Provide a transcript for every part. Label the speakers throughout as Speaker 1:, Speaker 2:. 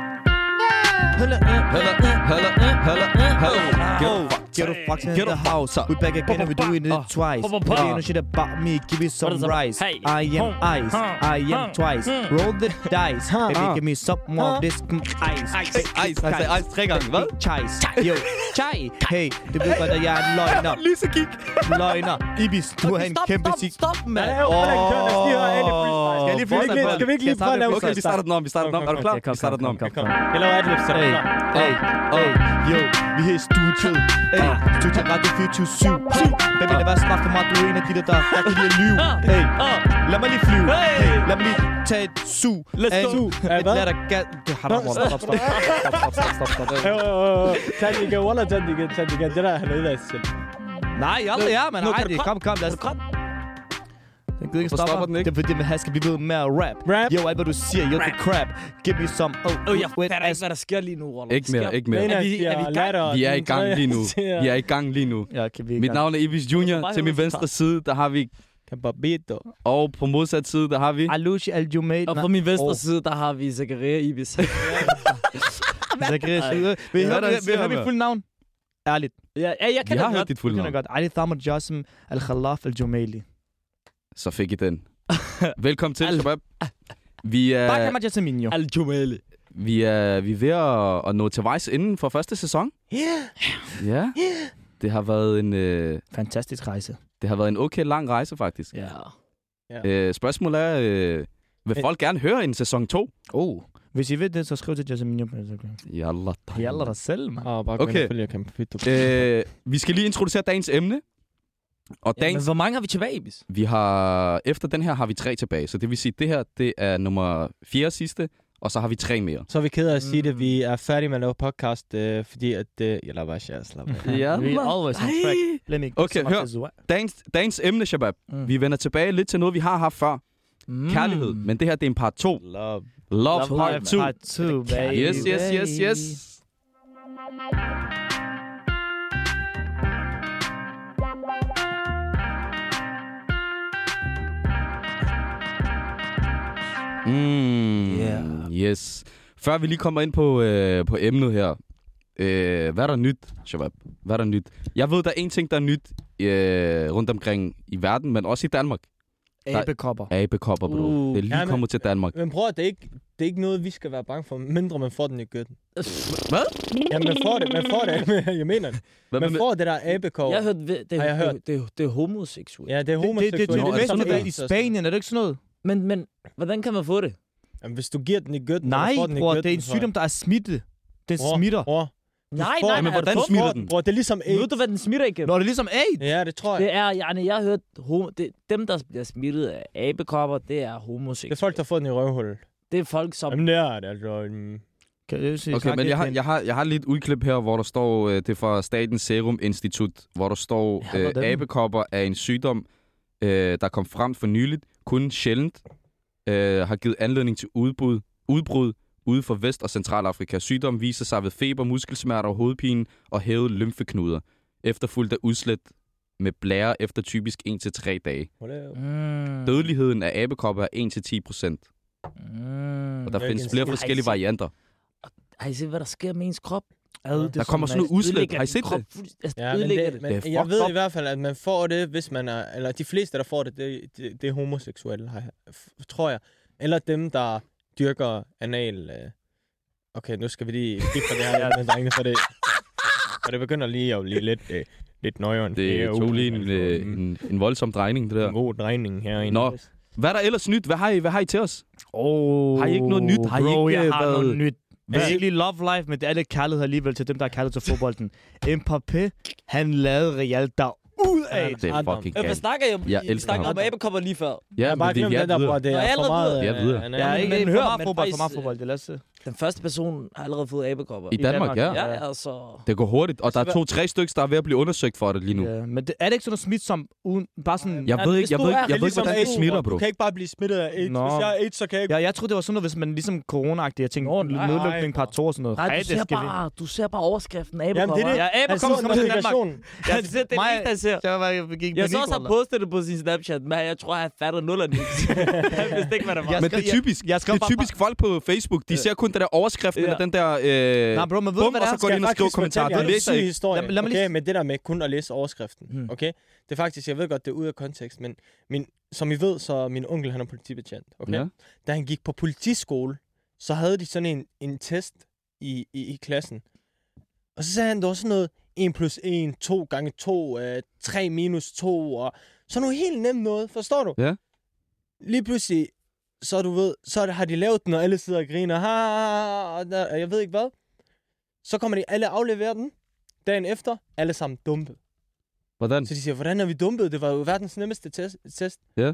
Speaker 1: Hello, uh, hello, uh, hello, uh, hello, uh, hello.
Speaker 2: Get the fuck in the house. We back again and we doing it twice. If you know shit about me, give me some rice. I am ice. I am twice. Roll the dice. Baby, give me some more of this mm, ice.
Speaker 1: Hey, ice, han sagde ice tre gange, hvad?
Speaker 2: Chais. Yo, chai. Hey, det ved godt, at jeg er en løgner.
Speaker 1: Lise kig.
Speaker 2: Løgner. Ibis, du har en kæmpe sig.
Speaker 1: Stop, mand.
Speaker 2: Oh,
Speaker 3: Oh,
Speaker 2: Skal jeg lige freestyle på den?
Speaker 4: Skal vi ikke lige
Speaker 2: Skal jeg starte
Speaker 4: prøve at lave-
Speaker 1: Okay, vi starter den om, vi starter den om. Er du klar? Vi starter den om.
Speaker 4: Eller hvad er det, så?
Speaker 2: Hey, hey, hey, yo, vi er i studiet. Hey, studiet Radio 24 Baby, lad være smart for mig, du er en af de der, der godt kan lide at lyve. Hey, lad mig lige flyve. Hey, lad mig lige tage et su.
Speaker 1: Let's go.
Speaker 4: Af
Speaker 2: Lad
Speaker 4: hvad?
Speaker 2: dig gas. Det har du råd. Stop, stop, stop, stop, stop, stop, stop, stop.
Speaker 4: Jo, jo, jo. Tag den igen, Walla, tag den igen, tag den igen. Det der, han er ude af sig selv.
Speaker 2: Nej, aldrig ja, men
Speaker 1: nu
Speaker 2: nej,
Speaker 1: kan du
Speaker 2: det
Speaker 1: godt-
Speaker 2: kom, kom, lad os... Den gider ikke
Speaker 1: Hvorfor stopper den ikke?
Speaker 2: Det er fordi, han skal blive ved med at rap.
Speaker 4: Rap.
Speaker 2: Yo, alt hvad du siger, yo, det er crap. Give me some... Oh,
Speaker 3: Øh, jeg
Speaker 2: wet
Speaker 3: fatter ikke,
Speaker 2: ass.
Speaker 3: hvad der sker lige nu, Roller.
Speaker 1: Ikke mere, ikke mere.
Speaker 4: Den ene
Speaker 3: vi-
Speaker 4: siger
Speaker 3: er vi i gang?
Speaker 4: latter,
Speaker 1: Vi er i
Speaker 4: den
Speaker 1: gang
Speaker 4: tredje
Speaker 1: lige nu.
Speaker 4: siger
Speaker 1: Vi er i gang lige nu.
Speaker 2: Ja, kan vi
Speaker 1: Mit
Speaker 2: ikke...
Speaker 1: navn er Ibis Junior. Til min venstre side, der har vi...
Speaker 4: Kababito.
Speaker 1: Og på modsat side, der har vi...
Speaker 2: Alush Al-Jumaid.
Speaker 3: Og på min venstre side, der har vi Zakaria Ibis.
Speaker 2: Zacharias Yde. Vil I
Speaker 1: Hvad
Speaker 2: høre
Speaker 1: er der,
Speaker 2: det-
Speaker 1: han
Speaker 2: vil I høre
Speaker 1: siger,
Speaker 2: mit fulde navn? Ærligt.
Speaker 3: ja, ja, jeg
Speaker 1: Vi
Speaker 3: kan
Speaker 1: har
Speaker 3: det
Speaker 1: hørt
Speaker 3: godt.
Speaker 1: dit
Speaker 2: Du
Speaker 1: fulde
Speaker 2: kender
Speaker 1: navn.
Speaker 2: godt. Ali Thamar Jassim Al-Khalaf Al-Jumaili.
Speaker 1: Så fik I den. Velkommen til, Shabab. Vi
Speaker 2: Bare kald
Speaker 1: er,
Speaker 2: mig Jasmin, jo.
Speaker 3: Al-Jumali.
Speaker 1: vi er, vi er ved at, at nå til vejs inden for første sæson. Ja. Det har været en, øh,
Speaker 2: Fantastisk rejse.
Speaker 1: det har været en okay lang rejse, faktisk.
Speaker 3: Ja.
Speaker 1: Øh, spørgsmålet er, øh, vil folk gerne høre en sæson 2?
Speaker 2: Oh. Hvis I ved det, så skriv til Jasmin jo på Instagram.
Speaker 1: Jalla. tak.
Speaker 2: Jalla dig selv, mand.
Speaker 4: Åh, bare gå ind
Speaker 1: Okay.
Speaker 4: og følge Kababito.
Speaker 1: Øh, vi skal lige introducere dagens emne. Og
Speaker 3: ja. Men
Speaker 1: dagens,
Speaker 3: hvor mange har vi tilbage, Ibis?
Speaker 1: vi har, efter den her har vi tre tilbage, så det vil sige, at det her det er nummer fjerde sidste, og så har vi tre mere.
Speaker 4: Så er vi ked af at sige det. Vi er færdige med at lave podcast, øh, fordi at... Øh, jeg lader bare sjæl slappe. af.
Speaker 1: Ja,
Speaker 2: We always on track. Let me
Speaker 1: Okay, hør. Dagens, dagens emne, Shabab.
Speaker 3: Mm.
Speaker 1: Vi vender tilbage lidt til noget, vi har haft før.
Speaker 3: Mm.
Speaker 1: Kærlighed. Men det her, det er en part 2. Love,
Speaker 4: Love.
Speaker 1: Love part
Speaker 2: Part
Speaker 1: 2.
Speaker 2: 2. Part 2, baby.
Speaker 1: Yes, yes, yes, yes. Mm,
Speaker 3: Yeah.
Speaker 1: Yes. Før vi lige kommer ind på, øh, på emnet her. Øh, hvad er der nyt, Shabab? Hvad er der nyt? Jeg ved, der er en ting, der er nyt øh, rundt omkring i verden, men også i Danmark.
Speaker 2: Abekopper.
Speaker 1: Abekopper, bro.
Speaker 3: Uh.
Speaker 1: det er lige
Speaker 4: Ja, men-
Speaker 1: kommet til Danmark.
Speaker 4: Men bror, det er, ikke, det er ikke noget, vi skal være bange for, mindre man får den i gøtten.
Speaker 1: Hvad?
Speaker 4: Ja, man får det, man får det. jeg mener det.
Speaker 1: Hvad
Speaker 4: Man får det der abekov.
Speaker 3: Jeg hørte, det, det,
Speaker 4: Har jeg hørt?
Speaker 3: det, det, det er homoseksuelt.
Speaker 4: Ja, det er
Speaker 2: Det, det, det, det,
Speaker 4: homoseksuelt.
Speaker 2: det,
Speaker 1: Nå, er
Speaker 2: det,
Speaker 1: det
Speaker 2: det,
Speaker 1: sådan
Speaker 2: det,
Speaker 1: noget?
Speaker 2: det, i Spanien, er det ikke sådan noget?
Speaker 3: Men, men, hvordan kan man få det?
Speaker 4: Jamen, hvis du giver den i gøtten,
Speaker 2: Nej,
Speaker 4: eller får den i
Speaker 2: bror,
Speaker 4: gøtten,
Speaker 2: det er en
Speaker 4: så-
Speaker 2: sygdom, der er smitte. Den
Speaker 4: Bror,
Speaker 2: smitter.
Speaker 4: Bror,
Speaker 3: Nej,
Speaker 4: får-
Speaker 3: nej,
Speaker 1: Jamen,
Speaker 3: nej.
Speaker 1: hvordan
Speaker 3: er det-
Speaker 1: smitter
Speaker 4: Bror,
Speaker 1: den?
Speaker 4: Bror, det er ligesom
Speaker 3: Ved
Speaker 4: AIDS.
Speaker 3: du, hvad den smitter igennem?
Speaker 2: Nå, det er ligesom AIDS.
Speaker 4: Ja, det tror jeg.
Speaker 3: Det er, jeg, jeg har hørt, homo, det, dem, der bliver smittet af abekopper, det er
Speaker 4: Det
Speaker 3: homoseksuelle.
Speaker 4: er folk, der får den i røvhullet.
Speaker 3: Det er folk, som...
Speaker 4: Jamen, det er det, altså. mm.
Speaker 2: Kan jeg sige,
Speaker 1: Okay,
Speaker 2: tak,
Speaker 1: men jeg har,
Speaker 2: Etienne?
Speaker 1: jeg, har, jeg har lige et udklip her, hvor der står, øh, det er fra Statens Serum Institut, hvor der står,
Speaker 2: Ja,
Speaker 1: øh,
Speaker 2: hvordan?
Speaker 1: abekopper er en sygdom, øh, der kom frem for nyligt, kun sjældent øh, har givet anledning til udbrud, udbrud ude for Vest- og Centralafrika. Sygdommen viser sig ved feber, muskelsmerter, hovedpine og hævede lymfeknuder, efterfulgt af udslæt med blære efter typisk 1-3 dage.
Speaker 3: Mm.
Speaker 1: Dødeligheden af abekopper er 1-10 procent,
Speaker 3: Mm.
Speaker 1: og der
Speaker 4: Jeg
Speaker 1: findes
Speaker 4: kan
Speaker 1: flere
Speaker 4: se-
Speaker 1: forskellige
Speaker 3: Ej,
Speaker 1: varianter.
Speaker 3: Har I set, hvad der sker med ens krop?
Speaker 2: Ad, det er
Speaker 1: Der kommer sådan noget udslæt. Har I set det?
Speaker 3: Altså,
Speaker 4: Ja,
Speaker 3: ja,
Speaker 4: men,
Speaker 3: ødelægger det.
Speaker 4: det,
Speaker 1: Det er
Speaker 4: men jeg
Speaker 1: fucked
Speaker 4: ved
Speaker 1: up.
Speaker 4: i hvert fald, at man får det, hvis man er... Eller de fleste, der får det, det, det, det er homoseksuelle, har jeg- f- tror jeg. Eller dem, der dyrker anal... øh. Okay, nu skal vi lige kigge på det her, med drengene, for det... Og det begynder lige at blive lidt, øh, lidt nøjeren.
Speaker 1: Det
Speaker 4: er
Speaker 1: tog lige en,
Speaker 4: altså,
Speaker 1: øh,
Speaker 4: mm,
Speaker 1: en, en voldsom drejning, det
Speaker 4: en
Speaker 1: der.
Speaker 4: god drejning herinde.
Speaker 1: Nå, hvad er der ellers nyt? Hvad har I, hvad har I til os?
Speaker 2: Oh,
Speaker 1: Har I ikke noget nyt? Har I
Speaker 2: bro,
Speaker 1: ikke,
Speaker 2: jeg
Speaker 1: øh,
Speaker 2: har
Speaker 1: været-
Speaker 2: noget nyt.
Speaker 4: Hvad?
Speaker 2: Det er ikke lige love life, men det er lidt kærlighed alligevel til dem, der er kærlighed til fodbolden. Mbappé, han lavede Real der ud af.
Speaker 1: Det er
Speaker 4: Adam.
Speaker 1: fucking
Speaker 3: Men hvad
Speaker 1: galt.
Speaker 3: snakker I om?
Speaker 1: Jeg
Speaker 3: I
Speaker 1: elsker
Speaker 3: snakker
Speaker 1: ham.
Speaker 3: om abekopper lige før.
Speaker 1: Ja,
Speaker 4: Jeg har
Speaker 1: men
Speaker 4: bare
Speaker 1: det
Speaker 4: glemt den der,
Speaker 1: videre.
Speaker 4: bror. Det
Speaker 3: Nå,
Speaker 4: er
Speaker 3: jeg er
Speaker 4: for
Speaker 3: allerede
Speaker 4: meget...
Speaker 1: videre. Jeg er
Speaker 4: øh,
Speaker 1: videre.
Speaker 4: anal.
Speaker 2: Jeg er ikke
Speaker 3: men
Speaker 2: men, for
Speaker 3: hør,
Speaker 2: meget
Speaker 3: men
Speaker 2: fodbold, for
Speaker 3: faktisk-
Speaker 2: meget fodbold, det er Lasse.
Speaker 3: Den første person har allerede fået abekopper.
Speaker 1: I Danmark,
Speaker 2: Danmark,
Speaker 1: ja.
Speaker 3: Ja,
Speaker 2: Ja.
Speaker 3: altså...
Speaker 1: Det går hurtigt, og der er
Speaker 2: Svært.
Speaker 1: to-tre stykker, der er ved at blive undersøgt for det lige nu.
Speaker 2: Ja, men det, er det ikke sådan noget smitsomt, uden, bare sådan...
Speaker 1: Jeg
Speaker 3: Ja,
Speaker 1: ved
Speaker 3: hvis
Speaker 1: ikke, jeg
Speaker 3: du
Speaker 1: ved,
Speaker 3: er-
Speaker 1: ikke- jeg ved
Speaker 4: Det er
Speaker 1: ikke,
Speaker 4: ligesom
Speaker 1: hvordan du
Speaker 4: AIDS,
Speaker 1: smitter,
Speaker 4: bror.
Speaker 1: bro.
Speaker 4: Du kan ikke bare blive smittet af AIDS.
Speaker 2: Nå.
Speaker 4: Hvis jeg er AIDS, så kan jeg ikke...
Speaker 2: Ja, jeg troede, det var sådan noget, hvis man ligesom corona jeg tænkte,
Speaker 3: Åh,
Speaker 2: oh,
Speaker 3: nej,
Speaker 2: nedlukning part 2 og sådan noget.
Speaker 3: Nej, du, ser
Speaker 2: skal vi-
Speaker 3: bare, du ser bare overskriften abekopper.
Speaker 4: Jamen, det er det.
Speaker 2: Ja, aber
Speaker 4: Altså,
Speaker 2: kommer
Speaker 4: sådan
Speaker 2: kommer til
Speaker 4: er
Speaker 2: Danmark.
Speaker 4: kommunikationen.
Speaker 3: Jeg det er altså, det
Speaker 2: Mig-
Speaker 3: eneste, han ser.
Speaker 2: Jeg var, jeg gik i
Speaker 3: Jeg så
Speaker 2: panik,
Speaker 3: også har
Speaker 2: Walter.
Speaker 3: postet det på sin Snapchat, men jeg tror, han fatter nul af det. Han vidste ikke, hvad det var.
Speaker 2: Jeg
Speaker 1: Men
Speaker 2: skrev-
Speaker 1: det er typisk.
Speaker 2: Jeg, jeg skrev
Speaker 1: Det er
Speaker 2: bare-
Speaker 1: typisk folk på Facebook, de ser kun den der overskrift, eller
Speaker 3: Ja.
Speaker 1: den der... Øh,
Speaker 2: Nej, bro, men ved du,
Speaker 1: bum,
Speaker 2: hvad
Speaker 1: og
Speaker 2: det
Speaker 1: så
Speaker 2: er?
Speaker 1: går de ind og skriver kommentarer.
Speaker 2: jer
Speaker 1: Du
Speaker 2: en
Speaker 1: læser ikke.
Speaker 4: Historie,
Speaker 2: Lad- lad mig lige
Speaker 4: okay,
Speaker 2: s-
Speaker 4: men det der med kun at læse overskriften,
Speaker 3: Hmm.
Speaker 4: okay? Det er faktisk, jeg ved godt, det er ud af kontekst, men min, som I ved, så min onkel, han er politibetjent, okay?
Speaker 1: Ja.
Speaker 4: Da han gik på politiskole, så havde de sådan en, en test i, i, i klassen. Og så sagde han, det var sådan noget 1 plus 1, 2 gange 2, øh, 3 minus 2, og sådan noget helt nemt noget, forstår du?
Speaker 1: Ja.
Speaker 4: Lige pludselig, så du ved, så er det- har de lavet den, og alle sidder og griner, ha, ha, ha, og der- og jeg ved ikke hvad. Så kommer de alle afleverer den. Dagen efter, alle sammen dumpet.
Speaker 1: Hvordan?
Speaker 4: Så de siger, hvordan er vi dumpet? Det var jo verdens nemmeste test. test.
Speaker 1: Ja.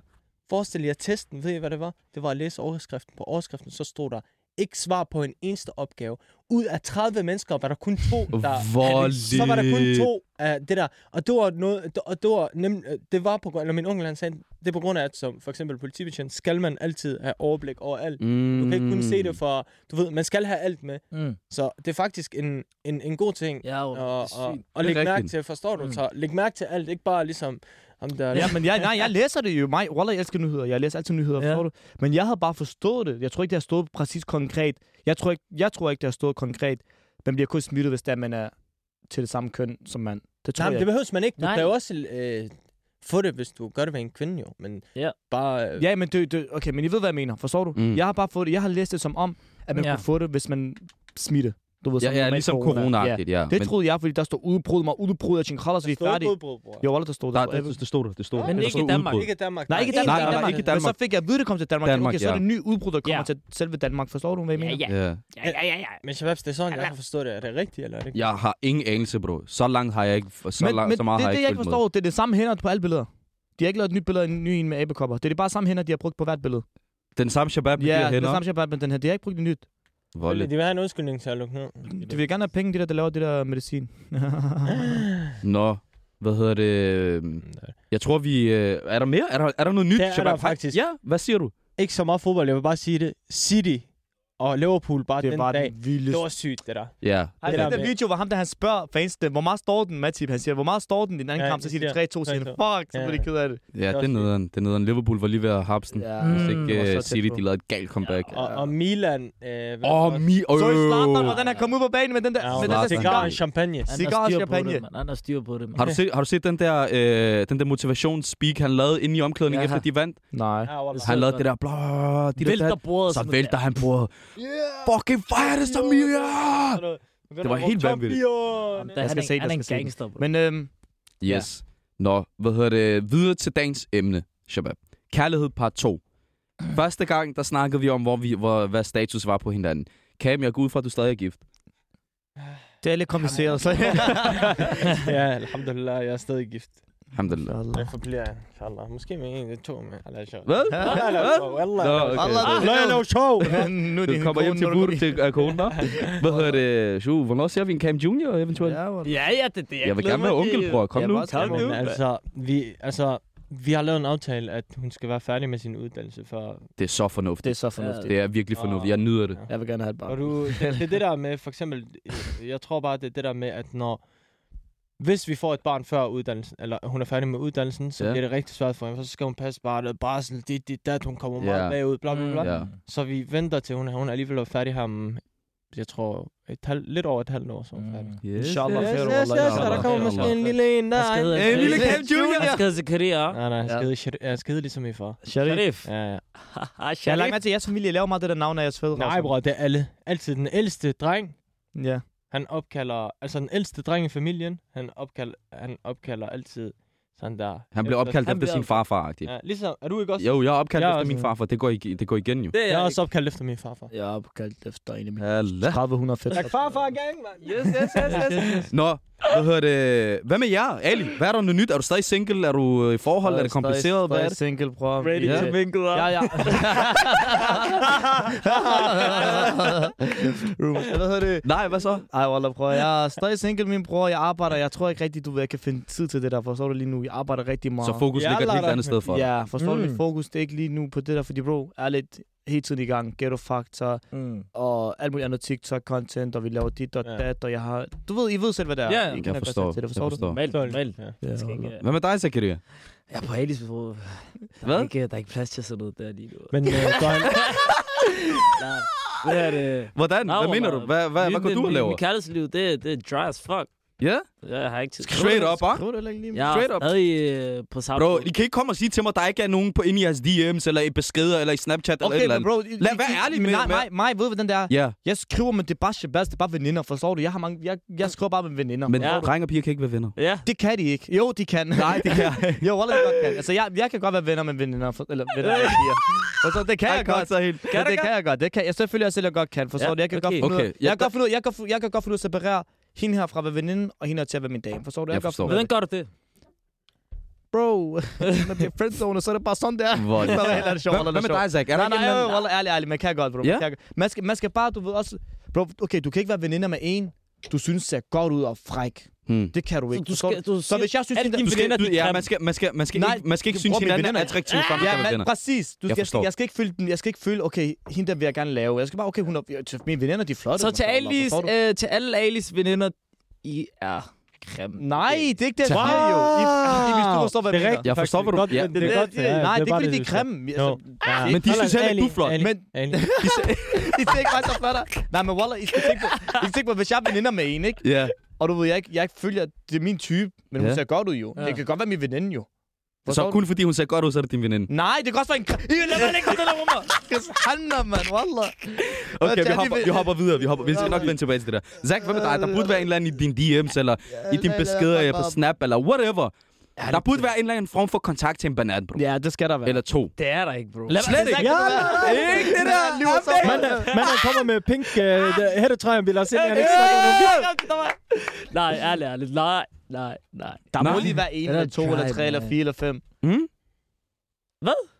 Speaker 4: Forestil jer testen, ved I hvad det var? Det var at læse overskriften. På overskriften, så stod der, ikke svar på en eneste opgave. Ud af 30 mennesker var der kun to, der...
Speaker 1: Hvor
Speaker 4: Så var der kun
Speaker 1: lidt.
Speaker 4: to af det der. Og det var noget... Og det var, nem, det var på grund... Eller min onkel, han sagde, det er på grund af, at som for eksempel politibetjent, skal man altid have overblik over alt.
Speaker 1: Mm.
Speaker 4: Du kan ikke kun se det for... Du ved, man skal have alt med.
Speaker 3: Mm.
Speaker 4: Så det er faktisk en, en, en god ting.
Speaker 3: Ja, jo,
Speaker 4: Og,
Speaker 3: det er
Speaker 4: og,
Speaker 3: sygt.
Speaker 4: og
Speaker 1: Det er
Speaker 4: læg mærke
Speaker 1: rigtigt.
Speaker 4: til, forstår du?
Speaker 3: Mm.
Speaker 4: Så læg mærke til alt, ikke bare ligesom... Om der,
Speaker 2: Ja, men jeg, nej, jeg læser det jo. Mig, Wallah, jeg elsker nyheder. Jeg læser altid nyheder,
Speaker 3: Ja.
Speaker 2: ja. du? Men jeg havde bare forstået det. Jeg tror ikke, det har stået præcis konkret. Jeg tror ikke, jeg tror ikke det har stået konkret. Man bliver kun smittet, hvis det er, man er til det samme køn som mand. Det tror
Speaker 4: Nej, men
Speaker 2: jeg.
Speaker 4: det behøves man ikke. Du
Speaker 3: Nej.
Speaker 4: kan jo også øh, få det, hvis du gør det ved en kvinde, jo. Men
Speaker 3: Ja.
Speaker 4: bare... Øh,
Speaker 2: Ja, men det, det, okay, men I ved, hvad jeg mener. Forstår du?
Speaker 1: Mm.
Speaker 2: Jeg har bare fået det. Jeg har læst det som om, at man
Speaker 3: Ja.
Speaker 2: ja. kunne få det, hvis man smitte. Du ved,
Speaker 1: Ja,
Speaker 2: som
Speaker 1: ja,
Speaker 2: normalt
Speaker 1: ligesom corona-agtigt, ja.
Speaker 2: Det troede jeg, fordi der stod udbrud mig, udbrud, jeg tænkte, "Khalas, vi er
Speaker 4: altså, Stå
Speaker 2: færdige.
Speaker 4: ikke udbrud, bror.
Speaker 2: Jo, Wallah, der Øhm, stod
Speaker 1: Nej,
Speaker 2: der.
Speaker 1: det, det stod der. Det stod der.
Speaker 3: Men
Speaker 1: Der
Speaker 3: ikke
Speaker 1: stod
Speaker 3: i Danmark.
Speaker 1: udbrud.
Speaker 4: Ikke Danmark.
Speaker 2: Nej, ikke
Speaker 3: Nej,
Speaker 2: Danmark.
Speaker 3: nej, nej,
Speaker 1: ikke
Speaker 2: Men
Speaker 1: Danmark.
Speaker 2: så fik jeg at vide, det kom til Danmark.
Speaker 1: Danmark,
Speaker 2: okay, så er det
Speaker 1: ja.
Speaker 2: en ny udbrud, der kommer
Speaker 3: Ja.
Speaker 2: til selve Danmark. Forstår du, hvad jeg mener?
Speaker 3: Ja,
Speaker 1: Ja.
Speaker 3: Ja, ja, ja, ja.
Speaker 4: Men Shababs, det er sådan, jeg har forstået det. Er det rigtigt, eller er det ikke?
Speaker 1: Jeg har ingen anelse, bro. Så langt har jeg ikke... Så, men, langt, så meget
Speaker 2: det,
Speaker 1: har
Speaker 2: det,
Speaker 1: jeg
Speaker 2: jeg ikke
Speaker 1: fulgt
Speaker 2: forstår, det er det samme hænder på alle billeder. De har ikke lavet et nyt billede, en ny en med abekopper. Det er det bare samme hænder, de har brugt på hvert billede.
Speaker 1: med. Den samme shabab,
Speaker 2: ja,
Speaker 1: yeah,
Speaker 2: det er
Speaker 1: hænder.
Speaker 2: samme shabab, men den her, de har ikke brugt det nyt.
Speaker 1: Voldeligt.
Speaker 4: De vil have en undskyldning til at lukke ned.
Speaker 2: De vil gerne have penge, de der, der laver det der medicin.
Speaker 1: Nå, hvad hedder det?
Speaker 4: Ah.
Speaker 1: Jeg tror, vi... øh, Er der mere? Er der, er der noget nyt?
Speaker 4: Det er
Speaker 1: Shabab?
Speaker 4: der faktisk.
Speaker 1: Ja, hvad siger du?
Speaker 4: Ikke så meget fodbold, jeg vil bare sige det. City og Liverpool bare
Speaker 2: det
Speaker 4: den
Speaker 2: var
Speaker 4: dag.
Speaker 2: den vildeste.
Speaker 4: Det var sygt, det der.
Speaker 1: Ja.
Speaker 2: Har I
Speaker 4: Det
Speaker 2: set
Speaker 4: der
Speaker 2: den
Speaker 4: med-
Speaker 2: video, hvor ham der, han spørger fansene, hvor meget står den, Matip? Han siger, hvor meget står den i den anden
Speaker 4: Ja,
Speaker 2: kamp? Så
Speaker 4: det
Speaker 2: siger de 3-2,
Speaker 4: siger-
Speaker 2: siger han,
Speaker 4: 3-2.
Speaker 2: fuck, så
Speaker 4: Ja.
Speaker 2: bliver de ked af det.
Speaker 1: Ja,
Speaker 4: også
Speaker 1: det er
Speaker 4: det.
Speaker 1: nederen. Det er nederen. Liverpool var lige ved at hapsen.
Speaker 2: Ja.
Speaker 1: Hvis
Speaker 3: Mm.
Speaker 2: Det var
Speaker 1: ikke øh,
Speaker 2: så tæt
Speaker 1: City,
Speaker 2: på.
Speaker 1: de lavede et galt comeback.
Speaker 4: Og, og Milan... Øh,
Speaker 1: Åh, mi... Øh.
Speaker 2: Så i Zlatan, hvordan han kom ud på banen med den der,
Speaker 4: Ja,
Speaker 2: med
Speaker 4: men
Speaker 2: den der
Speaker 4: det er
Speaker 2: cigar.
Speaker 4: en champagne.
Speaker 3: Han
Speaker 2: Sikkert
Speaker 3: har
Speaker 2: også
Speaker 3: styr på
Speaker 2: champagne.
Speaker 3: det, mand. Han har styr på det, mand.
Speaker 1: Har du, set, har du set den der, øh, den der motivationsspeak, han lavede inde i omklædningen,
Speaker 3: Ja.
Speaker 1: ja. efter de vandt?
Speaker 2: Nej.
Speaker 4: Ja, wallah.
Speaker 1: Han lavede det der, blå, de der,
Speaker 3: Vælter bordet.
Speaker 1: så
Speaker 3: sådan noget
Speaker 1: vælter
Speaker 3: der.
Speaker 1: han bordet. Yeah. Fucking fejre det så mere! Det var helt vanvittigt.
Speaker 3: Jamen, der-
Speaker 2: Jeg
Speaker 3: Han
Speaker 2: skal
Speaker 3: er
Speaker 2: se
Speaker 3: en-
Speaker 2: den,
Speaker 3: han er
Speaker 2: jeg
Speaker 3: en
Speaker 2: skal se den.
Speaker 3: gangster, bro.
Speaker 2: Men øhm,
Speaker 1: Yes. Nå, hvad hedder det? Videre til dagens emne, Shabab. Kærlighed part 2. Første gang, der snakkede vi om, hvor vi, hvor, hvad status var på hinanden. Cam, jeg går ud fra, at du stadig er gift.
Speaker 2: det er lidt kompliceret, så
Speaker 4: ja, alhamdulillah, jeg er stadig gift.
Speaker 1: Alhamdulillah.
Speaker 4: Jeg forbliver, inshallah. Måske med en eller altså. to, men Allah sjov.
Speaker 1: Hvad?
Speaker 4: Allah sjov, Allah.
Speaker 1: Nå,
Speaker 4: Allah,
Speaker 1: okay.
Speaker 4: jeg laver sjov.
Speaker 2: nu er
Speaker 1: Du
Speaker 2: din
Speaker 1: kommer hjem
Speaker 2: kone,
Speaker 1: til
Speaker 2: nu er
Speaker 1: Bur
Speaker 2: din-
Speaker 1: til øh, konen der. Hvad hedder det? Jo, hvornår ser vi en Cam Junior eventuelt?
Speaker 2: Ja, hvor-
Speaker 3: Ja, ja, det er det.
Speaker 1: Jeg vil
Speaker 3: glæder
Speaker 1: gerne være
Speaker 3: mig til-
Speaker 1: onkel, bror. Kom
Speaker 2: Jeg
Speaker 1: nu.
Speaker 2: vil også gerne
Speaker 3: Kom
Speaker 2: være
Speaker 3: nu.
Speaker 4: Men
Speaker 2: onkel.
Speaker 4: altså, vi, altså, vi har lavet en aftale, at hun skal være færdig med sin uddannelse før...
Speaker 1: Det er så fornuftigt.
Speaker 2: Det er så fornuftigt.
Speaker 1: Det er virkelig fornuftigt. Jeg nyder det.
Speaker 2: Jeg vil gerne have et barn.
Speaker 4: Og du, det, det er det der med, for eksempel, jeg tror bare, det er det der med, at når... Hvis vi får et barn før uddannelsen, eller hun er færdig med uddannelsen, så
Speaker 1: Ja.
Speaker 4: ja. bliver det rigtig svært for hende, for så skal hun passe barnet, barsel, dit, dit, dat, hun kommer meget
Speaker 1: Ja. Mm.
Speaker 4: bagud, bla
Speaker 3: Mm.
Speaker 4: bla bla.
Speaker 1: Ja.
Speaker 4: Så vi venter til, hun, hun alligevel er færdig her om, jeg tror, et halv, lidt over et halvt år, så er hun færdig.
Speaker 1: Yes.
Speaker 2: Inshallah,
Speaker 4: Yes,
Speaker 2: fair,
Speaker 4: yes,
Speaker 2: wallah,
Speaker 4: yes, yes, og Mm. der
Speaker 2: inshallah,
Speaker 4: kommer
Speaker 2: fair,
Speaker 4: måske
Speaker 2: wallah.
Speaker 4: en lille en,
Speaker 3: Han skal
Speaker 4: nej.
Speaker 3: hedde-
Speaker 2: En lille Cam Junior!
Speaker 3: Han skal hedde Zakaria.
Speaker 4: Nej,
Speaker 2: Ja.
Speaker 4: nej, jeg skide, shit- jeg skide ligesom i far.
Speaker 2: Sharif.
Speaker 3: Sharif.
Speaker 4: Ja, ja.
Speaker 3: Haha,
Speaker 2: Jeg har lagt
Speaker 3: Sharif.
Speaker 2: mærke til, at jeres familie laver meget det der navn af jeres fædre.
Speaker 4: Nej, bror, det er alle. Altid den ældste dreng,
Speaker 2: Ja.
Speaker 4: han opkalder, altså den ældste dreng i familien, han opkalder, han opkalder altid sådan der.
Speaker 1: Han blev
Speaker 4: efter-
Speaker 1: opkaldt
Speaker 3: Han blev
Speaker 1: efter sin farfar, -agtigt.
Speaker 4: Ja, ligesom, er du ikke også?
Speaker 1: Jo, jeg er opkaldt
Speaker 4: Jeg er
Speaker 1: efter
Speaker 4: også-
Speaker 1: min farfar. Det går, ikke, det går igen jo.
Speaker 3: Det er
Speaker 4: Jeg er
Speaker 3: jeg
Speaker 4: også opkaldt efter min farfar.
Speaker 2: Jeg er opkaldt efter en af
Speaker 1: Halla.
Speaker 2: 3000 fedt.
Speaker 4: Tak farfar gang, mand.
Speaker 3: ikke. Yes, yes, yes, yes.
Speaker 1: Nå, Hvad, hedder det? hvad med jer, Ali? Hvad er der noget nyt? Er du stadig single? Er du øh, i forhold? Er det kompliceret? Hvad er det?
Speaker 2: single, bror.
Speaker 3: Ready
Speaker 1: Ja.
Speaker 3: to mingle up.
Speaker 2: Ja, ja. Rumors. Hvad hedder det?
Speaker 1: Nej, hvad så?
Speaker 2: Ej, Walla, bror. Jeg er stadig single, min bror. Jeg arbejder. Jeg tror ikke rigtigt, du ved, jeg kan finde tid til det der. Forstår du lige nu? Jeg arbejder rigtig meget.
Speaker 1: Så fokus
Speaker 4: Jeg
Speaker 1: ligger et helt
Speaker 4: lader
Speaker 1: andet sted for dig.
Speaker 2: Ja, forstår mm. du?
Speaker 3: Mm.
Speaker 2: Mit fokus, det er ikke lige nu på det der, fordi bro, er lidt hele tiden i gang. Ghetto Factor
Speaker 3: Mm.
Speaker 2: og alt muligt andet TikTok-content, og vi laver dit og
Speaker 4: Ja.
Speaker 2: ja. dat, og jeg har... Du ved, I ved selv, hvad det er.
Speaker 3: Ja,
Speaker 2: I
Speaker 3: ja.
Speaker 2: kender
Speaker 1: Jeg
Speaker 2: godt
Speaker 1: forstår.
Speaker 2: til det,
Speaker 1: Jeg
Speaker 2: forstår,
Speaker 1: forstår.
Speaker 3: Malt,
Speaker 4: Solgt.
Speaker 3: malt.
Speaker 4: Ja.
Speaker 2: du?
Speaker 3: Jeg skal ikke, øh,
Speaker 1: Hvad med dig, Zakaria?
Speaker 3: Jeg er på Alis, bro. Der
Speaker 1: Hvad?
Speaker 3: er, ikke, der er ikke plads til sådan noget der lige nu.
Speaker 4: Men øh, går han...
Speaker 3: Nej, det er det.
Speaker 1: Hvordan? Hvad
Speaker 3: Nå,
Speaker 1: mener du?
Speaker 3: man.
Speaker 1: Hvad, hvad, hvad
Speaker 3: Mit-
Speaker 1: går du
Speaker 3: mit-
Speaker 1: og laver?
Speaker 3: Mit kærlighedsliv, det, det er dry as fuck.
Speaker 1: Ja?
Speaker 3: Jeg har ikke tid.
Speaker 1: Straight up, ah?
Speaker 2: Prøv det heller ikke lige.
Speaker 3: Jeg
Speaker 1: straight
Speaker 3: er
Speaker 1: up.
Speaker 3: stadig øh, på samme
Speaker 1: Bro, I kan ikke komme og sige til mig, at der ikke er nogen på inde i jeres DM's, eller i beskeder, eller i Snapchat, eller et
Speaker 2: Okay,
Speaker 1: eller
Speaker 2: men
Speaker 1: andet.
Speaker 2: bro... I-
Speaker 1: Lad
Speaker 2: I-
Speaker 1: være
Speaker 2: I-
Speaker 1: ærlig med-
Speaker 2: men Nej,
Speaker 1: med-
Speaker 2: nej, mig, ved du, hvordan det er?
Speaker 1: Ja,
Speaker 2: Jeg skriver, men det er bare shabazz, det er bare veninder, forstår du? Jeg, har mange, jeg, jeg skriver bare med veninder.
Speaker 1: men
Speaker 3: Ja.
Speaker 1: drenge og piger kan ikke være venner.
Speaker 3: Ja,
Speaker 2: Det kan de ikke. Jo, de kan. Nej, det kan Jo, Walla, de godt kan. Altså, jeg, jeg kan godt være venner med veninder. For, eller venner med piger. Forstår du? Det kan jeg godt.
Speaker 1: så helt.
Speaker 2: Kan det, det kan jeg godt. Det kan jeg selvfølgelig også selv, jeg godt kan. Forstår
Speaker 3: Ja,
Speaker 2: du? Jeg kan
Speaker 3: okay.
Speaker 2: godt finde ud
Speaker 1: Okay,
Speaker 2: af- jeg kan godt finde ud af- jeg kan fu- jeg kan godt finde ud af at separere hende her fra at være veninde, og hende her til at være min dame. Forstår du?
Speaker 1: Jeg
Speaker 2: kan godt
Speaker 1: forstår.
Speaker 2: finde ud af
Speaker 3: hvordan gør du det?
Speaker 2: det. Bro, man bliver friendzone, så er det bare sådan der.
Speaker 1: Hvor
Speaker 2: Så er det heller sjovt.
Speaker 1: Hvad hvad med dig, Zach? Er der
Speaker 2: Nej,
Speaker 1: ikke
Speaker 2: nej, øh,
Speaker 1: en eller
Speaker 2: nej, nej,
Speaker 1: anden-
Speaker 2: nej, ærlig, ærlig, man kan godt, bro.
Speaker 1: Ja.
Speaker 2: Man, kan, godt. man, skal, man skal bare, du ved også... Bro, okay, du kan ikke være veninder med en, du synes ser godt ud og fræk.
Speaker 1: Hmm.
Speaker 2: Det kan du ikke.
Speaker 3: du
Speaker 2: forstår
Speaker 3: skal- du
Speaker 2: så hvis jeg synes,
Speaker 3: alle
Speaker 2: hende-
Speaker 3: dine
Speaker 1: Du skal,
Speaker 3: veninder, de
Speaker 1: du, ja,
Speaker 3: kan-
Speaker 1: man skal, man skal, man skal,
Speaker 2: Nej,
Speaker 1: ikke, man skal ikke
Speaker 2: du-
Speaker 1: synes,
Speaker 2: bror, mine
Speaker 1: hinanden er
Speaker 2: venner, ja.
Speaker 1: attraktive, før man kan
Speaker 2: Ja,
Speaker 1: være
Speaker 2: men
Speaker 1: venner.
Speaker 2: præcis. Du,
Speaker 1: Jeg
Speaker 2: jeg, jeg,
Speaker 1: forstår.
Speaker 2: skal, jeg skal ikke føle den. Jeg skal ikke føle, okay, hende der vil jeg gerne lave. Jeg skal bare, okay, hun er, jeg- mine venner, de er flotte.
Speaker 3: Så til,
Speaker 2: mashallah,
Speaker 3: Alis,
Speaker 2: forstår du?
Speaker 3: øh, til alle Alis veninder, I er grimme.
Speaker 2: Nej, det er ikke det, jeg
Speaker 1: Wow.
Speaker 2: siger jo. I, I, hvis du forstår, hvad jeg
Speaker 4: Det er
Speaker 2: mener.
Speaker 1: Jeg forstår, hvad du...
Speaker 4: Godt,
Speaker 1: Ja.
Speaker 4: men det, er godt.
Speaker 2: det, nej, det er
Speaker 4: bare
Speaker 2: ikke, fordi de er
Speaker 4: du
Speaker 2: grimme.
Speaker 4: siger.
Speaker 2: Altså,
Speaker 4: Jo. Ja.
Speaker 1: Men de synes heller ikke, du er flot.
Speaker 4: Ali,
Speaker 2: Men-
Speaker 4: Ali.
Speaker 2: de ser ikke ret så flotte. Nej, men Walla, I skal tænke på, I skal tænke på hvis jeg er veninder med en, ikke?
Speaker 1: Ja.
Speaker 2: Og du ved, jeg ikke, jeg ikke følger, at det er min type, men hun
Speaker 1: Ja.
Speaker 2: ser godt ud jo.
Speaker 3: Ja.
Speaker 2: Det kan godt være min veninde jo.
Speaker 1: Så
Speaker 2: Forstår du?
Speaker 1: kun fordi hun ser godt ud, så er det din veninde.
Speaker 2: Nej, det kan også være en... kr- I vil lade mig lægge det der rummer. Handler, man, Walla.
Speaker 1: Okay, vi
Speaker 2: Tag de
Speaker 1: hopper,
Speaker 2: ved-
Speaker 1: vi hopper videre. Vi, hopper, vi skal nok vende tilbage til det der. Zach, hvad med dig? Der burde være en eller anden i din DM's, eller i din beskeder eller på Snap, eller whatever. Der burde være en eller anden form for kontakt til en banan, bro.
Speaker 2: Ja, det skal der være.
Speaker 1: Eller to.
Speaker 3: Det er der ikke, bro.
Speaker 1: Slet ikke.
Speaker 2: Ja,
Speaker 1: Ikke det der.
Speaker 2: Man,
Speaker 4: Manden, manden kommer med pink uh, hættetrøjen, vil også se, han ikke snakker om
Speaker 3: Nej, ærligt, ærligt. Nej, nej, nej.
Speaker 2: der
Speaker 1: Nej.
Speaker 2: må lige være en,
Speaker 3: Den er
Speaker 2: eller to, eller
Speaker 3: dry,
Speaker 2: tre, eller
Speaker 3: man.
Speaker 2: fire, eller fem.
Speaker 1: Hmm?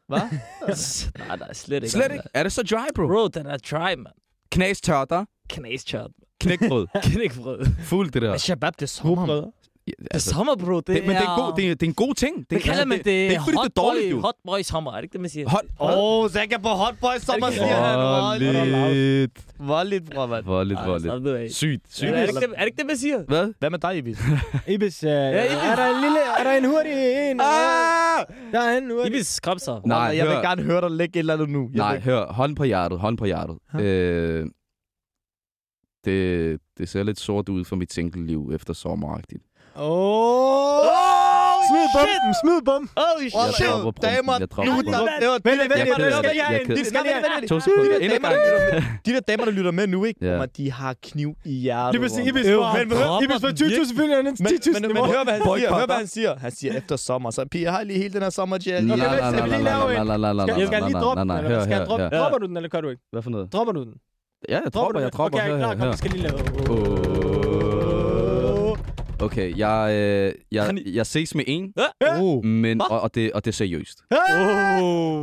Speaker 3: nej, nej, slet ikke.
Speaker 1: Altså, Slet ikke. Er det så dry, bro?
Speaker 3: Bro, den er try, man.
Speaker 1: Knæs tørter.
Speaker 3: Knæschart.
Speaker 1: Knækbrød.
Speaker 3: Knækbrød.
Speaker 1: Fuld det der.
Speaker 2: Shabab, det er sommer. man.
Speaker 1: Ja,
Speaker 3: Det er
Speaker 1: altså,
Speaker 3: sommer, bro. Det,
Speaker 1: det, men det er, en god, det,
Speaker 3: det,
Speaker 1: er, det er en god ting. Det,
Speaker 3: det kalder man det,
Speaker 1: Det er ikke, fordi
Speaker 3: hot,
Speaker 1: det er dårligt, jo.
Speaker 3: boy, hot boy sommer. Er det ikke det, man siger?
Speaker 1: Hot.
Speaker 2: Åh, oh, Zack er på Hot Boys sommer, siger han.
Speaker 1: Voldigt.
Speaker 2: Voldeligt, bror, mand.
Speaker 1: Voldigt,
Speaker 3: Ej,
Speaker 1: voldigt.
Speaker 3: slap nu af.
Speaker 1: Sygt,
Speaker 3: Ja,
Speaker 1: sygt.
Speaker 3: Er det ikke det, er det ikke det, man siger?
Speaker 1: Hvad?
Speaker 2: Hvad med dig, Ibis?
Speaker 4: det. Ibis,
Speaker 3: Ibis.
Speaker 4: uh, er der en lille, er der en hurtig en?
Speaker 1: Ah!
Speaker 4: Der er en hurtig.
Speaker 3: Ibis, kom så.
Speaker 1: Nej,
Speaker 2: Walla, jeg vil
Speaker 1: hør.
Speaker 2: gerne høre dig lægge et eller andet nu. Jeg
Speaker 1: Nej,
Speaker 2: vil-
Speaker 1: hør. Hånd på hjertet. Hånd på hjertet. Øh, det, det ser lidt sort ud for mit single-liv efter sommeragtigt.
Speaker 4: Åh! Smid bomben, smid bomben.
Speaker 2: Oh,
Speaker 1: Jeg dropper prompen, jeg dropper
Speaker 2: nu, der,
Speaker 1: prompen.
Speaker 2: det var,
Speaker 4: Vent lidt, vent
Speaker 1: Jeg
Speaker 4: lidt.
Speaker 1: keder
Speaker 4: Nu skal
Speaker 1: det.
Speaker 4: vi have
Speaker 1: Jeg
Speaker 4: en.
Speaker 1: keder
Speaker 4: Vi
Speaker 2: det.
Speaker 4: skal lige have en.
Speaker 2: Vent lidt.
Speaker 1: To sekunder.
Speaker 2: De der
Speaker 1: Ind ad
Speaker 2: damer, der
Speaker 1: gangen.
Speaker 2: lytter med, de der damer, der lytter med nu, ikke?
Speaker 1: Ja.
Speaker 2: Yeah. Man, de har kniv i hjertet.
Speaker 4: Ibis,
Speaker 2: bror.
Speaker 4: Ibis,
Speaker 2: Jo,
Speaker 4: for-
Speaker 2: men, men, hør-
Speaker 3: Dropper
Speaker 4: Ibis på 20.000 følger han
Speaker 2: men, men, men,
Speaker 4: niveau.
Speaker 2: hør, hvad han siger.
Speaker 4: Boykotter.
Speaker 2: Hør, hvad han siger. Han siger, efter sommer, så piger, har I lige hele den her sommer, Jack.
Speaker 1: La,
Speaker 4: Okay,
Speaker 1: la,
Speaker 4: vent,
Speaker 1: la,
Speaker 4: skal vi
Speaker 1: la,
Speaker 4: lige
Speaker 1: la,
Speaker 4: lave
Speaker 1: la,
Speaker 4: en?
Speaker 1: la, la, la,
Speaker 4: Skal, jeg skal
Speaker 1: la,
Speaker 4: lige
Speaker 1: la,
Speaker 4: droppe den,
Speaker 1: nej,
Speaker 4: eller
Speaker 1: hør,
Speaker 4: hvad? Skal jeg
Speaker 1: hør,
Speaker 4: droppe?
Speaker 1: hør.
Speaker 4: Dropper du den, eller gør du ikke?
Speaker 1: Hvad for noget?
Speaker 4: Dropper du den?
Speaker 1: Ja, jeg dropper,
Speaker 4: den?
Speaker 1: jeg dropper.
Speaker 4: Okay,
Speaker 1: Hør,
Speaker 4: klar,
Speaker 1: hør,
Speaker 4: kom,
Speaker 1: hør.
Speaker 4: vi skal lige lave...
Speaker 1: Åh. Okay, jeg, øh, jeg, jeg ses med en, Uh.
Speaker 2: Oh.
Speaker 1: men, og, og, det, og det er seriøst.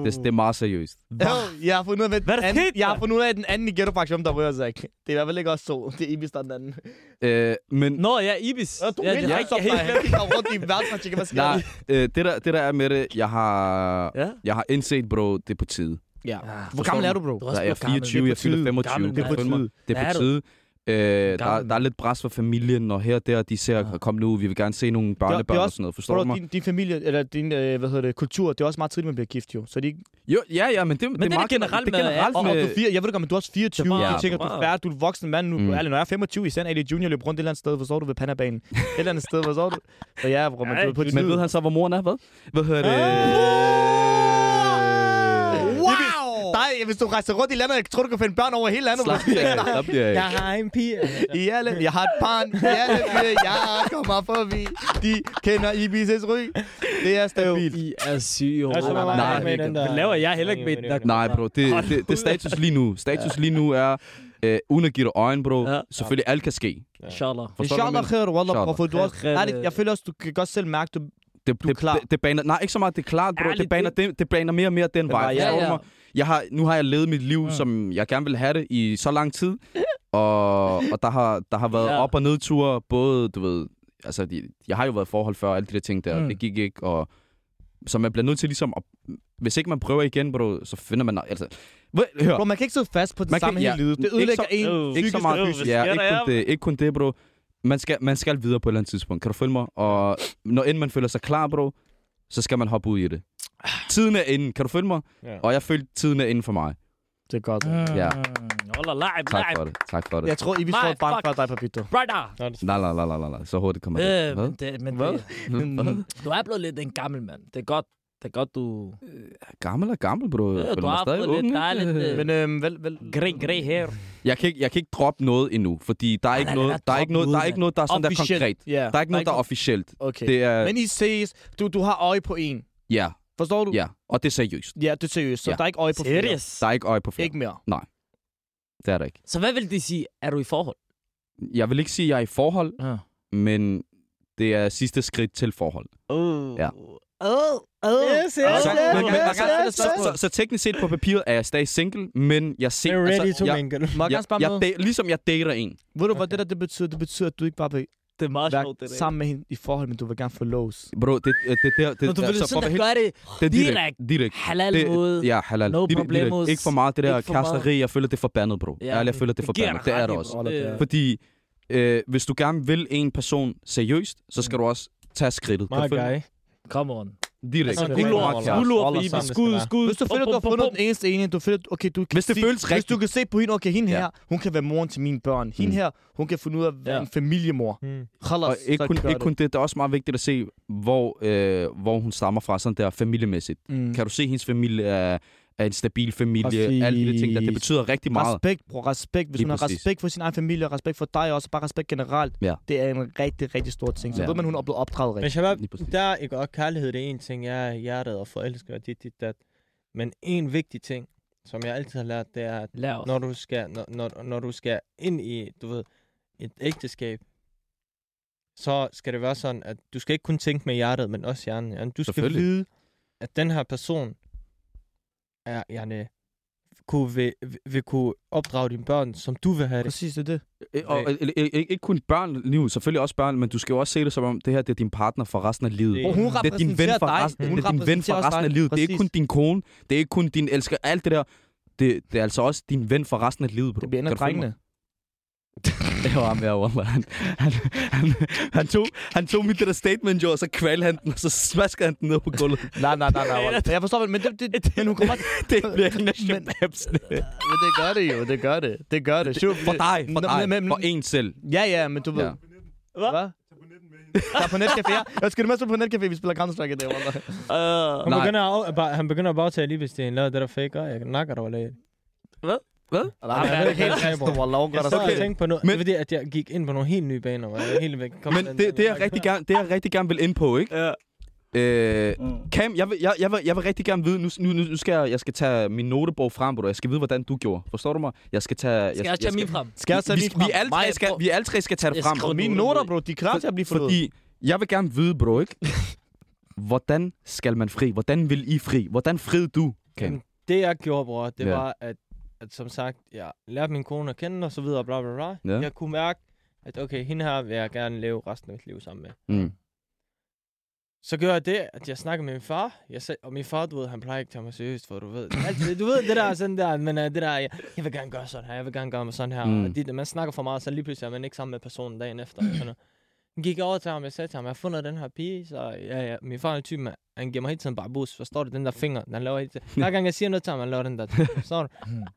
Speaker 1: Det, det er meget seriøst.
Speaker 2: Jeg har fundet ud af,
Speaker 3: Hvad er
Speaker 2: den
Speaker 3: der
Speaker 2: anden,
Speaker 3: sket,
Speaker 2: jeg har
Speaker 3: mand?
Speaker 2: fundet ud af, at den anden i Ghetto Faction, der rører sig. ikke. Det er i hvert fald ikke også så. Det er Ibis, der er den anden.
Speaker 1: Øh, men
Speaker 3: Nå, ja, Ibis.
Speaker 2: Og du
Speaker 3: ja,
Speaker 2: vil
Speaker 3: det er
Speaker 2: ikke så
Speaker 3: helt-
Speaker 2: meget. Jeg går rundt i verden, og tjekker, hvad sker
Speaker 1: nej, øh,
Speaker 2: der?
Speaker 1: det, der, det der er med det, jeg har,
Speaker 3: Ja.
Speaker 1: jeg har indset, bro, det er på tide.
Speaker 2: Ja. Hvor
Speaker 1: Forstår
Speaker 2: gammel
Speaker 1: Ah, du?
Speaker 2: er du, bro?
Speaker 3: Du er også
Speaker 1: Der er
Speaker 3: blevet gammel.
Speaker 1: 24,
Speaker 3: Det
Speaker 1: jeg
Speaker 3: er på tide.
Speaker 1: fylder 25.
Speaker 3: Gammel,
Speaker 1: Det er på
Speaker 3: mand.
Speaker 1: tide. Det
Speaker 3: Hvad
Speaker 1: er
Speaker 3: er
Speaker 1: på
Speaker 3: du?
Speaker 1: tide. Øh, der,
Speaker 3: Gammel. Ah.
Speaker 1: der er lidt pres for familien, og her og der, de ser,
Speaker 3: Ja.
Speaker 1: ja. kom nu, vi vil gerne se nogle børnebørn og
Speaker 2: også-
Speaker 1: sådan noget, forstår du
Speaker 2: Bro,
Speaker 1: mig?
Speaker 2: din, din familie, eller din, øh, hvad hedder det, kultur, det er også meget tidligt, man bliver gift jo. Så de,
Speaker 1: Jo, ja, ja, men det, men
Speaker 3: det er det
Speaker 1: meget,
Speaker 3: generelt
Speaker 1: det er
Speaker 3: med-
Speaker 1: generelt
Speaker 2: og, og, du
Speaker 1: med,
Speaker 2: er fire, jeg ved ikke, men du er også 24,
Speaker 3: Det
Speaker 2: ja,
Speaker 3: er
Speaker 2: jeg
Speaker 3: bare-
Speaker 2: tænker, du er
Speaker 3: bare-
Speaker 2: færdig, du er en voksen mand nu.
Speaker 1: Mm.
Speaker 2: Mm. Ærlig, når jeg er 25, især Ali Junior løb rundt et eller andet sted, forstår du, ved Panabanen. et eller andet sted, forstår du. Så ja, bro, man
Speaker 3: Ej,
Speaker 2: du er på
Speaker 1: Men ved han så, hvor moren er, hvad? Hvad hedder det?
Speaker 3: Ah.
Speaker 2: Wow! Nej, hvis du rejser rundt i landet, jeg tror, du kan finde børn over hele landet.
Speaker 1: Slap jer af, slap jer af.
Speaker 4: Jeg har en pige.
Speaker 2: I alle, jeg har et barn. I alle, fyre, jeg kommer forbi. De kender IBC's ryg. Det er stabilt.
Speaker 3: I er syge.
Speaker 4: Altså, hvor
Speaker 1: nej,
Speaker 4: meget
Speaker 1: nej,
Speaker 4: med i den der...
Speaker 3: Hvad laver jeg heller ikke med den der?
Speaker 1: Nej, bro, det, det, det status lige nu. Status lige nu er, øh, uden at give dig øjen, bro.
Speaker 3: Ja.
Speaker 1: Ja. Selvfølgelig, alt kan ske.
Speaker 3: Inshallah.
Speaker 1: Forstår du, hvad jeg
Speaker 2: Inshallah
Speaker 1: mener?
Speaker 2: khair, wallah,
Speaker 1: Inshallah.
Speaker 2: bror, for du også...
Speaker 3: Khair, khair,
Speaker 2: Ærligt, jeg føler også, du kan godt selv mærke, du...
Speaker 1: det,
Speaker 2: Du er
Speaker 1: det,
Speaker 2: klar.
Speaker 1: Det, det, baner, nej, ikke så meget, det er klart, bro.
Speaker 3: Ærligt,
Speaker 1: Ærligt, det, baner, det, det baner mere og mere den vej.
Speaker 2: vej,
Speaker 1: Ja,
Speaker 3: ja,
Speaker 1: ja.
Speaker 3: ja.
Speaker 1: Mig. Jeg har, nu har jeg levet mit liv,
Speaker 2: Mm.
Speaker 1: mm. som jeg gerne vil have det i så lang tid. Og, og der, har, der har været
Speaker 3: Ja.
Speaker 1: ja. op- og nedture, både, du ved... Altså, de, jeg har jo været i forhold før, og alle de der ting der,
Speaker 2: Mm.
Speaker 1: mm. det gik ikke, og... Så man bliver nødt til ligesom... At, hvis ikke man prøver igen, bro, så finder man... Altså, Hvor- hør,
Speaker 2: Bro, man kan ikke sidde fast på det
Speaker 1: Man kan-
Speaker 2: samme hele
Speaker 1: ja.
Speaker 2: livet. Det
Speaker 1: Ikke
Speaker 2: ødelægger
Speaker 1: så-
Speaker 2: en
Speaker 3: øh,
Speaker 1: ikke så
Speaker 2: psykisk
Speaker 1: meget
Speaker 3: øv,
Speaker 1: fysisk.
Speaker 3: hvad
Speaker 1: Ja,
Speaker 3: sker
Speaker 1: ikke
Speaker 3: der,
Speaker 1: kun, det, ikke kun det, bro. Man skal, man skal videre på et eller andet tidspunkt. Kan du følge mig? Og når end man føler sig klar, bro, så skal man hoppe ud i det.
Speaker 2: Ah.
Speaker 1: Tiden er inde. Kan du følge mig?
Speaker 4: Ja.
Speaker 1: Og jeg følte, tiden er inde for mig.
Speaker 2: Det er godt.
Speaker 1: Mm. Ja.
Speaker 3: Wallah, lejb,
Speaker 1: Tak
Speaker 3: lejb.
Speaker 1: for det. Tak for det.
Speaker 2: Jeg tror, I vil
Speaker 3: Nej,
Speaker 2: få et barn
Speaker 3: fuck.
Speaker 2: fra dig, Papito.
Speaker 3: Brother.
Speaker 4: Nå, det
Speaker 1: Nej, nej, nej, nej, nej, nej. Så hurtigt kommer det.
Speaker 3: Øh,
Speaker 1: Hvad?
Speaker 3: men det, men
Speaker 2: Hvad?
Speaker 3: det,
Speaker 1: Hvad?
Speaker 3: du er blevet lidt en gammel mand. Det er godt, det er godt du...
Speaker 1: Gammel er gammel, bro.
Speaker 3: Ja,
Speaker 1: Jeg føler
Speaker 3: du
Speaker 1: mig
Speaker 3: har
Speaker 1: stadig
Speaker 3: fået Øh, lidt
Speaker 1: ung,
Speaker 3: dejligt,
Speaker 1: ikke?
Speaker 3: øh,
Speaker 2: Men øhm, vel, vel...
Speaker 3: Græ, græ her.
Speaker 1: Jeg kan ikke, jeg kan ikke droppe noget endnu, fordi der er ikke
Speaker 3: nej, nej,
Speaker 1: noget, der er
Speaker 3: drop
Speaker 1: ikke noget, der er
Speaker 3: noget,
Speaker 1: ikke noget, der er sådan der
Speaker 2: Officielt.
Speaker 1: konkret.
Speaker 2: Ja.
Speaker 1: Der er ikke noget, der er officielt.
Speaker 2: Okay.
Speaker 1: Det er,
Speaker 2: Men I ses. Du, du har øje på en.
Speaker 1: ja,
Speaker 2: Forstår du?
Speaker 1: ja. Og det er seriøst.
Speaker 2: Ja, det er seriøst. Så
Speaker 1: Ja.
Speaker 2: der er ikke øje på flere.
Speaker 3: Serious.
Speaker 1: Der er ikke øje på flere.
Speaker 2: Ikke mere.
Speaker 1: Det er der ikke.
Speaker 3: Så hvad vil det sige? Er du i forhold?
Speaker 1: Jeg vil ikke sige, at jeg er i forhold,
Speaker 3: Ja.
Speaker 1: men det er sidste skridt til forhold.
Speaker 3: Uh.
Speaker 2: Øh,
Speaker 1: Ja.
Speaker 3: Oh, oh.
Speaker 4: Yes, yes, yes,
Speaker 1: Så,
Speaker 4: yes,
Speaker 1: men, men,
Speaker 4: yes,
Speaker 1: altså,
Speaker 4: yes.
Speaker 1: så, så, så teknisk set på papiret er jeg stadig single, men jeg ser... altså,
Speaker 4: er ready to
Speaker 1: jeg,
Speaker 4: mingle.
Speaker 2: Må jeg
Speaker 1: jeg,
Speaker 2: gerne spørge
Speaker 1: jeg,
Speaker 2: om noget?
Speaker 1: da- ligesom jeg dater en.
Speaker 2: Ved du, hvad det der det betyder? Det betyder, at du ikke bare vil
Speaker 3: Det er meget sjovt,
Speaker 2: være
Speaker 3: det der.
Speaker 2: sammen med hende i forhold, men du vil gerne forlås.
Speaker 1: Bro, det, øh, det der... Det,
Speaker 3: Når du vil
Speaker 1: altså, for
Speaker 3: sådan
Speaker 1: at
Speaker 3: at
Speaker 1: være
Speaker 3: gøre det
Speaker 1: helt- det er
Speaker 3: direkte.
Speaker 1: Direkt.
Speaker 3: halal måde.
Speaker 1: Det, ja, halal.
Speaker 3: No
Speaker 1: Direkt, direkt.
Speaker 3: problemos.
Speaker 1: Ikke for meget det der
Speaker 3: Ikke for meget.
Speaker 1: kasteri. Jeg føler, det er forbandet, bro. Ja, Ærligt, jeg føler, det er
Speaker 3: giver
Speaker 1: forbandet.
Speaker 3: dig
Speaker 1: Det er
Speaker 3: ret
Speaker 1: det
Speaker 3: i,
Speaker 1: også.
Speaker 3: bro.
Speaker 2: Roller, det er-
Speaker 1: Fordi øh, hvis du gerne vil en person seriøst, så skal du også tage skridtet. Kan
Speaker 4: My
Speaker 1: du følge
Speaker 4: guy.
Speaker 1: mig?
Speaker 3: Come on.
Speaker 1: Direkte.
Speaker 4: Altså,
Speaker 1: Altså,
Speaker 4: det
Speaker 1: det
Speaker 4: er
Speaker 1: er
Speaker 4: meget-
Speaker 1: ja.
Speaker 4: Ulur,
Speaker 2: Roller
Speaker 4: fordi
Speaker 2: sammen,
Speaker 4: skud,
Speaker 2: det skal
Speaker 4: skud.
Speaker 2: være. Hvis du føler,
Speaker 3: Bum,
Speaker 2: du har
Speaker 3: bum,
Speaker 2: fundet
Speaker 3: bum.
Speaker 2: den eneste ene, du føler, okay, du kan
Speaker 1: Hvis det
Speaker 2: se,
Speaker 1: føles
Speaker 2: hvis du
Speaker 1: rigtigt.
Speaker 2: kan se på hende, okay, hende
Speaker 1: Ja.
Speaker 2: her, hun kan være moren til mine børn. Hende
Speaker 1: Mm.
Speaker 2: her, hun kan finde ud af at være
Speaker 3: Ja.
Speaker 2: en familiemor.
Speaker 4: Mm.
Speaker 2: Khalas,
Speaker 1: Og ikke
Speaker 2: så
Speaker 1: kun,
Speaker 2: gør
Speaker 1: ikke kun det, det er også meget vigtigt at se, hvor, øh, hvor hun stammer fra, sådan der familiemæssigt.
Speaker 2: det. Mm.
Speaker 1: Mm. Kan du se, at hendes familie er, er en stabil familie,
Speaker 2: Præcis.
Speaker 1: Præcis. alle de der ting der. Det betyder rigtig meget.
Speaker 2: Respekt, bror. Respekt. Hvis
Speaker 1: Lige
Speaker 2: hun har
Speaker 1: præcis.
Speaker 2: respekt for sin egen familie, og respekt for dig også, bare respekt generelt.
Speaker 1: Ja.
Speaker 2: Det er en rigtig, rigtig stor ting. Så
Speaker 1: Ja.
Speaker 2: ved man, hun er blevet opdraget
Speaker 4: Men
Speaker 2: rigtigt.
Speaker 4: Shabab,
Speaker 1: Lige præcis.
Speaker 4: der er ikke godt kærlighed, det er en ting. Jeg er hjertet og forelsker og dit, dit, dat. Men en vigtig ting, som jeg altid har lært, det er, at
Speaker 3: Lad os.
Speaker 4: når du skal, når, når, når du skal ind i, du ved, et ægteskab, så skal det være sådan, at du skal ikke kun tænke med hjertet, men også hjernen. Ja. Du skal
Speaker 1: Selvfølgelig.
Speaker 4: vide, at den her person er, jeg kunne, vil, vil, vil kunne opdrage dine børn, som du vil have det.
Speaker 2: Præcis, det er det.
Speaker 1: Øh, Og, øh, øh, øh, ikke kun børn, liv, selvfølgelig også børn, men du skal jo også se det som om, det her det er din partner for resten af livet.
Speaker 4: Det-
Speaker 2: Bror, hun
Speaker 1: Det er din ven
Speaker 2: repræsenterer
Speaker 1: for
Speaker 2: dig.
Speaker 1: resten,
Speaker 2: Hun
Speaker 1: det er din ven for
Speaker 2: repræsenterer også
Speaker 1: resten af
Speaker 2: dig.
Speaker 1: livet. Det er ikke
Speaker 2: Præcis.
Speaker 1: kun din kone, det er ikke kun din elsker, alt det der. Det, det er altså også din ven for resten af livet, bro.
Speaker 2: Det bliver en
Speaker 1: Kan
Speaker 2: af
Speaker 1: du følge mig?
Speaker 2: drengene.
Speaker 1: Det var ham der, Wallah. Han, han, han, han, tog, han tog mit det der statement, jo, og så kvalte han den, og så smaskede han den ned på gulvet.
Speaker 2: Nej, nej, nej, nej. Wallah. Jeg forstår, men, det, det, men hun kommer...
Speaker 1: det bliver en af
Speaker 2: Men-
Speaker 1: shababsene.
Speaker 2: men det gør det jo, det gør det. Det gør det. Sjov,
Speaker 1: For dig, for
Speaker 2: Nå,
Speaker 1: dig,
Speaker 2: men- men-
Speaker 1: for en selv.
Speaker 2: Ja, ja, men du ved...
Speaker 1: Ja.
Speaker 2: Hvad? Hvad? Tag på netcafé, ja. Jeg skal det med på netcafé, vi spiller Counter-Strike i dag, Wallah.
Speaker 3: Øh,
Speaker 4: Han
Speaker 1: Nej.
Speaker 4: begynder, at, af- bare- han begynder at bagtage lige, hvis det er en lavet det, der faker. Jeg nakker dig lidt.
Speaker 2: Eller, han er
Speaker 4: det
Speaker 2: ikke helt
Speaker 4: kan jeg, bror.
Speaker 2: resten, Wallah. hun gør
Speaker 4: Jeg
Speaker 2: dig
Speaker 4: sad og
Speaker 2: selv.
Speaker 4: tænkte på noget,
Speaker 1: Men-
Speaker 4: men, fordi at jeg gik ind på nogle helt nye baner, hvor jeg helt væk kom
Speaker 1: Men det, det, jeg rigtig gerne, det, jeg rigtig gerne vil ind på, ikke? Ja. Øh, Cam, jeg vil, jeg, jeg, vil, jeg vil rigtig gerne vide, nu, nu, nu nu skal jeg, jeg skal tage min notebog frem, bro. Jeg skal vide, hvordan du gjorde. Forstår du mig? Jeg skal tage... Jeg,
Speaker 3: skal jeg tage min frem?
Speaker 2: Skal jeg tage
Speaker 1: vi,
Speaker 2: min
Speaker 1: vi, vi, alle tre
Speaker 3: Mig,
Speaker 1: skal,
Speaker 3: bro.
Speaker 1: vi alle tre skal tage det
Speaker 3: Jeg
Speaker 1: frem.
Speaker 3: skriver
Speaker 2: Mine noter, bro, de er klar til at blive forlod.
Speaker 1: Fordi jeg vil gerne vide, bro, ikke? Hvordan skal man fri? Hvordan vil I fri? Hvordan frid du, Cam?
Speaker 4: Jamen, Det jeg gjorde, bror, det
Speaker 1: Ja.
Speaker 4: ja. var, at, at som sagt, jeg lærte min kone at kende, og så videre, bla bla bla.
Speaker 1: Ja.
Speaker 4: Jeg kunne mærke, at okay, hende her vil jeg gerne leve resten af mit liv sammen med.
Speaker 1: Mm.
Speaker 4: Så gør jeg det, at jeg snakker med min far, jeg sag, og min far, du ved, han plejer ikke at tage mig seriøst, for du ved, altid, du ved det der, sådan der, men uh, det der, jeg, jeg vil gerne gøre sådan her, jeg vil gerne gøre mig sådan her,
Speaker 1: Mm.
Speaker 4: mm. og det, man snakker for meget, så lige pludselig er man ikke sammen med personen dagen efter. og Sådan noget. Jeg gik over til ham, jeg sagde til ham, jeg har fundet den her pige, så ja, ja, min far er typen, at han giver mig hele tiden bare bus, forstår du, den der finger, den laver hele tiden. Hver gang jeg siger noget til ham, han laver den der, ting, forstår du?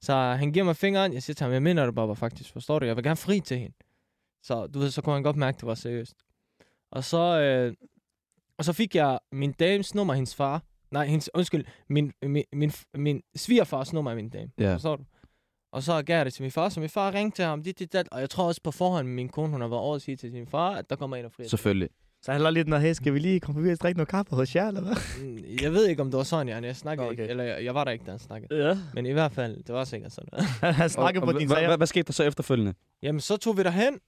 Speaker 4: Så han giver mig fingeren, jeg siger til ham, jeg mener det bare faktisk, forstår du, jeg vil gerne fri til hende. Så du ved, så kunne han godt mærke, det var seriøst. Og så, øh, og så fik jeg min dames nummer, hendes far. Nej, hendes, undskyld, min, min, min, min svigerfars nummer af min dame.
Speaker 1: Ja.
Speaker 4: Forstår du? Og så gav jeg det til min far, så min far ringte til ham, dit, dit, dat. Og jeg tror også på forhånd, min kone, hun har været over at sige til sin far, at der kommer en og frier.
Speaker 1: Selvfølgelig.
Speaker 2: Så han lader lidt noget, hey, skal vi lige komme forbi og drikke noget kaffe hos jer, eller hvad?
Speaker 4: Mm, Jeg ved ikke, om det var sådan, jeg, jeg snakkede
Speaker 2: Okay.
Speaker 4: okay. ikke, eller jeg, jeg var der ikke, da han snakkede.
Speaker 3: Ja.
Speaker 4: Men i hvert fald, det var sikkert sådan noget.
Speaker 2: han snakker på din sager.
Speaker 1: Hvad skete der så efterfølgende?
Speaker 4: Jamen, så tog vi derhen,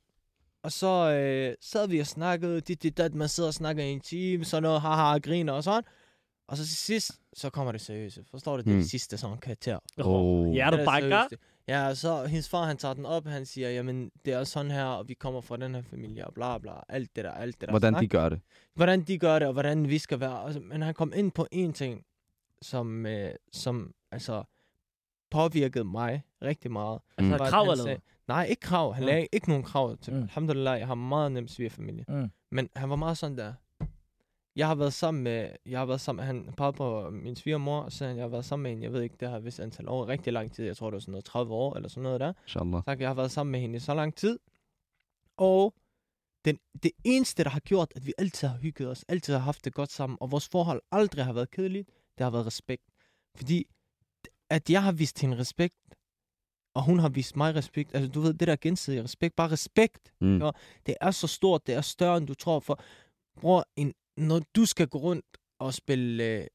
Speaker 4: og så øh, sad vi og snakkede, dit, dit, dat, man sidder og snakker i en time, sådan noget, haha, griner og sådan. Og så til sidst, så kommer det seriøse. Forstår du, det er
Speaker 1: Mm.
Speaker 4: det sidste, sådan karakter.
Speaker 1: Åh.
Speaker 3: Ja, du
Speaker 4: Det
Speaker 3: bakker.
Speaker 4: seriøst det. Ja, og så hendes far, han tager den op, han siger, jamen, det er sådan her, og vi kommer fra den her familie, og bla bla, alt det der, alt det der.
Speaker 1: Hvordan
Speaker 4: snak.
Speaker 1: de gør det?
Speaker 4: hvordan de gør det, og hvordan vi skal være. Altså, Men han kom ind på en ting, som, øh, som altså, påvirkede mig rigtig meget.
Speaker 3: Altså,
Speaker 4: Var, at
Speaker 3: krav
Speaker 4: han
Speaker 3: eller
Speaker 4: sagde- Nej, ikke krav. Han
Speaker 3: Nå.
Speaker 4: lagde ikke nogen krav til mig.
Speaker 3: Mm.
Speaker 4: Alhamdulillah, jeg har meget nem svigerfamilie.
Speaker 3: Mm.
Speaker 4: Men han var meget sådan der. Jeg har været sammen med, jeg har været sammen, han pegede på min svigermor, og så sagde han, jeg har været sammen med hende, jeg ved ikke, det har et vist antal år, rigtig lang tid, jeg tror det var sådan noget 30 år, eller sådan noget der.
Speaker 1: Inshallah.
Speaker 4: Tak, jeg har været sammen med hende i så lang tid. Og den, det eneste, der har gjort, at vi altid har hygget os, altid har haft det godt sammen, og vores forhold aldrig har været kedeligt, det har været respekt. Fordi at jeg har vist hende respekt, og hun har vist mig respekt. Altså, du ved, det der gensidige respekt, bare respekt,
Speaker 1: Mm.
Speaker 4: Nå. det er så stort, det er større, end du tror. For, bror, en, når du skal gå rundt og spille øh,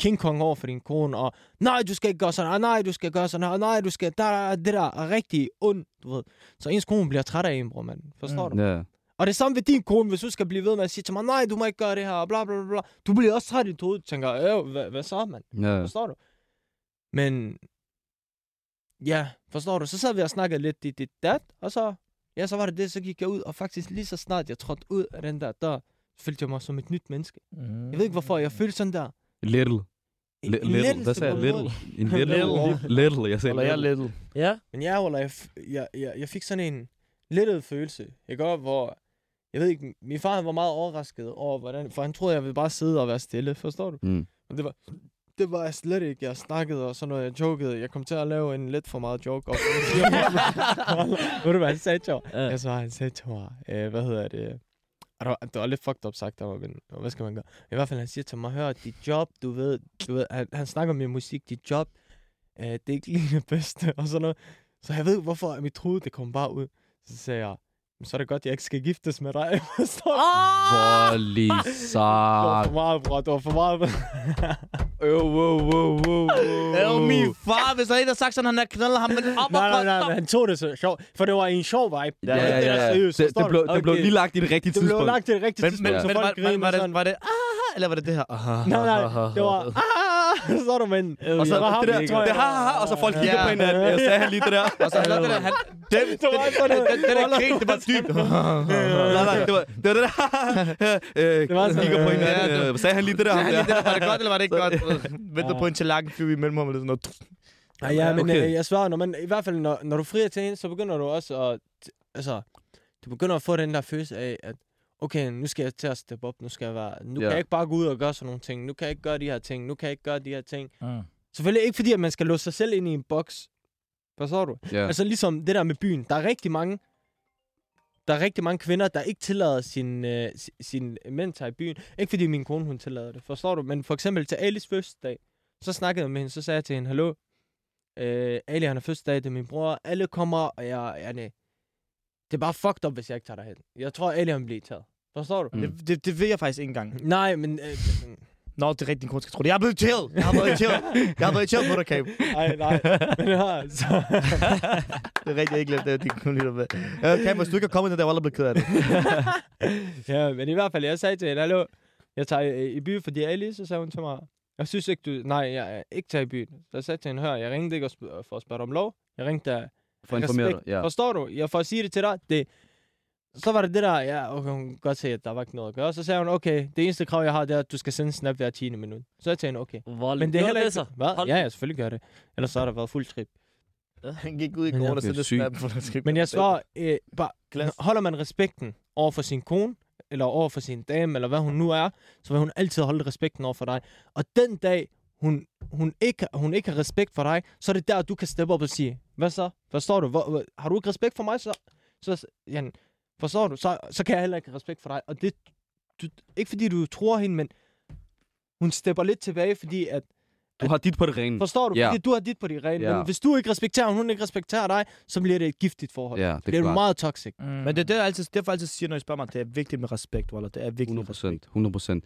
Speaker 4: King Kong over for din kone, og nej, du skal ikke gøre sådan, og nej, du skal gøre sådan, og nej, du skal, der, der, det der er rigtig ondt, du ved. Så ens kone bliver træt af en, bror, mand. Forstår mm. du?
Speaker 1: Ja.
Speaker 4: Og det er samme ved din kone, hvis du skal blive ved med at sige til mig, nej, du må ikke gøre det her, og bla, bla, bla, bla. Du bliver også træt i dit hoved, tænker, øh, hvad, hvad så, mand?
Speaker 1: ja.
Speaker 4: Forstår du? Men, ja, forstår du? Så sad vi og snakkede lidt dit, dit, dat, og så, ja, så var det det, så gik jeg ud, og faktisk lige så snart jeg trådte ud af den der dør, følte jeg mig som et nyt menneske.
Speaker 3: Mm.
Speaker 4: Jeg ved ikke, hvorfor jeg følte sådan der.
Speaker 1: Little.
Speaker 4: En-
Speaker 1: Li-
Speaker 4: en
Speaker 1: Little.
Speaker 4: lettelse
Speaker 1: Hvad sagde jeg?
Speaker 4: på en måde.
Speaker 1: Little. En little. Little. Jeg sagde
Speaker 2: Eller jeg
Speaker 1: little.
Speaker 2: lidt.
Speaker 3: Ja.
Speaker 4: Men jeg, Ola, jeg, f- jeg, jeg, jeg fik sådan en lettet følelse, ikke også, hvor, jeg ved ikke, min far han var meget overrasket over, hvordan, for han troede, jeg ville bare sidde og være stille, forstår du?
Speaker 1: Mm.
Speaker 4: Og det var, det var jeg slet ikke, jeg snakkede og sådan noget, jeg jokede, jeg kom til at lave en lidt for meget joke. Og, ved du hvad han sagde til mig?
Speaker 3: Ja.
Speaker 4: Jeg svarer, han sagde til mig, øh, hvad hedder det? Og det var, det var lidt fucked up sagt af mig, men hvad skal man gøre? I hvert fald, han siger til mig, hør, dit job, du ved, du ved han, han snakker om min musik, dit job, øh, det er ikke lige det bedste, og sådan noget. Så jeg ved ikke, hvorfor at mit hoved, det kom bare ud. Så sagde jeg, "Men så er det godt, jeg ikke skal giftes med dig. Forstår du?
Speaker 1: Ah! Volley
Speaker 4: Det var
Speaker 1: sart.
Speaker 4: for meget, bror. Det var for meget.
Speaker 1: Øv, wow, wow, wow,
Speaker 2: Åh, min far, hvis der er en, der har sagt sådan, han har knaldet ham med en op
Speaker 4: nej, nej, nej, men han tog det så sjovt. For det var en sjov vibe.
Speaker 1: Ja, ja, ja. ja. Det,
Speaker 4: Seriøst,
Speaker 1: det,
Speaker 4: forstår
Speaker 1: blev,
Speaker 4: du?
Speaker 1: det blev
Speaker 4: Okay.
Speaker 1: lige lagt i det rigtige
Speaker 4: Det blev
Speaker 1: tidspunkt.
Speaker 4: lagt til det rigtige
Speaker 2: Men, men,
Speaker 4: tidspunkt, så
Speaker 2: men
Speaker 4: folk
Speaker 2: var, var,
Speaker 4: grinede
Speaker 2: var, det,
Speaker 4: sådan.
Speaker 2: var det, ah, eller var det det her? Ah,
Speaker 4: Nej, nej, det var, ah, så er du men.
Speaker 1: Og så det der,
Speaker 4: tror jeg.
Speaker 1: det har, har, og så folk kigger
Speaker 2: Ja.
Speaker 1: på hinanden. Jeg sagde han lige det der.
Speaker 2: Og så han lavede det der, han, den, den,
Speaker 4: Det var sådan
Speaker 2: den, den, den der
Speaker 4: noget.
Speaker 2: grin, det var dybt.
Speaker 1: Nej, nej, det var det, var det der. Øh,
Speaker 4: Det var sådan.
Speaker 1: kigger på hinanden.
Speaker 2: Ja, det-
Speaker 1: Øh, Sagde han lige det der?
Speaker 2: Så
Speaker 1: ham
Speaker 2: han
Speaker 1: der?
Speaker 2: lige der, var det godt, eller var det ikke godt? Venter
Speaker 4: Ja.
Speaker 2: på en chalanken flyve imellem ham, eller sådan noget.
Speaker 4: Ja, ja, men
Speaker 1: Okay.
Speaker 4: okay. øh, jeg svarer, når man, i hvert fald, når, når du frier til hende, så begynder du også at, t- altså, du begynder at få den der følelse af, at okay, nu skal jeg til at steppe op, nu skal jeg være, nu
Speaker 1: Ja.
Speaker 4: kan jeg ikke bare gå ud og gøre sådan nogle ting, nu kan jeg ikke gøre de her ting, nu kan jeg ikke gøre de her ting.
Speaker 3: Mm.
Speaker 4: Selvfølgelig ikke fordi, at man skal låse sig selv ind i en boks. Forstår du?
Speaker 1: Ja.
Speaker 4: Altså ligesom det der med byen. Der er rigtig mange, der er rigtig mange kvinder, der ikke tillader sin, øh, si- sin mænd tager i byen. Ikke fordi min kone, hun tillader det, forstår du? Men for eksempel til Alis fødselsdag, så snakkede jeg med hende, så sagde jeg til hende, hallo, øh, Ali han har fødselsdag, det er min bror, alle kommer, og jeg, jeg nej. det er bare fucked up, hvis jeg ikke tager derhen. Jeg tror, Ali han bliver irriteret. Forstår du?
Speaker 1: Mm.
Speaker 2: Det, det, det ved jeg faktisk ikke engang.
Speaker 4: Nej, men... Øh,
Speaker 2: Nå, det er rigtig en grund, skal tro det. Jeg er blevet chill. Jeg har været chill. Jeg har været chill på dig, Cam.
Speaker 4: nej, nej. Men, ja, så,
Speaker 2: Det er rigtigt, jeg ikke glemte det. Det kunne lytte med. Øh, Cam, hvis du ikke er kommet, der er jeg aldrig blevet ked af det.
Speaker 4: ja, men i hvert fald, jeg sagde til hende, hallo, jeg tager øh, i, i byen, fordi Ali, så sagde hun til mig, jeg synes ikke, du, nej, jeg er ikke tager i byen. Så jeg sagde til hende, hør, jeg ringede ikke og sp- for at spørge dig om lov, jeg ringte dig
Speaker 1: For at informere dig. Ja.
Speaker 4: Forstår du? Jeg får at sige det til dig. Det, så var det det der, ja, okay, hun kan godt se, at der var ikke noget at gøre. Så sagde hun, okay, det eneste krav, jeg har, det er, at du skal sende en snap hver 10. minut. Så jeg til hende, okay.
Speaker 3: Vold.
Speaker 4: Men det er heller ikke...
Speaker 3: så.
Speaker 4: Hvad?
Speaker 3: Hold-
Speaker 4: Ja, ja, selvfølgelig gør det. Ellers så har der været fuld trip.
Speaker 2: Han gik ud i
Speaker 4: Men jeg
Speaker 2: går og
Speaker 1: bliver
Speaker 2: sendte
Speaker 1: syg.
Speaker 2: snap for at skrive.
Speaker 4: Men jeg svarer, øh, bare,
Speaker 2: Glas.
Speaker 4: holder man respekten over for sin kone, eller over for sin dame, eller hvad hun nu er, så vil hun altid holde respekten over for dig. Og den dag, hun, hun, ikke, hun ikke har respekt for dig, så er det der, du kan steppe op og sige, hvad så? Forstår du? Hvor, hvor, har du ikke respekt for mig, så, så Jan, forstår du? Så, så kan jeg heller ikke have respekt for dig. Og det, du, ikke fordi du tror hende, men hun stepper lidt tilbage, fordi at,
Speaker 1: Du har dit på det rene.
Speaker 4: Forstår du?
Speaker 1: Mm. Ja.
Speaker 4: Yeah. Fordi du har dit på de rene.
Speaker 1: Ja.
Speaker 4: Yeah. Men hvis du ikke respekterer, og hun ikke respekterer dig, så bliver det et giftigt forhold.
Speaker 1: Ja, det
Speaker 4: bliver
Speaker 1: er
Speaker 4: du
Speaker 1: klart.
Speaker 4: meget toxic.
Speaker 3: Mm.
Speaker 2: Men det er det, jeg altid, derfor jeg altid siger, når I spørger mig, at det er vigtigt med respekt, Waller. Det er vigtigt
Speaker 1: 100
Speaker 2: med respekt.
Speaker 1: procent. 100 procent.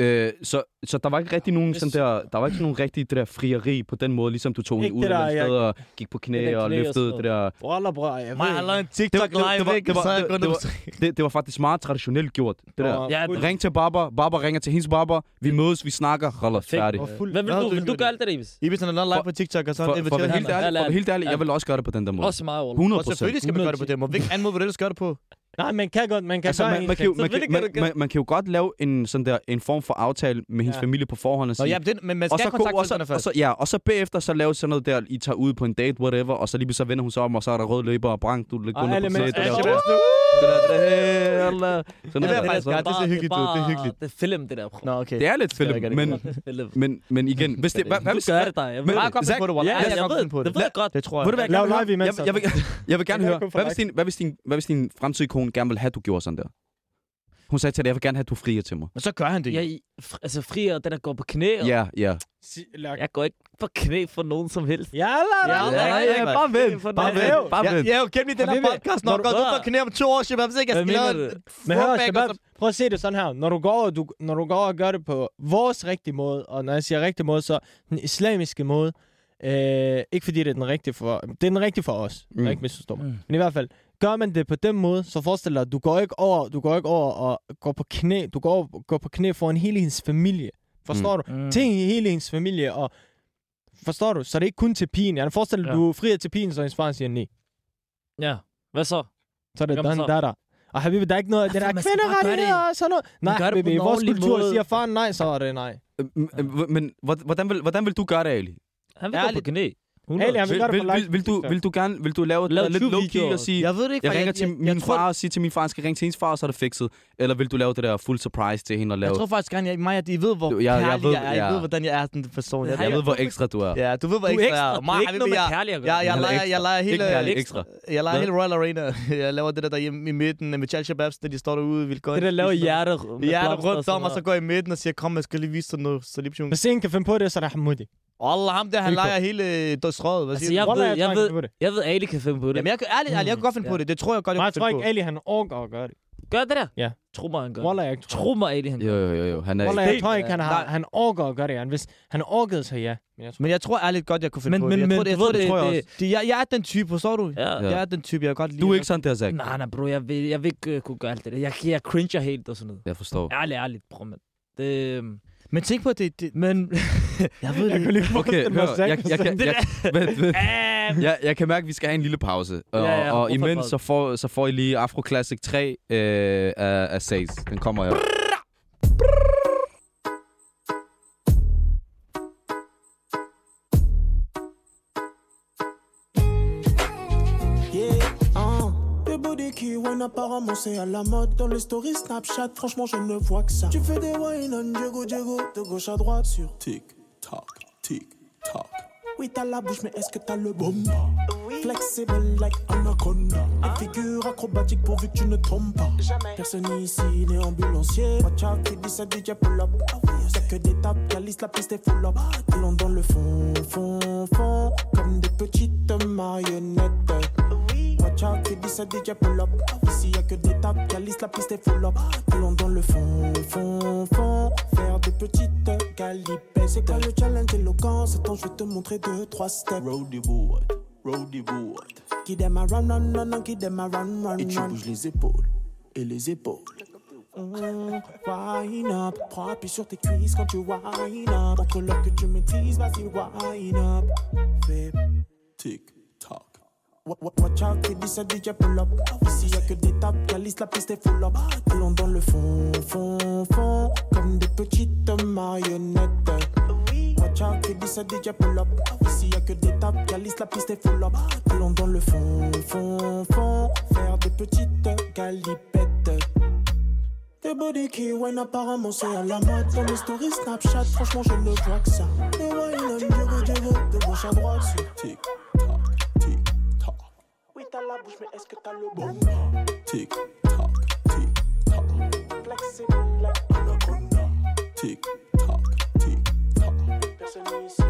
Speaker 1: Øh, så, så der var ikke rigtig nogen
Speaker 4: Yes.
Speaker 1: sådan der, der var ikke sådan nogen rigtig det der frieri på den måde, ligesom du tog hende
Speaker 4: Ikke
Speaker 1: ud
Speaker 4: det
Speaker 1: af
Speaker 4: der,
Speaker 1: et
Speaker 4: jeg-
Speaker 1: sted og gik på knæ
Speaker 3: Det der
Speaker 1: og
Speaker 3: knæ og
Speaker 1: løftede
Speaker 3: sådan
Speaker 1: det der.
Speaker 4: Brøller, bror, jeg
Speaker 3: Mig
Speaker 4: ved
Speaker 3: allerede en TikTok
Speaker 1: det var- det
Speaker 3: live,
Speaker 1: var-
Speaker 3: ikke?
Speaker 1: det var-
Speaker 3: Så jeg
Speaker 1: det-
Speaker 3: går ned
Speaker 1: det
Speaker 3: på-
Speaker 1: Det, det var faktisk meget traditionelt gjort, det der.
Speaker 4: Og-
Speaker 3: Ja,
Speaker 4: Fuld-
Speaker 1: Ring til Barber, Barber ringer til hendes Barber, vi mødes, vi snakker, holder
Speaker 3: Perfekt.
Speaker 1: færdig.
Speaker 2: Og fuld-
Speaker 3: Hvad vil
Speaker 2: Hvad
Speaker 3: du,
Speaker 2: har
Speaker 3: vil du
Speaker 2: gjort?
Speaker 3: gøre alt det, Davis?
Speaker 2: I hvis han er lavet live på TikTok, og
Speaker 1: For,
Speaker 2: så har
Speaker 1: for,
Speaker 2: han
Speaker 1: for, at
Speaker 2: inviteret
Speaker 1: være helt
Speaker 3: ham.
Speaker 1: ærlig, for at være helt ærlig,
Speaker 3: Ja.
Speaker 1: jeg vil også gøre det på den der måde.
Speaker 3: Også mig, Walla.
Speaker 1: 100
Speaker 2: Og selvfølgelig skal man gøre det på den måde. Hvilken anden måde vil du ellers gøre det på?
Speaker 4: Nej, man kan godt. Man kan
Speaker 1: Altså,
Speaker 4: gøre
Speaker 1: man,
Speaker 4: en
Speaker 1: man, kan jo,
Speaker 3: ting.
Speaker 1: man, kan,
Speaker 3: Selvfølgelig kan
Speaker 1: man,
Speaker 3: du-
Speaker 1: man, man kan jo godt lave en, sådan der, en form for aftale med hendes
Speaker 4: Ja.
Speaker 1: familie på forhånd og
Speaker 2: Nå,
Speaker 1: sige,
Speaker 2: ja, men den, men man
Speaker 1: og
Speaker 2: skal
Speaker 1: så, ko- og,
Speaker 2: kontakte
Speaker 1: så,
Speaker 2: hende
Speaker 1: og
Speaker 2: først.
Speaker 1: så, ja, og så bagefter så lave sådan noget der, I tager ud på en date, whatever, og så lige så vender hun sig om, og så er der rød løber og brang, du lidt
Speaker 4: Og
Speaker 1: under
Speaker 4: alle
Speaker 1: på
Speaker 4: mænd-
Speaker 1: sæt.
Speaker 4: alle
Speaker 1: og-
Speaker 4: mænd-
Speaker 1: Det der, det- hey, Allah. Sådan
Speaker 2: Det vil
Speaker 1: noget
Speaker 2: jeg
Speaker 1: der.
Speaker 2: faktisk
Speaker 1: Så-
Speaker 2: gerne. det er så hyggeligt, du. Det er
Speaker 3: bare-
Speaker 2: hyggeligt.
Speaker 3: Det er film, det der.
Speaker 2: Nå, okay.
Speaker 1: Det er lidt
Speaker 2: jeg
Speaker 1: film,
Speaker 2: gerne
Speaker 1: men,
Speaker 2: ikke.
Speaker 1: men, men igen, hvis det, hvad, hvad
Speaker 3: Du
Speaker 1: hvis,
Speaker 3: gør
Speaker 1: hvad,
Speaker 3: det, dig. Jeg
Speaker 1: men-
Speaker 3: ved
Speaker 2: Jeg
Speaker 3: det.
Speaker 2: er godt
Speaker 1: Zach-
Speaker 2: på det, Waller.
Speaker 3: Ja,
Speaker 2: Jeg er
Speaker 3: jeg
Speaker 2: godt
Speaker 3: ved,
Speaker 2: på
Speaker 3: det ved jeg godt.
Speaker 2: Det tror
Speaker 1: Ved
Speaker 2: jeg.
Speaker 1: du, hvad jeg
Speaker 4: Lav
Speaker 1: gerne vil høre?
Speaker 4: live imens, altså.
Speaker 1: Jeg, jeg, vil, jeg vil gerne
Speaker 4: Det er
Speaker 1: høre,
Speaker 4: kun for
Speaker 1: hvad hvis, din, hvad, hvis din, hvad hvis din fremtidige kone gerne vil have, at du gjorde sådan der? Hun sagde til dig, jeg vil gerne have, at du frier til mig.
Speaker 2: Men så gør han det.
Speaker 3: Jeg, fr- altså, frier, den der går på knæ. og-
Speaker 1: Ja, ja.
Speaker 4: Si- lad-
Speaker 3: Jeg går ikke på knæ for nogen som helst.
Speaker 4: Ja, la, la, la.
Speaker 3: ja, ja, bare vent. Bare
Speaker 4: vent,
Speaker 1: bare
Speaker 2: Jeg,
Speaker 1: vent.
Speaker 2: jeg er jo kendt i den
Speaker 4: Og
Speaker 2: her
Speaker 4: det vil-
Speaker 2: podcast, når
Speaker 3: når
Speaker 2: du
Speaker 3: du
Speaker 2: går ud
Speaker 3: rører-
Speaker 2: på knæ om to år, Shabab, så ikke jeg
Speaker 3: Hvad
Speaker 2: skal lave
Speaker 3: mener
Speaker 2: en
Speaker 3: du?
Speaker 4: Men hør,
Speaker 2: throwback, og
Speaker 4: Shabab, prøv at se det sådan her. Når du, går, og du, når du går og gør det på vores rigtige måde, og når jeg siger rigtig måde, så den islamiske måde. Øh, ikke fordi det er den rigtige for, det er den rigtige for os. Mm.
Speaker 1: Mm.
Speaker 4: Jeg ikke misforstå mig.
Speaker 3: Mm.
Speaker 4: Men i hvert fald, gør man det på den måde, så forestil dig, at du går ikke over, du går ikke over og går på knæ, du går, over- går på knæ foran hele hendes familie. Forstår mm. du?
Speaker 3: Mm.
Speaker 4: Ting i hele hendes familie, og forstår du? Så det er ikke kun til pigen. Jeg forestiller dig,
Speaker 3: Ja.
Speaker 4: ja. du frier til pigen, så hendes far siger nej.
Speaker 3: Ja. Hvad så?
Speaker 4: Så er det
Speaker 3: Jamen
Speaker 4: done
Speaker 3: så.
Speaker 4: datter. Og Habibi, der er ikke noget af det
Speaker 3: Ja,
Speaker 4: der
Speaker 3: for man skal bare gøre det.
Speaker 4: kvinderettigheder og sådan noget.
Speaker 3: Man gør
Speaker 4: Nej,
Speaker 3: det på
Speaker 4: baby, i
Speaker 3: en
Speaker 4: vores
Speaker 3: ordentlig
Speaker 4: kultur
Speaker 3: måde.
Speaker 4: siger faren nej, så er det nej.
Speaker 1: Men, men hvor- hvordan vil, hvordan vil du gøre det, Ali?
Speaker 3: Han vil gå på knæ. 100.
Speaker 4: Ali, han vil
Speaker 1: Vil,
Speaker 4: gøre det på
Speaker 1: vil,
Speaker 4: live.
Speaker 1: vil, vil, du, vil du gerne vil du lave et
Speaker 3: Lav
Speaker 1: eller lidt low-key
Speaker 3: tyvevideoer.
Speaker 1: og sige,
Speaker 2: Jeg ved det ikke,
Speaker 1: jeg
Speaker 2: for
Speaker 1: ringer til
Speaker 2: jeg
Speaker 1: min
Speaker 2: tror-
Speaker 1: far og siger til min far, han skal ringe til hendes far, og så er det fikset? Eller vil du lave det der full surprise til hende og lave...
Speaker 2: Jeg tror faktisk gerne, at Maja, de ved, hvor
Speaker 1: Du-
Speaker 2: kærlig
Speaker 1: jeg- jeg
Speaker 2: jeg
Speaker 1: ved-
Speaker 2: er. Jeg
Speaker 1: ja.
Speaker 2: ved, hvordan jeg er den person.
Speaker 3: Det har
Speaker 1: jeg
Speaker 3: jeg-
Speaker 1: ved, hvor ekstra du er.
Speaker 2: Ja, du ved, hvor
Speaker 3: Du er
Speaker 2: ekstra jeg
Speaker 3: ekstra.
Speaker 2: er.
Speaker 3: Det er ikke noget med kærlig at gøre.
Speaker 2: jeg, jeg,
Speaker 1: Han er
Speaker 2: leger,
Speaker 1: ekstra.
Speaker 2: jeg leger hele,
Speaker 1: Ikke kærlig,
Speaker 2: jeg
Speaker 1: ekstra.
Speaker 2: leger
Speaker 1: Hvad?
Speaker 2: hele Royal Arena. Jeg laver det der derhjemme i midten med Charles Shababs, der de står derude vildt godt.
Speaker 3: Det der laver hjerte med
Speaker 2: Jeg er
Speaker 3: blomster
Speaker 2: rundt
Speaker 3: sådan
Speaker 2: om, og så
Speaker 3: noget.
Speaker 2: går jeg i midten og siger, kom, jeg skal lige vise dig noget salibtion.
Speaker 4: Hvis en kan finde på det, så er det Hamoudi.
Speaker 2: Allah, ham der, han
Speaker 4: Vildt
Speaker 2: leger hele øh, strøget. Hvad
Speaker 3: Altså,
Speaker 2: siger du?
Speaker 3: jeg-
Speaker 4: Wallah,
Speaker 3: ved-
Speaker 4: tror, han kan
Speaker 3: ved-
Speaker 4: finde på det.
Speaker 3: Jeg ved, Ali kan finde på det. Mm.
Speaker 2: Jamen, jeg, kan, ærligt, ærligt, jeg kan godt finde på
Speaker 3: Ja.
Speaker 2: det. Det tror jeg godt,
Speaker 4: Men
Speaker 2: jeg
Speaker 4: jeg
Speaker 2: kan
Speaker 4: tror
Speaker 2: finde
Speaker 4: ikke,
Speaker 2: på.
Speaker 4: Ali han orker at gøre det.
Speaker 3: Gør det der?
Speaker 4: Ja.
Speaker 3: Tro mig, han gør det.
Speaker 4: Wallah, jeg ikke tror.
Speaker 3: Tro mig, Ali, han
Speaker 1: Jo,
Speaker 3: gør det.
Speaker 1: jo, jo, jo. Han er...
Speaker 4: Wallah, jeg tror ikke, han, har,
Speaker 2: Nej.
Speaker 4: han orker at gøre det. Han, hvis han orkede sig, ja. Men jeg tror,
Speaker 2: Men jeg tror ærligt godt, jeg kunne finde
Speaker 3: Men-
Speaker 2: på
Speaker 3: men-
Speaker 2: det. Jeg
Speaker 3: men
Speaker 2: tror, det,
Speaker 3: du
Speaker 2: jeg tror,
Speaker 3: ved,
Speaker 2: det,
Speaker 3: det-
Speaker 2: tror jeg
Speaker 3: det-
Speaker 2: også. Det, jeg, jeg er den type, forstår du?
Speaker 3: Ja.
Speaker 1: Ja.
Speaker 2: Jeg er den type, jeg kan godt lide.
Speaker 1: Du er ikke sådan der, Zach.
Speaker 3: Nej, nej, bro, jeg vil, jeg vil ikke uh, kunne gøre alt det der. Jeg, jeg cringer helt og sådan noget.
Speaker 1: Jeg forstår.
Speaker 3: Ærligt, ærligt, bro, mand. Det, øhm,
Speaker 2: Men tænk på, det, det
Speaker 3: men...
Speaker 2: jeg ved
Speaker 4: jeg
Speaker 2: det
Speaker 4: kan
Speaker 2: ikke.
Speaker 4: lige
Speaker 1: Okay,
Speaker 4: forestille mig,
Speaker 1: hør, jeg, jeg,
Speaker 4: Zach.
Speaker 1: jeg, jeg, vent, vent.
Speaker 3: Æh,
Speaker 1: jeg, jeg kan mærke, at vi skal have en lille pause. Og,
Speaker 3: Ja, ja,
Speaker 1: og
Speaker 3: hvorfor
Speaker 1: imens
Speaker 3: pause?
Speaker 1: så får, så får I lige Afro Classic 3 øh, af, af Says. Den kommer jo.
Speaker 5: Yeah, ah. Des body qui wine apparemment c'est à la mode Dans les stories Snapchat, franchement je ne vois que ça Tu fais des wine on Diego Diego De gauche à droite sur tic tac, tic tac Oui t'as la bouche mais est-ce que t'as le bon Flexible like anaconda Une figure acrobatique pourvu que tu ne tombes pas Personne ici n'est ambulancier Watch out, qui dit ça DJ pull up Y'a que des tapes, la liste, la piste est full up Allons dans le fond, fond, fond Comme des petites marionnettes Watch out, c'est dit, c'est DJ pull up. Ici y'a que des tapes, calice, la piste est full up. Allons dans le fond, fond, fond. Faire des petites calipes. C'est quoi le challenge éloquent? C'est temps, je vais te montrer deux, trois steps.
Speaker 6: Roadie board, roadie board.
Speaker 5: Qui them a run, run, run, run, qui them a run, run,
Speaker 6: Et tu
Speaker 5: run.
Speaker 6: bouges les épaules et les épaules.
Speaker 5: Mm, Wine up, prends appui sur tes cuisses quand tu wine up. Ton colloque que tu maîtrises, vas-y, wine up. Fais
Speaker 6: Tic tac,
Speaker 5: Wa- wa- Watch out, baby, c'est DJ pull up. Ici y'a que des tapes, calice, la piste est full up. Allons dans le fond, fond, fond, comme des petites marionnettes. Watch out, baby, c'est DJ pull up. Ici y'a que des tapes, calice, la piste est full up. Allons dans le fond, fond, fond, faire des petites galipettes. Des body qui wine apparemment c'est à la mode Dans mes stories Snapchat, franchement je ne vois que ça Des wine on Diego Diego, de gauche à droite sur
Speaker 6: tic tac, tic tac,
Speaker 5: oui, t'as la bouche, mais est-ce que t'as le bon
Speaker 6: tic tac, tic tac,
Speaker 5: Flexible like anaconda.
Speaker 6: tic tac, tic tac.
Speaker 5: Personne ici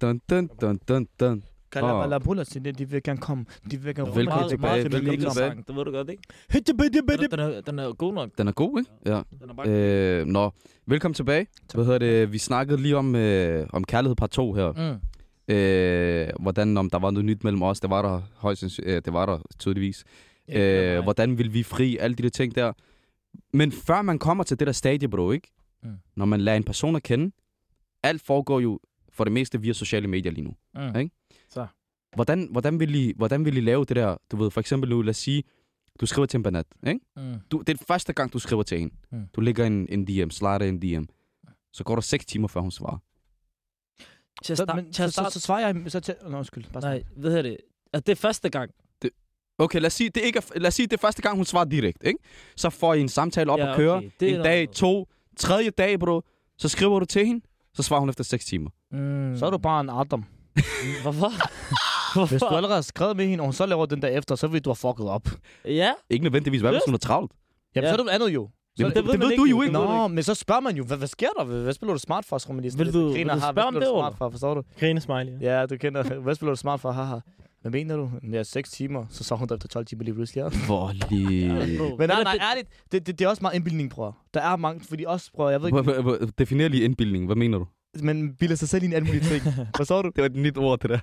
Speaker 1: Dun, dun, dun, dun, dun.
Speaker 2: Kalabala Bulla, de de vil gerne komme. De vil gerne
Speaker 1: Velkommen
Speaker 2: Meget-
Speaker 1: tilbage,
Speaker 2: meget
Speaker 1: velkommen
Speaker 2: familie-
Speaker 1: tilbage.
Speaker 3: Det ved du godt, ikke? Den,
Speaker 2: Hyttebidde-
Speaker 3: den, er, den er god nok.
Speaker 1: Den er god, ikke? Ja.
Speaker 3: Den er bare
Speaker 1: Øh, nå, velkommen tilbage. Hvad hedder det? Vi snakkede lige om, øh, om kærlighed par 2 her.
Speaker 3: Mm.
Speaker 1: Øh, hvordan, om der var noget nyt mellem os. Det var der højst sands- øh, det var der tydeligvis.
Speaker 3: Ja, det
Speaker 1: Øh,
Speaker 3: var-
Speaker 1: hvordan vil vi fri? Alle de der ting der. Men før man kommer til det der stadie, bro, ikke?
Speaker 3: Mm.
Speaker 1: Når man lærer en person at kende, alt foregår jo for det meste via sociale medier lige nu.
Speaker 3: Mm.
Speaker 1: ikke?
Speaker 3: Så.
Speaker 1: Hvordan, hvordan, vil I, hvordan vil I lave det der? Du ved, for eksempel nu, lad os sige, du skriver til en banat, ikke?
Speaker 3: Mm.
Speaker 1: Du, det er den første gang, du skriver til hende.
Speaker 3: Mm.
Speaker 1: Du lægger en, en DM, slider en DM. Så går der 6 timer, før hun svarer.
Speaker 3: Til at
Speaker 2: Så,
Speaker 3: starte...
Speaker 2: men,
Speaker 3: Til
Speaker 2: så,
Speaker 3: at
Speaker 2: så,
Speaker 3: starte...
Speaker 2: så, svarer jeg... Så til, Nå, undskyld. Bare
Speaker 3: Nej, hvad hedder det? Altså, det er første gang.
Speaker 1: Okay, lad os sige, det, ikke er, lad os sige, det er første gang, hun svarer direkte, ikke? Så får I en samtale op
Speaker 3: Ja,
Speaker 1: at køre.
Speaker 3: okay. Det er
Speaker 1: en
Speaker 3: noget
Speaker 1: dag,
Speaker 3: andet.
Speaker 1: to, tredje dag, bro. Så skriver du til hende, så svarer hun efter 6 timer.
Speaker 3: Mm.
Speaker 2: Så er du bare en Adam.
Speaker 3: Hvorfor? Hvorfor?
Speaker 2: Hvis du allerede har skrevet med hende, og hun så laver den der efter, så ved du, du har fucket op.
Speaker 3: Ja.
Speaker 1: Ikke nødvendigvis, hvad hvis hun er travlt?
Speaker 2: Jamen,
Speaker 3: Ja.
Speaker 2: så er du andet jo.
Speaker 1: Det, det,
Speaker 2: Så,
Speaker 3: det
Speaker 1: det,
Speaker 3: ved
Speaker 1: det
Speaker 3: man
Speaker 1: ved
Speaker 3: ikke
Speaker 1: du
Speaker 3: jo.
Speaker 1: jo ikke.
Speaker 3: ved du
Speaker 2: Nå, men så spørger man jo, hvad, hvad sker der? Hvad, hvad spiller du smart for, som man lige
Speaker 3: Vil du-
Speaker 2: griner,
Speaker 3: vil du
Speaker 2: haha,
Speaker 3: spørge
Speaker 2: hvad
Speaker 3: om
Speaker 2: spiller
Speaker 3: det,
Speaker 2: du
Speaker 3: eller?
Speaker 2: smart for, forstår du?
Speaker 4: Grine smiley. Ja.
Speaker 2: Ja, du kender. Hvad spiller du smart for, haha? Hvad mener du? Jamen, Jeg er 6 timer, så så hun der efter 12 timer lige pludselig. Ja.
Speaker 1: Voldelig.
Speaker 2: Men nej,
Speaker 3: Eller
Speaker 2: nej,
Speaker 3: det-
Speaker 2: ærligt, det, det, det er også meget indbildning, bror. Der er mange, fordi også, bror, jeg ved
Speaker 1: Hvor- hvor- hvor- Definer lige indbildning. Hvad mener du?
Speaker 2: ikke, man bilder sig selv ind i alle mulige ting. Forstår du?
Speaker 1: Det var et nyt ord, det der.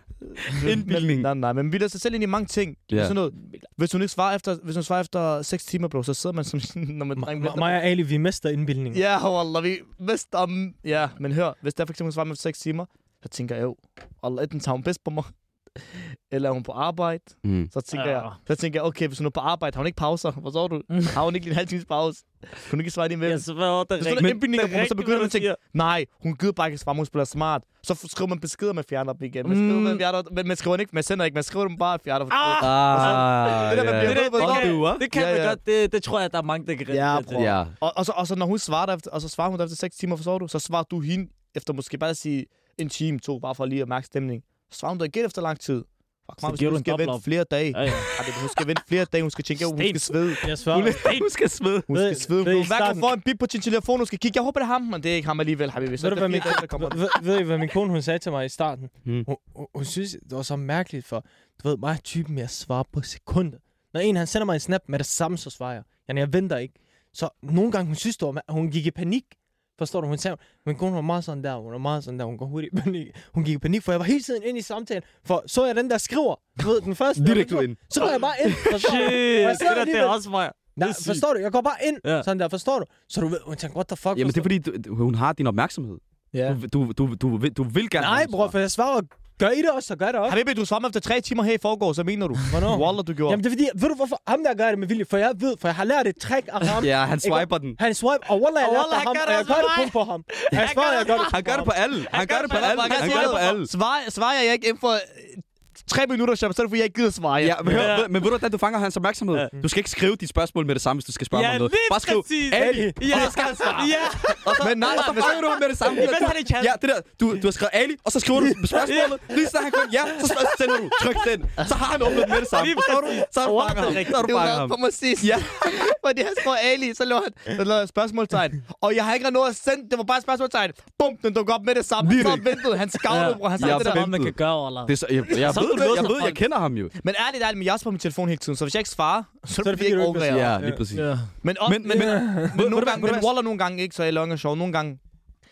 Speaker 1: Indbildning.
Speaker 2: Nej, nej, men bilder sig selv ind i mange ting.
Speaker 1: Ja.
Speaker 2: Ja. Sådan noget. Hvis hun ikke svarer efter, hvis hun svarer efter 6 timer, bro, så sidder man som sådan, når man dreng. venter.
Speaker 4: Mig og Ali, vi mister indbildningen.
Speaker 2: Ja, wallah, vi vidste om... Ja, men hør, hvis der for eksempel svarer med 6 timer, så tænker jeg jo, Allah, enten tager hun bedst på mig, eller er hun på arbejde,
Speaker 1: Mm.
Speaker 2: så tænker
Speaker 3: Ja.
Speaker 2: jeg, så tænker jeg, okay, hvis hun er på arbejde, har hun ikke pauser, hvor så du? Har hun ikke lige en halv times pause? Kunne hun ikke svare lige med?
Speaker 3: Ja, så hvad var det
Speaker 2: Hvis
Speaker 3: rigtigt?
Speaker 2: hun er indbindning,
Speaker 3: det er
Speaker 2: så
Speaker 3: rigtigt,
Speaker 2: begynder
Speaker 3: hvad
Speaker 2: man at
Speaker 3: du
Speaker 2: tænke,
Speaker 3: siger.
Speaker 2: nej, hun gider bare ikke svare, hun spiller smart. Så f- skriver man beskeder, man fjerner dem igen. Man skriver,
Speaker 3: Mm.
Speaker 2: man fjerner, men man skriver ikke, man sender ikke, man skriver dem bare og fjerner dem.
Speaker 3: Ah!
Speaker 1: Ah,
Speaker 2: Det der, man
Speaker 1: ja.
Speaker 2: bliver ved, ved,
Speaker 3: kan-
Speaker 2: ved, ved,
Speaker 3: Det kan
Speaker 2: Ja,
Speaker 3: man
Speaker 2: ja.
Speaker 3: godt. Det, det tror jeg, der er mange, der kan
Speaker 2: Ja,
Speaker 3: relatere til.
Speaker 2: bror.
Speaker 1: Ja.
Speaker 2: Og, og, så, og så når hun svarer der efter, og så svarer hun der efter 6 timer, forstår du? Så svarer du hende efter måske bare at sige en time, to, bare for lige at mærke stemning. Så svarer hun der igen efter lang tid. Fuck,
Speaker 3: Så
Speaker 2: man, hvis
Speaker 3: giver
Speaker 2: hun
Speaker 3: du en
Speaker 2: skal vente
Speaker 3: dobbelt op.
Speaker 2: flere dage.
Speaker 3: Ja, ja.
Speaker 2: Ej, det- hun skal vente flere dage, hun skal tjekke, ud, hun skal svede.
Speaker 4: Jeg svarer.
Speaker 1: Du skal smide.
Speaker 2: Hun
Speaker 4: Ved-
Speaker 2: skal svede.
Speaker 4: ved I
Speaker 2: Hun hverken
Speaker 4: starten-
Speaker 2: får en bip på sin telefon, hun skal kigge. Jeg håber, det er ham, men det er ikke ham alligevel, Habibi. Så
Speaker 4: Ved du,
Speaker 2: det er
Speaker 4: hvad min,
Speaker 2: fire dage, der kommer.
Speaker 4: ved, ved I, hvad min kone hun sagde til mig i starten?
Speaker 1: Hmm.
Speaker 4: Hmm. Hun, hun, hun synes, det var så mærkeligt, for du ved, mig er typen, jeg svarer på sekunder. Når en han sender mig en snap med det samme, så svarer jeg. Jeg, jeg venter ikke. Så nogle gange, hun synes, det var, mær- hun gik i panik. Forstår du? Hun sagde, min kone var meget sådan der, hun var meget sådan der, hun går hurtigt i panik. Hun gik i panik, for jeg var hele tiden inde i samtalen. For så jeg den, der skriver, du ved, den første.
Speaker 1: Direkte ind.
Speaker 4: Så går jeg bare ind. Forstår du?
Speaker 3: Shit,
Speaker 4: Og jeg sidder
Speaker 3: det der, det er
Speaker 4: alligevel-
Speaker 3: også mig.
Speaker 4: Nej,
Speaker 3: sygt.
Speaker 4: forstår du? Jeg går bare ind.
Speaker 3: Ja.
Speaker 4: Ja. Sådan der, forstår du? Så du ved, hun tænker, what the fuck?
Speaker 1: Jamen, det
Speaker 4: forstår
Speaker 1: er fordi, du, hun har din opmærksomhed.
Speaker 2: Ja.
Speaker 1: Du, du, du, du, vil, du vil gerne...
Speaker 4: Nej, bror, for jeg svarer, gør I det også, så gør det også.
Speaker 2: Habibi, du svarer mig efter tre timer her i forgår, så mener du?
Speaker 4: Hvornår?
Speaker 2: Wallah, du gjorde.
Speaker 4: Jamen det er fordi, ved du hvorfor ham der gør det med vilje? For jeg ved, for jeg har lært et trick af ham.
Speaker 1: Ja, han swiper den.
Speaker 4: Han swipe, og wallah, jeg
Speaker 2: Og
Speaker 4: lærte
Speaker 2: wallah,
Speaker 4: af ham,
Speaker 2: han gør
Speaker 4: og
Speaker 2: det
Speaker 4: jeg
Speaker 2: også
Speaker 4: gør
Speaker 2: for
Speaker 4: det
Speaker 2: mig.
Speaker 4: kun på ham. Jeg svarer, jeg gør det
Speaker 1: Han gør det på alle. Han gør det på alle. Han gør det på alle.
Speaker 2: Svarer, svarer jeg ikke inden for øh, tre minutter, så er det fordi, jeg ikke gider svare.
Speaker 1: Ja, men, hør, men, men ved du, hvordan du fanger hans opmærksomhed? Du skal ikke skrive dit spørgsmål med det samme, hvis du skal spørge
Speaker 3: Ja,
Speaker 1: ham om noget.
Speaker 3: lige
Speaker 1: Bare skriv,
Speaker 3: præcis.
Speaker 1: Ali,
Speaker 3: Ja.
Speaker 1: og så skal han svare.
Speaker 3: Ja,
Speaker 2: Men nej,
Speaker 1: Og så
Speaker 2: hvis-
Speaker 1: fanger du ham med det samme.
Speaker 3: I ved, han ikke kan.
Speaker 1: Ja, det der, du, du har skrevet Ali, og så skriver du spørgsmålet. Lige snart han kommer, ja, så spørger- sender du, tryk send. Så har han åbnet den med det samme.
Speaker 3: Lige
Speaker 1: Forstår du? Så har du fanget ham. Så har du
Speaker 2: Det
Speaker 1: fanget
Speaker 2: var
Speaker 1: ham.
Speaker 2: på mig sidst. Ja. Fordi han skrev Ali, så lå han så lå han spørgsmålstegn. Og jeg har ikke nået at sende, det var bare et spørgsmålstegn. Bum, den dukker op med det samme.
Speaker 1: Lige
Speaker 2: Så
Speaker 1: det.
Speaker 2: ventede han skavlede, bror. Han
Speaker 3: så
Speaker 2: sagde
Speaker 3: er
Speaker 2: det
Speaker 3: det
Speaker 2: der.
Speaker 3: noget, man kan gøre, eller?
Speaker 1: Det er så, jeg, jeg,
Speaker 3: Så er
Speaker 1: ved,
Speaker 3: du låst
Speaker 1: jeg,
Speaker 3: som
Speaker 1: ved, jeg
Speaker 3: folk.
Speaker 1: kender ham jo.
Speaker 2: Men ærligt, ærligt, men jeg er også på min telefon hele tiden, så hvis jeg ikke svarer, så er det fordi, jeg ikke
Speaker 4: du ikke
Speaker 2: overreagerer.
Speaker 1: Ja, lige præcis.
Speaker 3: Ja.
Speaker 2: Men, også,
Speaker 1: Men-
Speaker 2: men,
Speaker 1: men-
Speaker 2: men, men, nogle gange,
Speaker 1: ved du
Speaker 2: men
Speaker 1: hvad?
Speaker 2: Waller nogle gange ikke, så jeg laver sjov. Nogle gange,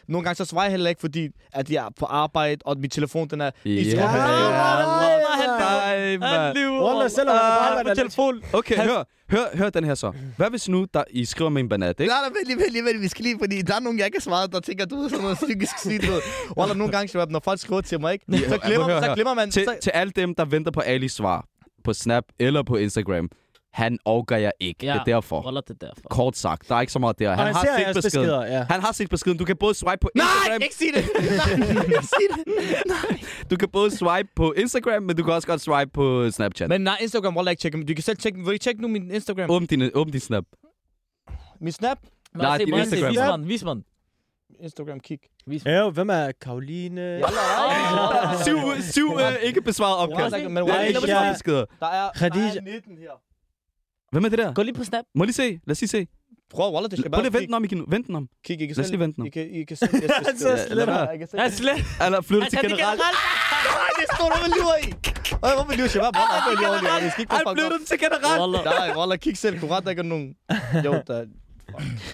Speaker 2: nogle gange så svarer jeg heller ikke, fordi at jeg er på arbejde, og min telefon den er i
Speaker 1: Ja.
Speaker 2: skuffer.
Speaker 1: Nej,
Speaker 3: Han lyver.
Speaker 4: Wallah, selvom han
Speaker 3: Ah,
Speaker 4: bare
Speaker 3: han er på
Speaker 4: arbejder-
Speaker 3: telefon.
Speaker 1: Okay, hør, hør, hør den her så. Hvad hvis nu, der, I skriver med en banat, ikke?
Speaker 2: Nej, nej, vent lige, vent lige, vent lige. Vi skal lige, fordi der er nogen, jeg ikke har svaret, der tænker, du er sådan noget psykisk syg. Du. ved. Wallah, nogle gange, Shabab, når folk skriver til mig, ikke? så,
Speaker 1: Ja, hør,
Speaker 2: glemmer,
Speaker 1: hør.
Speaker 2: så glemmer man...
Speaker 1: Til,
Speaker 2: så,
Speaker 1: til alle dem, der venter på Alis svar på Snap eller på Instagram, han overgår jeg ikke.
Speaker 3: Ja.
Speaker 1: Det er derfor.
Speaker 3: Roller det er derfor.
Speaker 1: Kort sagt, der er ikke så meget der.
Speaker 4: Og
Speaker 1: Han,
Speaker 4: han
Speaker 1: har
Speaker 4: ser
Speaker 1: set
Speaker 4: jeres
Speaker 1: beskeden.
Speaker 4: beskeder, ja.
Speaker 1: Han har set beskeden. Du kan både swipe på
Speaker 2: nej,
Speaker 1: Instagram.
Speaker 2: ikke sig det! nej, ikke sig det! Nej.
Speaker 1: Du kan både swipe på Instagram, men du kan også godt swipe på Snapchat. Men...
Speaker 2: Men nej, Instagram, Wallah, ikke tjekke. Du kan selv tjekke. Vil I tjekke nu min Instagram?
Speaker 1: Åbn din, åbn din Snap.
Speaker 2: Min Snap?
Speaker 3: Men også
Speaker 1: Nej,
Speaker 3: se,
Speaker 1: din
Speaker 3: hvordan det er.
Speaker 1: Instagram.
Speaker 3: Vis mig den, vis mig den.
Speaker 2: Instagram, kig.
Speaker 3: Vis mig
Speaker 4: Ja, jo, hvem er Karoline?
Speaker 1: syv syv øh, ikke besvaret opkald.
Speaker 2: Wallah, men
Speaker 1: Der er
Speaker 2: Wallah,
Speaker 1: ikke
Speaker 4: Ja.
Speaker 1: besvaret beskeder.
Speaker 2: der er, der
Speaker 4: Khadija.
Speaker 2: er 19 her.
Speaker 1: Hvem er det der?
Speaker 3: den. Gå lige på Snap.
Speaker 1: Må jeg lige se. Lad os lige se.
Speaker 2: Prøv, Wallah, det
Speaker 1: Prøv
Speaker 2: skal bare
Speaker 1: lige at vente den om, I kan Vent den om.
Speaker 2: Kig, I kan
Speaker 1: Lad os
Speaker 2: selv-
Speaker 1: lige vente den om.
Speaker 2: I kan, I kan selv læse
Speaker 1: sletter.
Speaker 2: beskeder.
Speaker 3: Han sletter.
Speaker 1: Eller flytter til
Speaker 3: Han
Speaker 1: generelt.
Speaker 3: generelt.
Speaker 2: Nej, det står der, man lyver i. Ej, hvorfor lyver jeg? Bare bare lyver i. Jeg skal ikke bare fucking op.
Speaker 1: den til generelt.
Speaker 2: Wallah. Nej, Wallah, kig selv. Kurat, der ikke er nogen. Jo, der...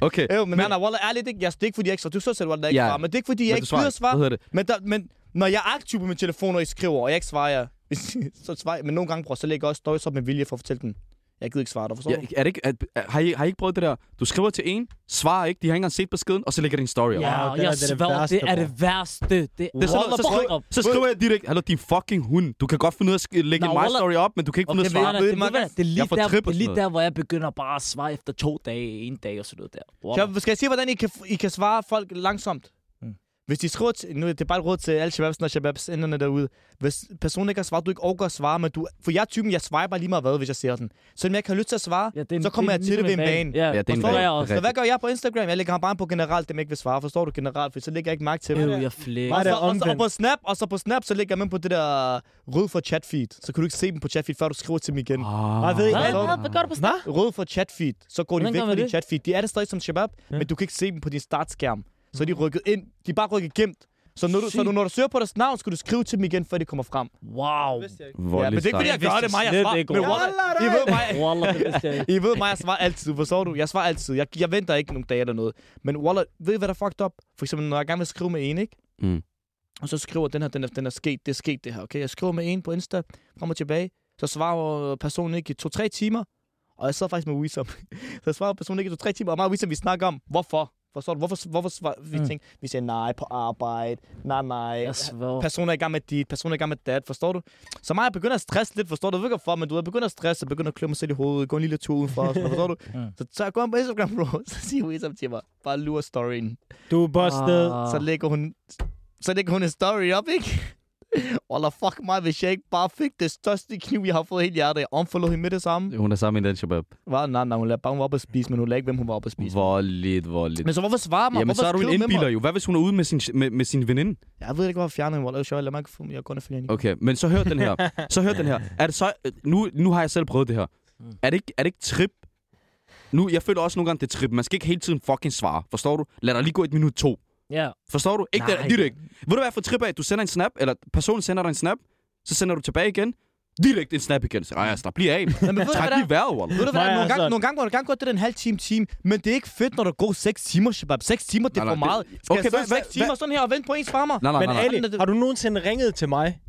Speaker 1: Okay.
Speaker 2: Jo, men, men nej, Wallah, ærligt, ikke, jeg, det er ikke fordi, jeg ikke svarer. Du så selv, Wallah, der ikke
Speaker 1: Ja.
Speaker 2: svarer. Men det er ikke fordi, jeg
Speaker 1: Men
Speaker 2: ikke
Speaker 1: du svarer
Speaker 2: gider
Speaker 1: ikke. Hvad
Speaker 2: svare.
Speaker 1: hedder det?
Speaker 2: Men, der, men når jeg er aktiv på min telefon, og I skriver, og jeg ikke svarer jer, hvis- så svarer jeg. Men nogle gange, bror, så lægger jeg også stories op med vilje for at fortælle dem. Jeg gider ikke svare dig, forstår
Speaker 1: Ja,
Speaker 2: du?
Speaker 1: er det ikke, er, har, I, har I ikke prøvet det der? Du skriver til en, svarer ikke, de har ikke engang set beskeden, og så lægger de en story op.
Speaker 3: Ja,
Speaker 4: Wow,
Speaker 3: og
Speaker 4: det er
Speaker 3: jeg
Speaker 4: det
Speaker 3: sværger,
Speaker 4: værste,
Speaker 3: det er det værste. Det
Speaker 1: Det er sådan, noget, så,
Speaker 3: Wallah,
Speaker 1: skriver,
Speaker 3: fuck
Speaker 1: så skriver jeg direkte, hallo, din fucking hund. Du kan godt finde ud af at sk- lægge
Speaker 3: Nå,
Speaker 1: en my
Speaker 3: Wallah.
Speaker 1: story op, men du kan ikke finde ud af at
Speaker 3: Okay,
Speaker 1: svare.
Speaker 3: venner, det,
Speaker 2: man
Speaker 3: det,
Speaker 2: kan-
Speaker 3: det, det, er lige
Speaker 1: jeg får
Speaker 3: der,
Speaker 1: tripper
Speaker 3: det er lige
Speaker 1: sådan noget.
Speaker 3: der, hvor jeg begynder bare at svare efter to dage, en dag og sådan noget der. Wow.
Speaker 2: Skal jeg, skal jeg sige, hvordan I kan, I kan svare folk langsomt?
Speaker 3: Mm.
Speaker 2: Hvis de skriver til, nu er det bare et råd til alle shababs og shababs enderne derude. Hvis personen ikke har svaret, du ikke overgår at svare, men du, for jeg er typen, jeg svarer bare lige meget hvad, hvis jeg ser den. Så jeg ikke har lyst til at svare,
Speaker 3: Ja, det er en-
Speaker 2: så kommer
Speaker 3: det er
Speaker 2: jeg til det
Speaker 3: ligesom
Speaker 2: ved en bane.
Speaker 3: Ja,
Speaker 1: Ja, det er en
Speaker 3: forstår
Speaker 1: bane.
Speaker 3: jeg også.
Speaker 2: Så hvad gør jeg på Instagram? Jeg lægger ham bare på generelt, dem jeg ikke vil svare. Forstår du generelt? For så lægger jeg ikke mærke til dem.
Speaker 3: Øv, jeg flækker.
Speaker 2: Og
Speaker 4: Bare
Speaker 2: så,
Speaker 4: det
Speaker 2: og, så, og
Speaker 4: omvendt.
Speaker 2: på Snap, og så på Snap, så lægger jeg dem på det der øh, rød for chatfeed. Så kan du ikke se dem på chatfeed, før du skriver til dem igen.
Speaker 4: Bare ved I
Speaker 3: Ah. Hvad,
Speaker 4: alt
Speaker 3: hvad, hvad gør du på Snap?
Speaker 2: Rød for chatfeed, så går de
Speaker 3: Hvordan
Speaker 2: væk
Speaker 3: gør man
Speaker 2: fra din
Speaker 3: det?
Speaker 2: chatfeed. De er der stadig som shabab, ja. men du kan ikke se dem på din startskærm. Så er
Speaker 3: Mm.
Speaker 2: de rykket ind. De er bare rykket gemt. Så når, du, så
Speaker 3: Sygt.
Speaker 2: du, når du søger på deres navn, skal du skrive til dem igen, før de kommer frem.
Speaker 3: Wow.
Speaker 2: ja, men det er ikke fordi, jeg gør det, mig. Jeg svarer. Men Wallah, I ved mig,
Speaker 3: Wallah, det vidste jeg ikke.
Speaker 2: I ved mig, jeg svarer altid. Hvor så du? Jeg svarer altid. Jeg, jeg venter ikke nogle dage eller noget. Men Wallah, ved I, hvad der er fucked up? For eksempel, når jeg gerne vil skrive med en, ikke?
Speaker 1: Mm.
Speaker 2: Og så skriver den her, den er, den er sket, det er sket det her, okay? Jeg skriver med en på Insta, frem og tilbage. Så svarer personen ikke i to-tre timer. Og jeg sad faktisk med Wisam. så svarer personen ikke i to-tre timer. Og mig og Wisam, vi snakker om, hvorfor? Forstår du? Hvorfor, hvorfor svar? vi
Speaker 3: Mm.
Speaker 2: mm. tænker, vi siger nej på arbejde, nej, nej.
Speaker 3: Jeg sværger.
Speaker 2: Personer er i gang med dit, personer er i gang med dat, forstår du? Så mig, jeg begynder at stresse lidt, forstår du? Jeg ved ikke hvorfor, men du ved, jeg begynder at stresse, jeg begynder at klø mig selv i hovedet, gå en lille tur udenfor, og sådan noget, forstår du?
Speaker 3: Mm.
Speaker 2: Så, så jeg går ind på Instagram, bro, så siger Wisam til mig, bare lurer storyen.
Speaker 4: Du er busted.
Speaker 3: Ah.
Speaker 2: Så lægger hun, så lægger hun en story op, ikke? Wallah, fuck mig, hvis jeg ikke bare fik det største kniv, jeg har fået i hele hjertet. Jeg omforlod hende med det samme.
Speaker 1: Hun er sammen med den shabab.
Speaker 2: Var, nej, nej, hun lagde bare, hun var oppe at spise, men hun lagde ikke, hvem hun var oppe at spise.
Speaker 1: Voldeligt, voldeligt.
Speaker 2: Men så hvorfor svare mig?
Speaker 1: Jamen,
Speaker 2: hvorfor
Speaker 1: så er du en
Speaker 2: skrive med mig?
Speaker 1: indbiler jo. Hvad hvis hun er ude med sin, med, med sin veninde?
Speaker 2: Jeg ved ikke, hvorfor jeg fjerner hende, Wallah. Jeg er jo sjov, lad mig ikke få, jeg går ned og følger hende.
Speaker 1: Okay, men så hør den her. Så hør den her. Er det så, øh, nu, nu har jeg selv prøvet det her. Er det ikke, er det ikke trip? Nu, jeg føler også nogle gange, det er trip. Man skal ikke hele tiden fucking svare. Forstår du? Lad dig lige gå et minut to.
Speaker 3: Ja.
Speaker 1: Forstår du? Ikke
Speaker 3: Nej.
Speaker 1: det, direkt. Ved du hvad jeg får trip af? Du sender en snap, eller personen sender dig en snap, så sender du tilbage igen. Direkte en snap igen. Så, ej, slap lige af.
Speaker 2: Men ved du,
Speaker 1: Træk
Speaker 2: hvad der
Speaker 1: lige vejret, Walla.
Speaker 2: Ved du hvad,
Speaker 4: Mig er
Speaker 2: nogle gange,
Speaker 4: sådan.
Speaker 2: nogle gange må du gerne gå til den halv time, time, men det er ikke fedt, når der går 6 timer, Shabab. 6 timer, det er
Speaker 1: Nej,
Speaker 2: for
Speaker 1: nej,
Speaker 2: meget.
Speaker 1: det-
Speaker 2: Skal
Speaker 1: okay,
Speaker 2: jeg sidde
Speaker 1: hvad- hvad-
Speaker 2: 6 timer
Speaker 1: hvad-
Speaker 2: sådan her og vente på ens farmer?
Speaker 1: Nej, nej,
Speaker 4: Men
Speaker 1: nej, nej.
Speaker 2: alle-
Speaker 4: Ali, har du nogensinde ringet til mig?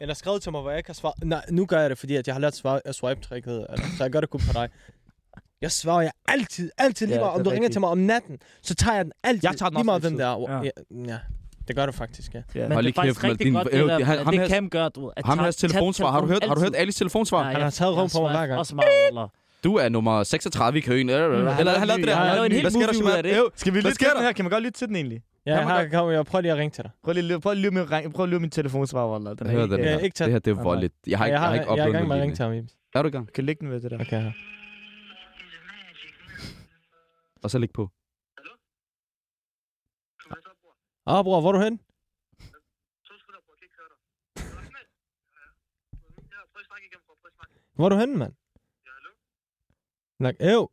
Speaker 4: Eller skrevet til mig, hvor jeg ikke har svaret? Nej, nu gør jeg det, fordi at jeg har lært swi- at swipe-tricket. Altså, så jeg gør det kun på dig. Jeg svarer jeg altid, altid lige
Speaker 3: Ja,
Speaker 4: meget.
Speaker 3: det
Speaker 4: Om
Speaker 3: er
Speaker 4: du ringer
Speaker 3: rigtigt.
Speaker 4: til mig om natten, så tager jeg den altid.
Speaker 2: Jeg tager den
Speaker 4: lige
Speaker 2: også
Speaker 4: meget, hvem
Speaker 2: altid.
Speaker 4: det er.
Speaker 3: Ja.
Speaker 4: Ja. ja. det gør du faktisk, ja.
Speaker 2: Ja.
Speaker 3: Men
Speaker 1: Hold
Speaker 3: det
Speaker 1: lige
Speaker 3: er faktisk
Speaker 1: kæft, mand.
Speaker 3: rigtig
Speaker 1: Din-
Speaker 3: godt,
Speaker 1: øh,
Speaker 3: det der,
Speaker 1: han- ham
Speaker 3: det
Speaker 1: her-
Speaker 3: kan gøre, du. at
Speaker 1: Ham
Speaker 3: tage-
Speaker 1: har hans
Speaker 3: tage
Speaker 1: telefonsvar. Har du hørt, har du hørt
Speaker 3: altid.
Speaker 1: Alis telefonsvar?
Speaker 3: Nej,
Speaker 4: Han
Speaker 3: jeg-
Speaker 4: har taget
Speaker 3: jeg
Speaker 4: rundt på mig
Speaker 3: swiper
Speaker 4: hver gang.
Speaker 3: Også meget, Wallah.
Speaker 1: Du er nummer 36 i køen. Øh, øh, øh.
Speaker 3: han
Speaker 1: Eller
Speaker 3: lavede
Speaker 1: han lavede det der.
Speaker 3: en ny- han lavede en hel
Speaker 1: Hvad sker der,
Speaker 3: movie ud af
Speaker 1: Shabab?
Speaker 3: det.
Speaker 1: Øh,
Speaker 2: Skal vi
Speaker 1: Hvad
Speaker 2: lytte til
Speaker 1: sker
Speaker 2: den
Speaker 1: der?
Speaker 2: her? Kan man godt lytte til den egentlig?
Speaker 4: Ja,
Speaker 2: Jamen,
Speaker 4: jeg, har, kom, jeg prøver lige at ringe til dig.
Speaker 2: Prøv lige, prøv lige, at lytte med- ring- prøv lige at lytte min telefonsvar, Wallah. Den er
Speaker 1: Hør
Speaker 2: helt-
Speaker 1: den
Speaker 4: Ja,
Speaker 1: her.
Speaker 4: ikke tæt.
Speaker 1: Det her, det er voldeligt. Jeg har ikke, jeg har ikke
Speaker 4: jeg er i
Speaker 1: oplevet
Speaker 4: gang med at
Speaker 1: noget
Speaker 4: ringe til
Speaker 1: lignende.
Speaker 4: ham, Ibs.
Speaker 1: Er du i gang?
Speaker 2: Jeg kan lægge den ved det der.
Speaker 4: Okay, her.
Speaker 1: Og så læg på.
Speaker 4: Ah, bror, hvor er du hen? Hvor er du henne, mand? Ja, hallo? Nak, øv.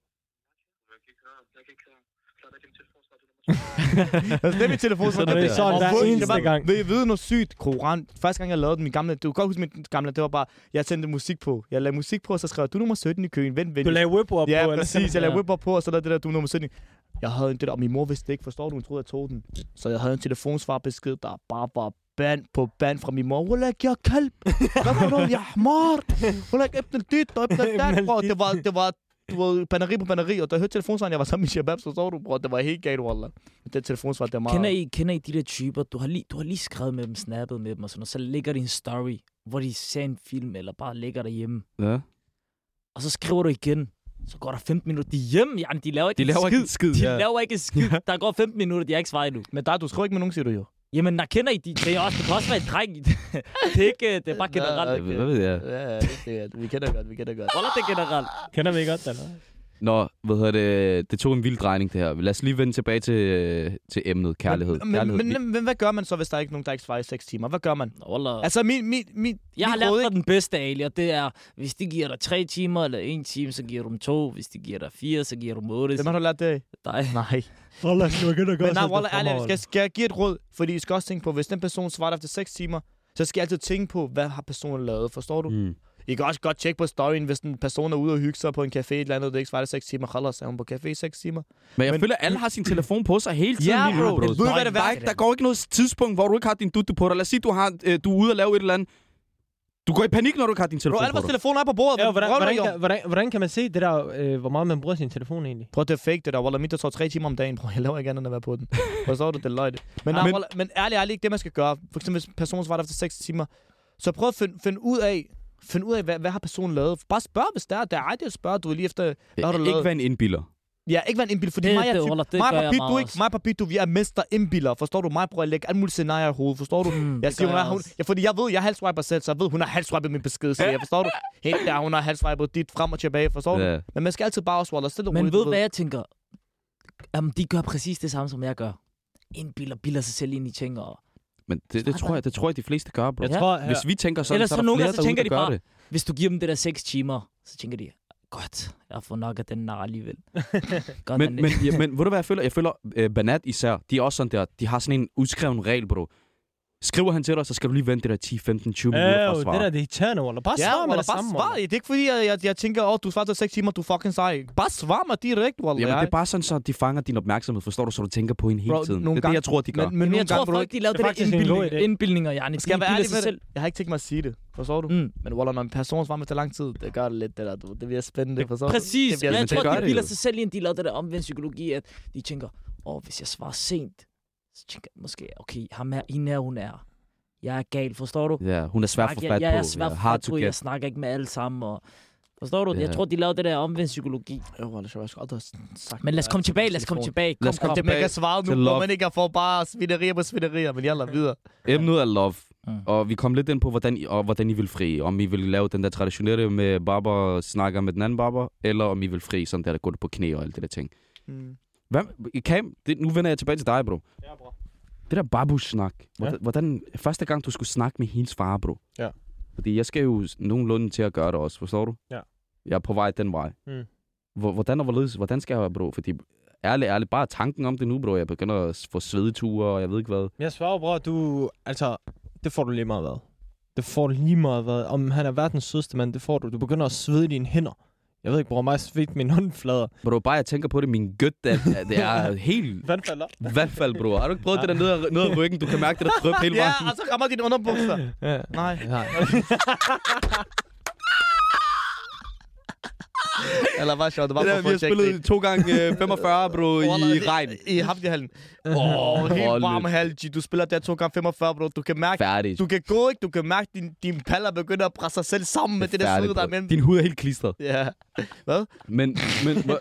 Speaker 2: Altså, det er min telefonsvar.
Speaker 4: Sådan er det. Sådan der
Speaker 2: Og
Speaker 4: eneste
Speaker 2: Shabab,
Speaker 4: gang.
Speaker 2: Vil I vide noget sygt? Koran. Første gang, jeg lavede den, min gamle... Du kan godt huske min gamle, det var bare... Jeg tændte musik på. Jeg lagde musik på, og så skrev jeg, du er nummer 17 i køen. Vent, vent.
Speaker 4: Du lagde whip op
Speaker 2: Ja,
Speaker 4: på, eller?
Speaker 2: præcis. Jeg lagde
Speaker 4: Ja.
Speaker 2: whip op på, og så lavede det der, du er nummer 17. Jeg havde en det der, og min mor vidste det ikke, forstår du? Hun troede, jeg tog den. Så jeg havde en telefonsvarbesked, der bare var band på band fra min mor. Walla, jeg kalb. Hvad for noget, jeg hmar? Walla, jeg æbner dit, og æbner dat, bror. Det var, det var, du ved, baneri på baneri, og da jeg hørte telefonsvaren, jeg var sammen med Shabab, så så du, bror, det var helt galt, Walla. Men Den telefonsvar, det var meget...
Speaker 3: Kender I, kender I de der typer? Du har, lige, du har lige skrevet med dem, snappet med dem og sådan noget. Så ligger de en story, hvor de ser en film eller bare ligger derhjemme.
Speaker 1: Ja.
Speaker 3: Og så skriver du igen. Så går der 15 minutter. De er hjemme, Jan. De laver ikke
Speaker 1: De
Speaker 3: en
Speaker 1: laver
Speaker 3: skid.
Speaker 1: ikke en skid.
Speaker 3: De
Speaker 1: ja.
Speaker 3: laver ikke en skid. Der går 15 minutter, de har ikke svaret endnu.
Speaker 2: Men der, du skriver ikke med nogen, siger du jo.
Speaker 3: Jamen, der kender I de. Det, er også, det kan også være en dreng. det, er ikke, det er bare generelt.
Speaker 1: Hvad ved jeg?
Speaker 2: Ja, det er Vi kender godt, vi kender godt.
Speaker 3: Roller det er generelt.
Speaker 4: Kender vi ikke godt, eller?
Speaker 1: Nå, hvad hedder det? Det tog en vild drejning, det her. Lad os lige vende tilbage til, til emnet kærlighed.
Speaker 2: Men,
Speaker 1: kærlighed.
Speaker 2: men, men, men, hvad gør man så, hvis der er ikke nogen, der ikke svarer i 6 timer? Hvad gør man?
Speaker 3: Roller.
Speaker 2: Altså, min, min, min,
Speaker 3: Jeg har
Speaker 2: mit
Speaker 3: lært
Speaker 2: råd,
Speaker 3: dig
Speaker 2: ikke?
Speaker 3: den bedste, Ali, og det er, hvis de giver dig tre timer eller en time, så giver du dem to. Hvis de giver dig fire, så giver du dem otte.
Speaker 2: Hvem har du lært det af?
Speaker 3: dig.
Speaker 2: Nej.
Speaker 4: Roller, du begynder at
Speaker 2: Men nej, Walla, ærligt, skal, skal jeg give et råd? Fordi I skal også tænke på, hvis den person svarer efter 6 timer, så skal jeg altid tænke på, hvad har personen lavet, forstår du? Mm.
Speaker 1: Mm.
Speaker 2: I kan også godt tjekke på storyen, hvis en person er ude og hygge sig på en café et eller andet, det er ikke svaret 6 timer, Khalas, er hun på café i 6 timer?
Speaker 1: Men jeg
Speaker 2: Men-
Speaker 1: Men... føler, at alle har sin telefon på sig hele tiden
Speaker 2: Ja,
Speaker 1: lige nu,
Speaker 2: bro.
Speaker 1: bro.
Speaker 2: Ved du, hvad
Speaker 1: der,
Speaker 2: det værste
Speaker 1: er ikke, der går ikke noget tidspunkt, hvor du ikke har din dutte på dig. Lad os sige, du, har, øh, du er ude og lave et eller andet. Du går i panik, når du ikke har din
Speaker 2: Bro,
Speaker 1: telefon
Speaker 2: alle
Speaker 1: på
Speaker 2: vores
Speaker 1: dig.
Speaker 2: telefoner er på bordet.
Speaker 4: Ja, hvordan,
Speaker 2: Røv,
Speaker 4: hvordan,
Speaker 2: røv.
Speaker 4: kan, hvordan, hvordan kan man se det der, øh, hvor meget man bruger sin telefon egentlig?
Speaker 2: Prøv at det er fake det der, Wallah, mit der står tre timer om dagen, bro. Jeg laver ikke andet end at være på den. Forstår du, det er løgn. Men,
Speaker 1: Men-
Speaker 2: men, Wallah, men ærligt, ærligt, ikke det, man skal gøre. For eksempel, hvis personen svarer efter 6 timer, så prøv at finde, finde ud af, finde ud af, hvad, hvad har personen lavet. Bare spørg, hvis der er. Det er ejligt at spørge, du er lige efter... Hvad har du
Speaker 1: Ikke
Speaker 2: lavet?
Speaker 1: være en indbiller.
Speaker 2: Ja, ikke være en indbil, fordi
Speaker 3: Det-
Speaker 2: mig er
Speaker 3: det-
Speaker 2: typ...
Speaker 3: Wallah, det
Speaker 2: mig
Speaker 3: gør
Speaker 2: og
Speaker 3: jeg
Speaker 2: Papito,
Speaker 3: meget
Speaker 2: ikke?
Speaker 3: også.
Speaker 2: Mig og Papito, vi er mester indbiller. Forstår du? Mig prøver at lægge alle mulige scenarier i hovedet. Forstår du?
Speaker 3: Mm,
Speaker 2: Jeg siger, hun
Speaker 3: er
Speaker 2: har, hun, ja, fordi jeg ved, jeg halvswiper selv, så jeg ved, hun har halvswipet min besked, siger jeg. Forstår du? Helt der, hun har halvswipet dit frem og tilbage. Forstår du?
Speaker 1: Ja.
Speaker 2: Men man skal altid bare også, Wallah, stille og
Speaker 3: Men
Speaker 2: roligt,
Speaker 3: ved
Speaker 2: du
Speaker 3: hvad jeg tænker? Jamen, de gør præcis det samme, som jeg gør. Indbiller biller sig selv ind i ting. Og...
Speaker 1: Men det, det, tror jeg, det tror jeg, de fleste gør, bro.
Speaker 4: Jeg
Speaker 3: Ja.
Speaker 4: tror, øh,
Speaker 1: Hvis vi tænker sådan,
Speaker 3: Ellers
Speaker 1: så er
Speaker 3: så
Speaker 1: der
Speaker 3: nogle
Speaker 1: flere,
Speaker 3: gange, så
Speaker 1: derude,
Speaker 3: tænker
Speaker 1: der
Speaker 3: de
Speaker 1: gør
Speaker 3: bare-
Speaker 1: det.
Speaker 3: Hvis du giver dem det der 6 timer, så tænker de, godt, jeg får nok af den nar alligevel. Godt,
Speaker 1: Men, men, ja, men ved du hvad jeg føler? Jeg føler, øh, Banat især, de er også sådan der, de har sådan en udskreven regel, bro. Skriver han til dig, så skal du lige vente det der 10, 15, 20 minutter for
Speaker 4: Øh,
Speaker 1: at
Speaker 4: det
Speaker 1: svare.
Speaker 4: der, det er irriterende, Wallah. Bare
Speaker 2: Ja,
Speaker 4: svar med
Speaker 2: Wallah,
Speaker 4: det
Speaker 2: bare
Speaker 4: samme,
Speaker 2: svar.
Speaker 4: Wallah.
Speaker 2: Det er ikke fordi, jeg, jeg, jeg tænker, åh, oh, du svarer til 6 timer, du er fucking sej. Bare svar mig direkte, Wallah.
Speaker 1: Jamen, det
Speaker 2: jeg-
Speaker 1: er bare sådan, så de fanger din opmærksomhed, forstår du, så du tænker på hende hele
Speaker 2: Bro,
Speaker 1: tiden.
Speaker 2: nogle
Speaker 1: det er det,
Speaker 2: gange-
Speaker 1: jeg tror, de gør.
Speaker 2: men, men,
Speaker 3: men
Speaker 2: nogle
Speaker 3: jeg tror
Speaker 2: gange, bro,
Speaker 3: folk, de lavede
Speaker 4: Det
Speaker 3: det,
Speaker 4: er
Speaker 3: det
Speaker 4: faktisk en god
Speaker 3: indbildning,
Speaker 4: idé.
Speaker 3: indbildninger, Janne.
Speaker 2: skal jeg
Speaker 3: De
Speaker 2: være
Speaker 3: bilder
Speaker 2: ærlig
Speaker 3: sig
Speaker 2: med
Speaker 3: selv.
Speaker 2: det? Jeg har ikke tænkt mig at sige det. Forstår du?
Speaker 3: Mm.
Speaker 2: Men Wallah, når en person svarer mig efter lang tid, det gør det lidt, det der, du. Det bliver spændende, forstår du?
Speaker 3: Præcis.
Speaker 2: Det
Speaker 3: Det,
Speaker 2: bliver-
Speaker 3: jeg
Speaker 1: men det
Speaker 3: tror,
Speaker 1: gør
Speaker 3: de
Speaker 1: det
Speaker 3: bilder
Speaker 1: jo.
Speaker 3: sig selv ind, de lavede det der omvendt psykologi, at de tænker, åh, oh, hvis jeg svarer sent, så tænker jeg måske, okay, ham her, hende her, hun er. Jeg er gal, forstår du?
Speaker 1: Ja, hun er svær for
Speaker 3: Fuck,
Speaker 1: fat
Speaker 3: jeg, jeg er
Speaker 1: på.
Speaker 3: svær
Speaker 1: ja.
Speaker 3: for
Speaker 1: Hard
Speaker 3: fat
Speaker 1: to
Speaker 3: på, jeg
Speaker 1: get.
Speaker 3: snakker ikke med alle sammen, og... Forstår du? Jeg
Speaker 1: Ja.
Speaker 3: tror, de lavede det der omvendt psykologi.
Speaker 2: Jo, Wallah, jeg skulle aldrig have sagt
Speaker 3: Men lad os
Speaker 2: det
Speaker 3: komme
Speaker 2: der
Speaker 3: tilbage,
Speaker 2: på
Speaker 3: lad os komme
Speaker 2: telefon.
Speaker 3: tilbage.
Speaker 1: Lad os
Speaker 2: Kom
Speaker 1: komme
Speaker 2: det, man
Speaker 1: tilbage
Speaker 2: kan svare nu,
Speaker 1: til
Speaker 2: hvor
Speaker 1: love.
Speaker 2: man ikke får bare svinerier på svinerier, men jalla videre.
Speaker 1: Emnet er love.
Speaker 3: Mm.
Speaker 1: Og vi kom lidt ind på, hvordan I, og hvordan I vil fri. Om I vil lave den der traditionelle med barber snakker med den anden barber, eller om I vil fri, sådan der, der går du på knæ og alt det der ting.
Speaker 2: Mm.
Speaker 1: Hvad, Cam, det, nu vender jeg tilbage til dig, bro.
Speaker 4: Ja, bro.
Speaker 1: Det der babush-snak. Hvordan,
Speaker 4: Ja.
Speaker 1: ja. hvordan, første gang, du skulle snakke med hendes far, bro.
Speaker 4: Ja.
Speaker 1: Fordi jeg skal jo s- nogenlunde til at gøre det også, forstår du?
Speaker 4: Ja.
Speaker 1: Jeg er på vej den vej.
Speaker 4: Mm.
Speaker 1: Hvor- Hvordan og hvorledes? Hvordan skal jeg, bro? Fordi ærligt, ærligt, bare tanken om det nu, bro. Jeg begynder at s- få svedeture, og jeg ved ikke hvad.
Speaker 4: Men Jeg svarer, bror, du... Altså, det får du lige meget hvad. Det får du lige meget hvad. Om han er verdens sødeste mand, det får du. Du begynder at svede i dine hænder. Jeg ved ikke, bror, mig svedt mine håndflader.
Speaker 1: Bro, bare jeg tænker på det, min gødt, det, er- det er helt...
Speaker 4: Vandfalder.
Speaker 1: Vandfald, bro. Har du ikke prøvet det der nede af, nede af ryggen? Du kan mærke det der drøb hele
Speaker 2: Ja,
Speaker 1: vejen.
Speaker 2: og så rammer din underbukser.
Speaker 4: Ja.
Speaker 2: Nej.
Speaker 4: Nej.
Speaker 2: Eller bare sjovt, det var
Speaker 1: Det der, vi
Speaker 2: bare for
Speaker 1: har
Speaker 2: at tjekke
Speaker 1: spillet to gange øh, 45, bro, i
Speaker 2: Wallah,
Speaker 1: regn.
Speaker 2: I Hamdihallen. Åh, helt
Speaker 1: Hold
Speaker 2: varm
Speaker 1: lidt.
Speaker 2: hal, G. Du spiller der 2 gange 45, bro. Du kan mærke,
Speaker 1: Færdig.
Speaker 2: du kan gå, ikke? Du kan mærke, din, din paller begynder at presse sig selv sammen med det, der
Speaker 1: Færdig,
Speaker 2: sved, der er
Speaker 1: bro.
Speaker 2: imellem.
Speaker 1: Din hud er helt klistret.
Speaker 2: Ja.
Speaker 1: Men, men hvor-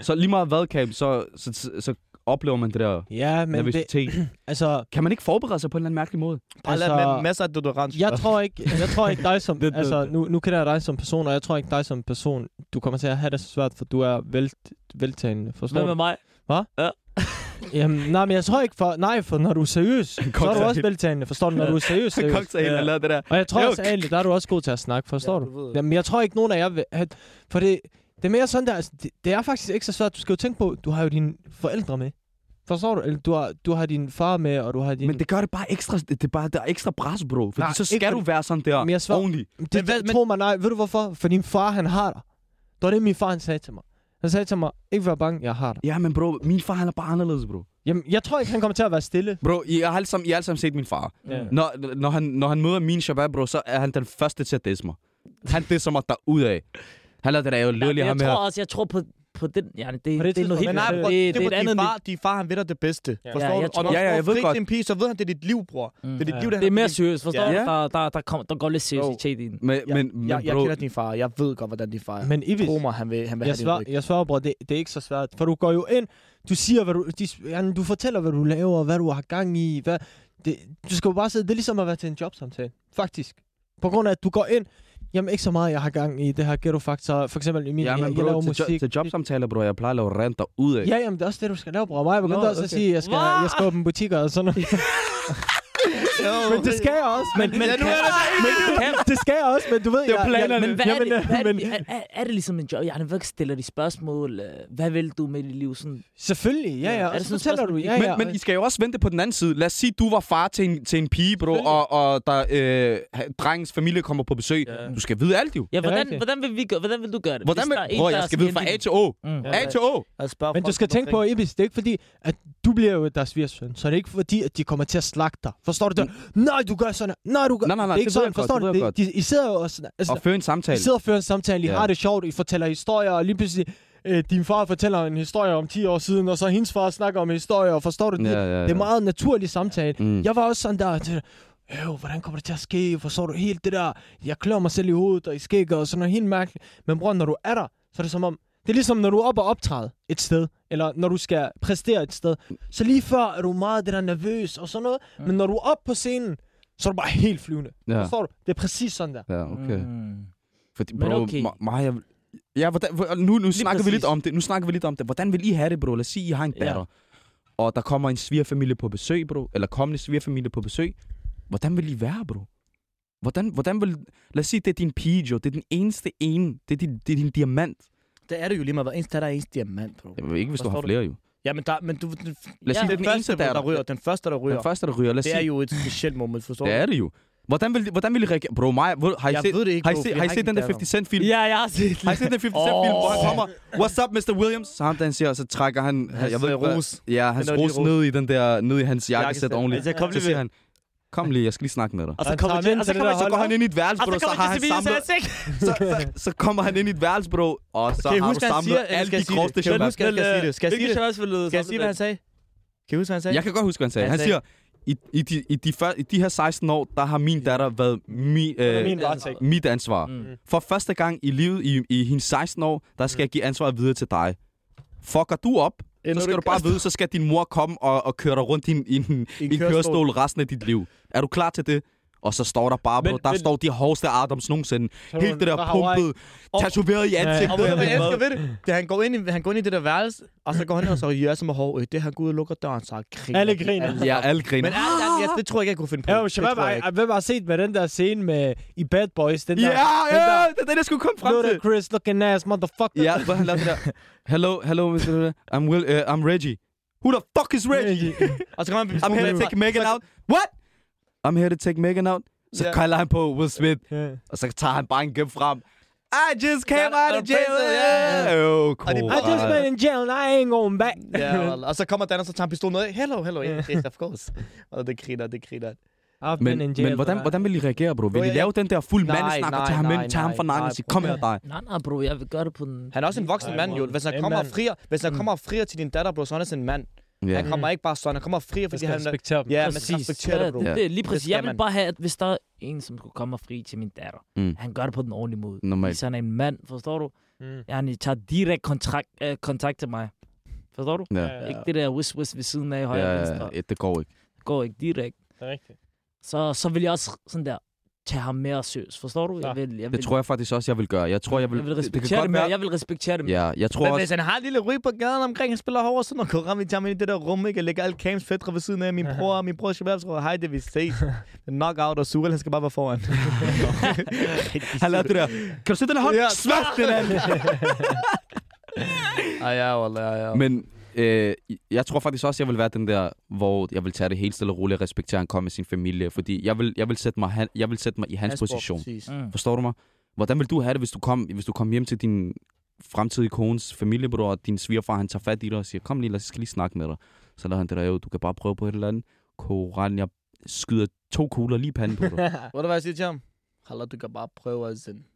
Speaker 1: så lige meget hvad, Cam, så, så, så, så oplever man det der
Speaker 4: Ja, men det,
Speaker 1: nervøsitet. Det...
Speaker 4: altså,
Speaker 1: Kan man ikke forberede sig på en eller anden mærkelig måde?
Speaker 2: Bare lad
Speaker 4: Altså-
Speaker 2: med masser af deodorant.
Speaker 4: jeg tror ikke, jeg tror ikke dig som,
Speaker 1: Det- det-
Speaker 4: altså, nu, nu kender jeg dig som person, og jeg tror ikke dig som person, du kommer til at have det så svært, for du er vel, veltagende, forstår
Speaker 3: Hvad med
Speaker 4: du?
Speaker 3: mig?
Speaker 4: Jamen, nej, men jeg tror ikke, for, nej, for når du er seriøs, så er du
Speaker 1: cocktail.
Speaker 4: også veltagende, forstår du, når du er seriøs, seriøs.
Speaker 1: Cocktail
Speaker 3: Ja.
Speaker 1: og lavede det der.
Speaker 4: Og jeg tror
Speaker 1: Jo,
Speaker 4: også, ærligt, der er du også god til at snakke, forstår
Speaker 3: Ja,
Speaker 4: du?
Speaker 3: du ved.
Speaker 4: Jamen, jeg tror ikke, nogen af jer vil have... For det, det er mere sådan der, altså, det, det er faktisk ikke så svært. Du skal jo tænke på, du har jo dine forældre med. Forstår du? Eller du har, du har din far med, og du har din...
Speaker 1: Men det gør det bare ekstra, det er bare der er ekstra pres, bro. Fordi
Speaker 4: Nej,
Speaker 1: Nej, så
Speaker 4: ikke
Speaker 1: skal du
Speaker 4: fordi-
Speaker 1: være sådan der
Speaker 4: Men jeg svarer-
Speaker 1: ordentlig.
Speaker 4: det,
Speaker 2: Men
Speaker 4: men,
Speaker 2: hvad-
Speaker 4: hvad,
Speaker 2: men-
Speaker 4: tror man, nej, ved du hvorfor? For din far, han har dig. Det var det, min far, han sagde til mig. Han sagde til mig, ikke vær bange, jeg har dig.
Speaker 1: Ja, men bro, min far han er bare anderledes, bro.
Speaker 4: Jamen, jeg tror ikke, han kommer til at være stille.
Speaker 1: Bro, I har alle sammen, I har alle sammen set min far.
Speaker 4: Ja.
Speaker 1: Når, når, han, når han møder min shabab, bro, så er han den første til at disse mig. Han disser mig derudaf. Han lader det der jo lille
Speaker 3: Jeg
Speaker 1: ham
Speaker 3: tror
Speaker 1: her.
Speaker 3: også, jeg tror på, på den, Janne. Det,
Speaker 4: På
Speaker 3: det,
Speaker 4: det
Speaker 3: det er noget
Speaker 4: tidspunkt,
Speaker 3: helt
Speaker 2: Men nej,
Speaker 4: det-
Speaker 2: bror,
Speaker 3: det,
Speaker 2: det,
Speaker 3: det, er et
Speaker 2: er
Speaker 3: andet
Speaker 2: din
Speaker 3: liv.
Speaker 2: far, din far, han ved dig det bedste.
Speaker 4: Ja.
Speaker 3: Ja,
Speaker 2: Forstår
Speaker 3: jeg
Speaker 2: du? Og
Speaker 3: tror-
Speaker 2: når
Speaker 1: Ja, ja,
Speaker 2: du
Speaker 1: jeg ved
Speaker 2: fik
Speaker 1: godt.
Speaker 2: din pige, så ved han, det er dit liv, bror.
Speaker 3: Mm.
Speaker 2: Det er dit
Speaker 4: Ja.
Speaker 2: liv, der
Speaker 3: Det er mere seriøst, forstår
Speaker 1: Ja.
Speaker 3: du? Der, der, der, kom, der går lidt seriøsitet i den.
Speaker 1: Men, men,
Speaker 2: Jeg,
Speaker 1: men
Speaker 2: jeg
Speaker 1: bro,
Speaker 2: kender din far. Jeg ved godt, hvordan din far er.
Speaker 4: Men Ibis,
Speaker 2: Tro mig, han vil, han vil
Speaker 4: jeg
Speaker 2: have din
Speaker 4: svarer,
Speaker 2: ryg.
Speaker 4: jeg svarer, bror, det, det er ikke så svært. For du går jo ind, du siger, hvad du, de, jamen, du fortæller, hvad du laver, hvad du har gang i, hvad, det, du skal jo bare sidde, det er ligesom at være til en jobsamtale, faktisk. På grund af, at du går ind, jamen ikke så meget, jeg har gang i det her ghetto faktor, for eksempel i min,
Speaker 1: Ja,
Speaker 4: jeg,
Speaker 1: men
Speaker 4: jeg
Speaker 1: bro,
Speaker 4: laver
Speaker 1: til, jo,
Speaker 4: musik.
Speaker 1: til jobsamtaler, bro, jeg plejer at lave renter ud af.
Speaker 4: Ja, jamen det er også det, du skal lave, bror. Mig begyndte
Speaker 2: Nå,
Speaker 4: også at
Speaker 2: okay.
Speaker 4: sige, jeg skal, jeg skal åbne butikker og sådan noget. Men det skal jeg også. Men, men,
Speaker 2: Ja, nu er
Speaker 4: men, det skal jeg også, men du ved...
Speaker 2: Det var
Speaker 4: jeg- jeg-
Speaker 2: planerne.
Speaker 3: Men hvad er
Speaker 4: Jamen,
Speaker 3: det, hvad er,
Speaker 4: men-
Speaker 3: det, er, er, er det ligesom en job? Jeg har nok ikke stiller de spørgsmål. øh, Hvad vil du med dit liv? Sådan,
Speaker 4: Selvfølgelig, ja,
Speaker 3: Ja,
Speaker 4: ja.
Speaker 3: er
Speaker 4: Og
Speaker 3: det
Speaker 4: så
Speaker 3: sådan et
Speaker 4: fortæller
Speaker 3: spørgsmål?
Speaker 4: du, ja,
Speaker 1: Men,
Speaker 4: ja.
Speaker 1: men I skal jo også vente på den anden side. Lad os sige, du var far til en, til en pige, bro, og, og der, øh, ha- drengens familie kommer på besøg.
Speaker 7: Ja.
Speaker 1: Du skal vide alt, jo.
Speaker 3: ja, hvordan,
Speaker 4: rigtigt.
Speaker 3: hvordan, vil vi gøre, hvordan vil du gøre det?
Speaker 1: Hvordan
Speaker 3: hvis
Speaker 1: vil...
Speaker 3: der er en,
Speaker 1: Bro,
Speaker 3: der
Speaker 1: jeg
Speaker 3: er
Speaker 1: skal
Speaker 3: sådan
Speaker 1: vide fra A
Speaker 3: heldig?
Speaker 1: til O.
Speaker 3: Mm.
Speaker 4: Ja.
Speaker 1: A til O.
Speaker 2: Jeg spørger
Speaker 4: Men du
Speaker 2: folk
Speaker 4: skal tænke på,
Speaker 2: omkring.
Speaker 4: Ibis, det er ikke fordi, at du bliver jo deres svigersøn, så det er ikke fordi, at de kommer til at slagte dig. Forstår du det? Nej, du gør sådan her. Nej, du gør...
Speaker 1: Nej, nej, nej,
Speaker 4: det er ikke
Speaker 1: det ved
Speaker 4: sådan,
Speaker 1: jeg godt,
Speaker 4: forstår
Speaker 1: det
Speaker 4: du
Speaker 1: ved
Speaker 4: det?
Speaker 1: jeg godt.
Speaker 4: De, I sidder jo og sådan... Altså,
Speaker 1: Og føre en samtale.
Speaker 4: I sidder og fører en samtale, I
Speaker 1: Ja.
Speaker 4: har det sjovt, I fortæller historier, og lige pludselig... Øh, din far fortæller en historie om 10 år siden, og så hendes far snakker om historier, og forstår du det?
Speaker 1: Ja, ja, ja.
Speaker 4: Det er meget en naturlig samtale.
Speaker 1: Mm.
Speaker 4: Jeg var også sådan der, til, øh, hvordan kommer det til at ske? Forstår du helt det der? Jeg klør mig selv i hovedet og i skægget og sådan noget helt mærkeligt. Men bror, når du er der, så er det som om, det er ligesom når du er oppe og optræde et sted, eller når du skal præstere et sted. Så lige før er du meget det der nervøs og sådan noget, men når du er oppe på scenen, så er du bare helt flyvende.
Speaker 1: Ja.
Speaker 4: Forstår du? Det er præcis sådan der.
Speaker 1: Ja, okay.
Speaker 3: Mm.
Speaker 1: Fordi,
Speaker 3: Men
Speaker 1: bro,
Speaker 3: okay.
Speaker 1: okay. Maja, ja, hvordan, hvor- nu, nu snakker vi
Speaker 3: præcis.
Speaker 1: lidt om det. Nu snakker vi lidt om det. Hvordan vil I have det, bro? Lad os sige, I har en
Speaker 3: Ja.
Speaker 1: datter. Og der kommer en svigerfamilie på besøg, bro. Eller kommende svigerfamilie på besøg. Hvordan vil I være, bro? Hvordan, hvordan vil... Lad os sige, det er din pige, jo. Det er den eneste ene. Det er din, det er din diamant.
Speaker 2: Det er det jo lige meget. Hver eneste datter er ens diamant, bro.
Speaker 1: Jeg ved ikke, hvis du
Speaker 2: Forstår
Speaker 1: har
Speaker 2: du?
Speaker 1: flere, jo.
Speaker 2: Ja, men, der, men du... Den,
Speaker 1: Lad os
Speaker 2: ja,
Speaker 1: sige,
Speaker 2: den,
Speaker 1: den eneste
Speaker 2: første, der,
Speaker 1: datter-
Speaker 2: der ryger. Den første, der ryger.
Speaker 1: Den første, der ryger. Lad os
Speaker 2: det er
Speaker 1: sige,
Speaker 2: jo et specielt moment, forstår
Speaker 1: det
Speaker 2: du?
Speaker 1: er det jo. Hvordan vil, hvordan vil I reagere? Bro, Maja, hvor- har I
Speaker 2: Jeg
Speaker 1: set,
Speaker 2: ved det ikke,
Speaker 1: har I
Speaker 2: bro,
Speaker 1: set,
Speaker 2: for
Speaker 1: har I
Speaker 2: jeg har
Speaker 1: set
Speaker 2: ikke
Speaker 1: den der
Speaker 2: en datter.
Speaker 1: 50 Cent film?
Speaker 3: Ja, jeg har set
Speaker 1: Har I
Speaker 3: det.
Speaker 1: set den 50 Cent film, hvor han kommer, what's up, Mr. Williams? Så ham, der han siger, og så trækker han,
Speaker 2: Hans,
Speaker 1: jeg ved
Speaker 2: øh,
Speaker 1: ikke, hvad-
Speaker 2: ros.
Speaker 1: Ja, hans
Speaker 2: Den der lille
Speaker 1: ros
Speaker 2: ros.
Speaker 1: ned i, den der, ned i hans jakkesæt
Speaker 2: Jakkesæt.
Speaker 1: ordentligt.
Speaker 2: Altså, kom
Speaker 1: så
Speaker 2: lige
Speaker 1: siger
Speaker 2: med.
Speaker 1: han, kom lige, jeg skal lige snakke med dig.
Speaker 3: Og så
Speaker 4: Han
Speaker 3: kommer de-
Speaker 2: Altså,
Speaker 4: tager mænd
Speaker 3: og så
Speaker 4: til det
Speaker 3: kommer
Speaker 4: der
Speaker 3: de-
Speaker 1: Så går han ind i et værelse,
Speaker 2: Ah,
Speaker 3: og
Speaker 1: bro,
Speaker 3: så
Speaker 1: så,
Speaker 3: kommer
Speaker 1: har
Speaker 3: de
Speaker 1: han
Speaker 3: til Sevilla, så
Speaker 1: samlet,
Speaker 3: er jeg sikker.
Speaker 1: så, så, så kommer han ind i et værelse, bro, og så
Speaker 2: Kan I
Speaker 1: har du
Speaker 2: huske, hvad han
Speaker 1: samlet
Speaker 2: siger? Eller
Speaker 1: alle
Speaker 2: skal
Speaker 1: de
Speaker 2: jeg sige
Speaker 1: groveste
Speaker 2: det? Kan I
Speaker 1: shababs.
Speaker 2: huske, hvad jeg skal sige det? Skal jeg sige
Speaker 3: Hvilken
Speaker 2: det?
Speaker 3: shababs vil lyde
Speaker 2: Skal jeg sige, hvad han sagde? Kan I huske, hvad han sagde?
Speaker 1: Jeg kan godt huske, hvad han sagde.
Speaker 2: Hvad
Speaker 1: Han
Speaker 2: han
Speaker 1: siger, i, i, de, i, de før, i de her 16 år, der har min datter været mi, øh,
Speaker 4: Min varetægt.
Speaker 1: mit ansvar.
Speaker 3: Mm.
Speaker 1: For første gang i livet, i, i hendes 16 år, der skal jeg give ansvaret videre til dig. Fucker du op, så skal du bare vide, så skal din mor komme og, og køre dig rundt i en, i en, i en kørestol resten af dit liv. Er du klar til det? Og så står der bare, bro,
Speaker 4: Men-
Speaker 1: der
Speaker 4: men-
Speaker 1: står de hårdeste Adams nogensinde.
Speaker 4: Så
Speaker 1: Helt det
Speaker 4: fra
Speaker 1: der
Speaker 4: Hawaii.
Speaker 1: pumpet, tatoveret i
Speaker 2: Og ved du, hvad jeg
Speaker 1: ansigtet.
Speaker 2: elsker ved det? Det er, han går ind i, han går ind i det der værelse, og så går han ind og så jører sig med hår. Øh, det han går ud og lukker døren, så griner.
Speaker 4: Alle
Speaker 2: de. Altså,
Speaker 4: griner.
Speaker 1: Ja, alle griner.
Speaker 2: Men alt, alt, jeg, det tror jeg ikke, jeg kunne finde på.
Speaker 4: Ja, men
Speaker 2: Det
Speaker 4: Shabab,
Speaker 2: tror jeg
Speaker 4: ej,
Speaker 2: ikke.
Speaker 4: ej, hvem har set med den der scene med i Bad Boys? Den der,
Speaker 1: Ja,
Speaker 4: den
Speaker 1: ja,
Speaker 4: der
Speaker 1: det er det, jeg skulle komme frem til.
Speaker 4: Ludacris looking ass motherfucker.
Speaker 1: Ja, hvor han lavede det der. Hello, hello, Mr. I'm Will, uh, I'm Reggie. Who the fuck is Reggie?
Speaker 2: Og så kommer han
Speaker 1: I'm here to take Megan out. What? I'm here to take Megan out. Så
Speaker 2: Ja.
Speaker 1: kalder han på Will Smith,
Speaker 4: Ja.
Speaker 1: og så tager han bare en gem frem. I just came
Speaker 2: Ja,
Speaker 1: out
Speaker 2: og
Speaker 1: of jail.
Speaker 2: prison, ja.
Speaker 1: Yeah. Oh,
Speaker 2: Og de-
Speaker 1: cool.
Speaker 4: I just
Speaker 1: Ej.
Speaker 4: been in jail, and I ain't going back.
Speaker 2: Ja, og- og så kommer Dan, og så tager han pistolen ud af. Hello, hello, yes, yes, of course. Og det griner, det griner.
Speaker 4: I've been in
Speaker 1: Men,
Speaker 4: jail.
Speaker 1: men hvordan,
Speaker 4: for-
Speaker 1: hvordan vil I reagere, bro? Vil I
Speaker 2: jeg-
Speaker 1: lave den der fuld
Speaker 2: Nej,
Speaker 1: mandesnakker
Speaker 2: nej,
Speaker 1: til ham,
Speaker 2: nej,
Speaker 1: ind- til ham
Speaker 2: nej,
Speaker 1: for nakken
Speaker 2: nej,
Speaker 1: og sige, kom
Speaker 2: nej.
Speaker 1: her, dig?
Speaker 3: Nej, nej, bro, jeg vil gøre det på den...
Speaker 2: Han er også en voksen
Speaker 4: Ej,
Speaker 2: mand,
Speaker 4: hvor-
Speaker 2: jo. Hvis
Speaker 4: en
Speaker 2: han kommer og
Speaker 4: mand. Mm.
Speaker 2: frier, hvis han kommer og frier til din datter, bro, så er han sådan en mand.
Speaker 1: Ja.
Speaker 2: Han kommer ikke bare sådan, han kommer og frier,
Speaker 4: Jeg
Speaker 2: fordi
Speaker 4: skal
Speaker 2: han...
Speaker 4: respektere dem.
Speaker 2: Ja, man skal respektere det, bro.
Speaker 3: det, det, er lige præcis.
Speaker 2: skal
Speaker 3: jeg vil
Speaker 2: man.
Speaker 3: bare have, at hvis der er en, som skulle komme og fri til min datter,
Speaker 1: Mm.
Speaker 3: mm. han gør det på den ordentlige måde.
Speaker 1: Normalt.
Speaker 3: Hvis han er en mand, forstår du?
Speaker 4: Mm.
Speaker 3: Ja, han tager direkte kontrakt, øh, kontakt til mig. Forstår du?
Speaker 1: Ja.
Speaker 3: Ja. Ikke det der whisk-whisk ved siden af højre ja,
Speaker 1: Ja,
Speaker 3: venstre.
Speaker 1: ja, det går ikke.
Speaker 3: Går ikke direkte.
Speaker 4: Det er rigtigt.
Speaker 3: Så, så vil jeg også sådan der tage ham mere seriøst. Forstår du?
Speaker 4: Ja.
Speaker 3: Jeg vil, jeg vil,
Speaker 1: Det tror jeg faktisk også, jeg vil gøre. Jeg tror, jeg vil...
Speaker 3: jeg vil
Speaker 1: det- det kan
Speaker 3: respektere det,
Speaker 1: godt
Speaker 3: det mere.
Speaker 1: være-
Speaker 3: Jeg vil respektere det mere.
Speaker 1: Ja, jeg tror
Speaker 2: Men
Speaker 1: også...
Speaker 2: hvis han har en lille ryg på gaden omkring, han spiller hårdt, så når Koran vi tager ham ind i det der rum, ikke? Jeg lægger alle Kams fætre ved siden af min bror, og min bror Shabab tror, hej, det vi ses. Knockout og Surel, han skal bare være foran.
Speaker 1: Han lavede det der. Kan du se den her hånd?
Speaker 2: Ja.
Speaker 1: Smash den anden.
Speaker 2: Ej, ja, wallah, ja, ja.
Speaker 1: Men øh, jeg tror faktisk også, jeg vil være den der, hvor jeg vil tage det helt stille og roligt og respektere, at han kommer med sin familie. Fordi jeg vil, jeg vil, sætte, mig, han, jeg vil sætte mig i hans,
Speaker 2: bror,
Speaker 1: position.
Speaker 2: præcis.
Speaker 3: Mm.
Speaker 1: Forstår du mig? Hvordan vil du have det, hvis du kom, hvis du kom hjem til din fremtidige kones familiebror, og din svigerfar, han tager fat i dig og siger, kom lige, lad os skal lige snakke med dig. Så lader han det der, jo, du kan bare prøve på et eller andet. Koran, jeg skyder to kugler lige i panden på dig.
Speaker 2: Ved du, hvad jeg siger til ham? Halla, du kan bare prøve at sende.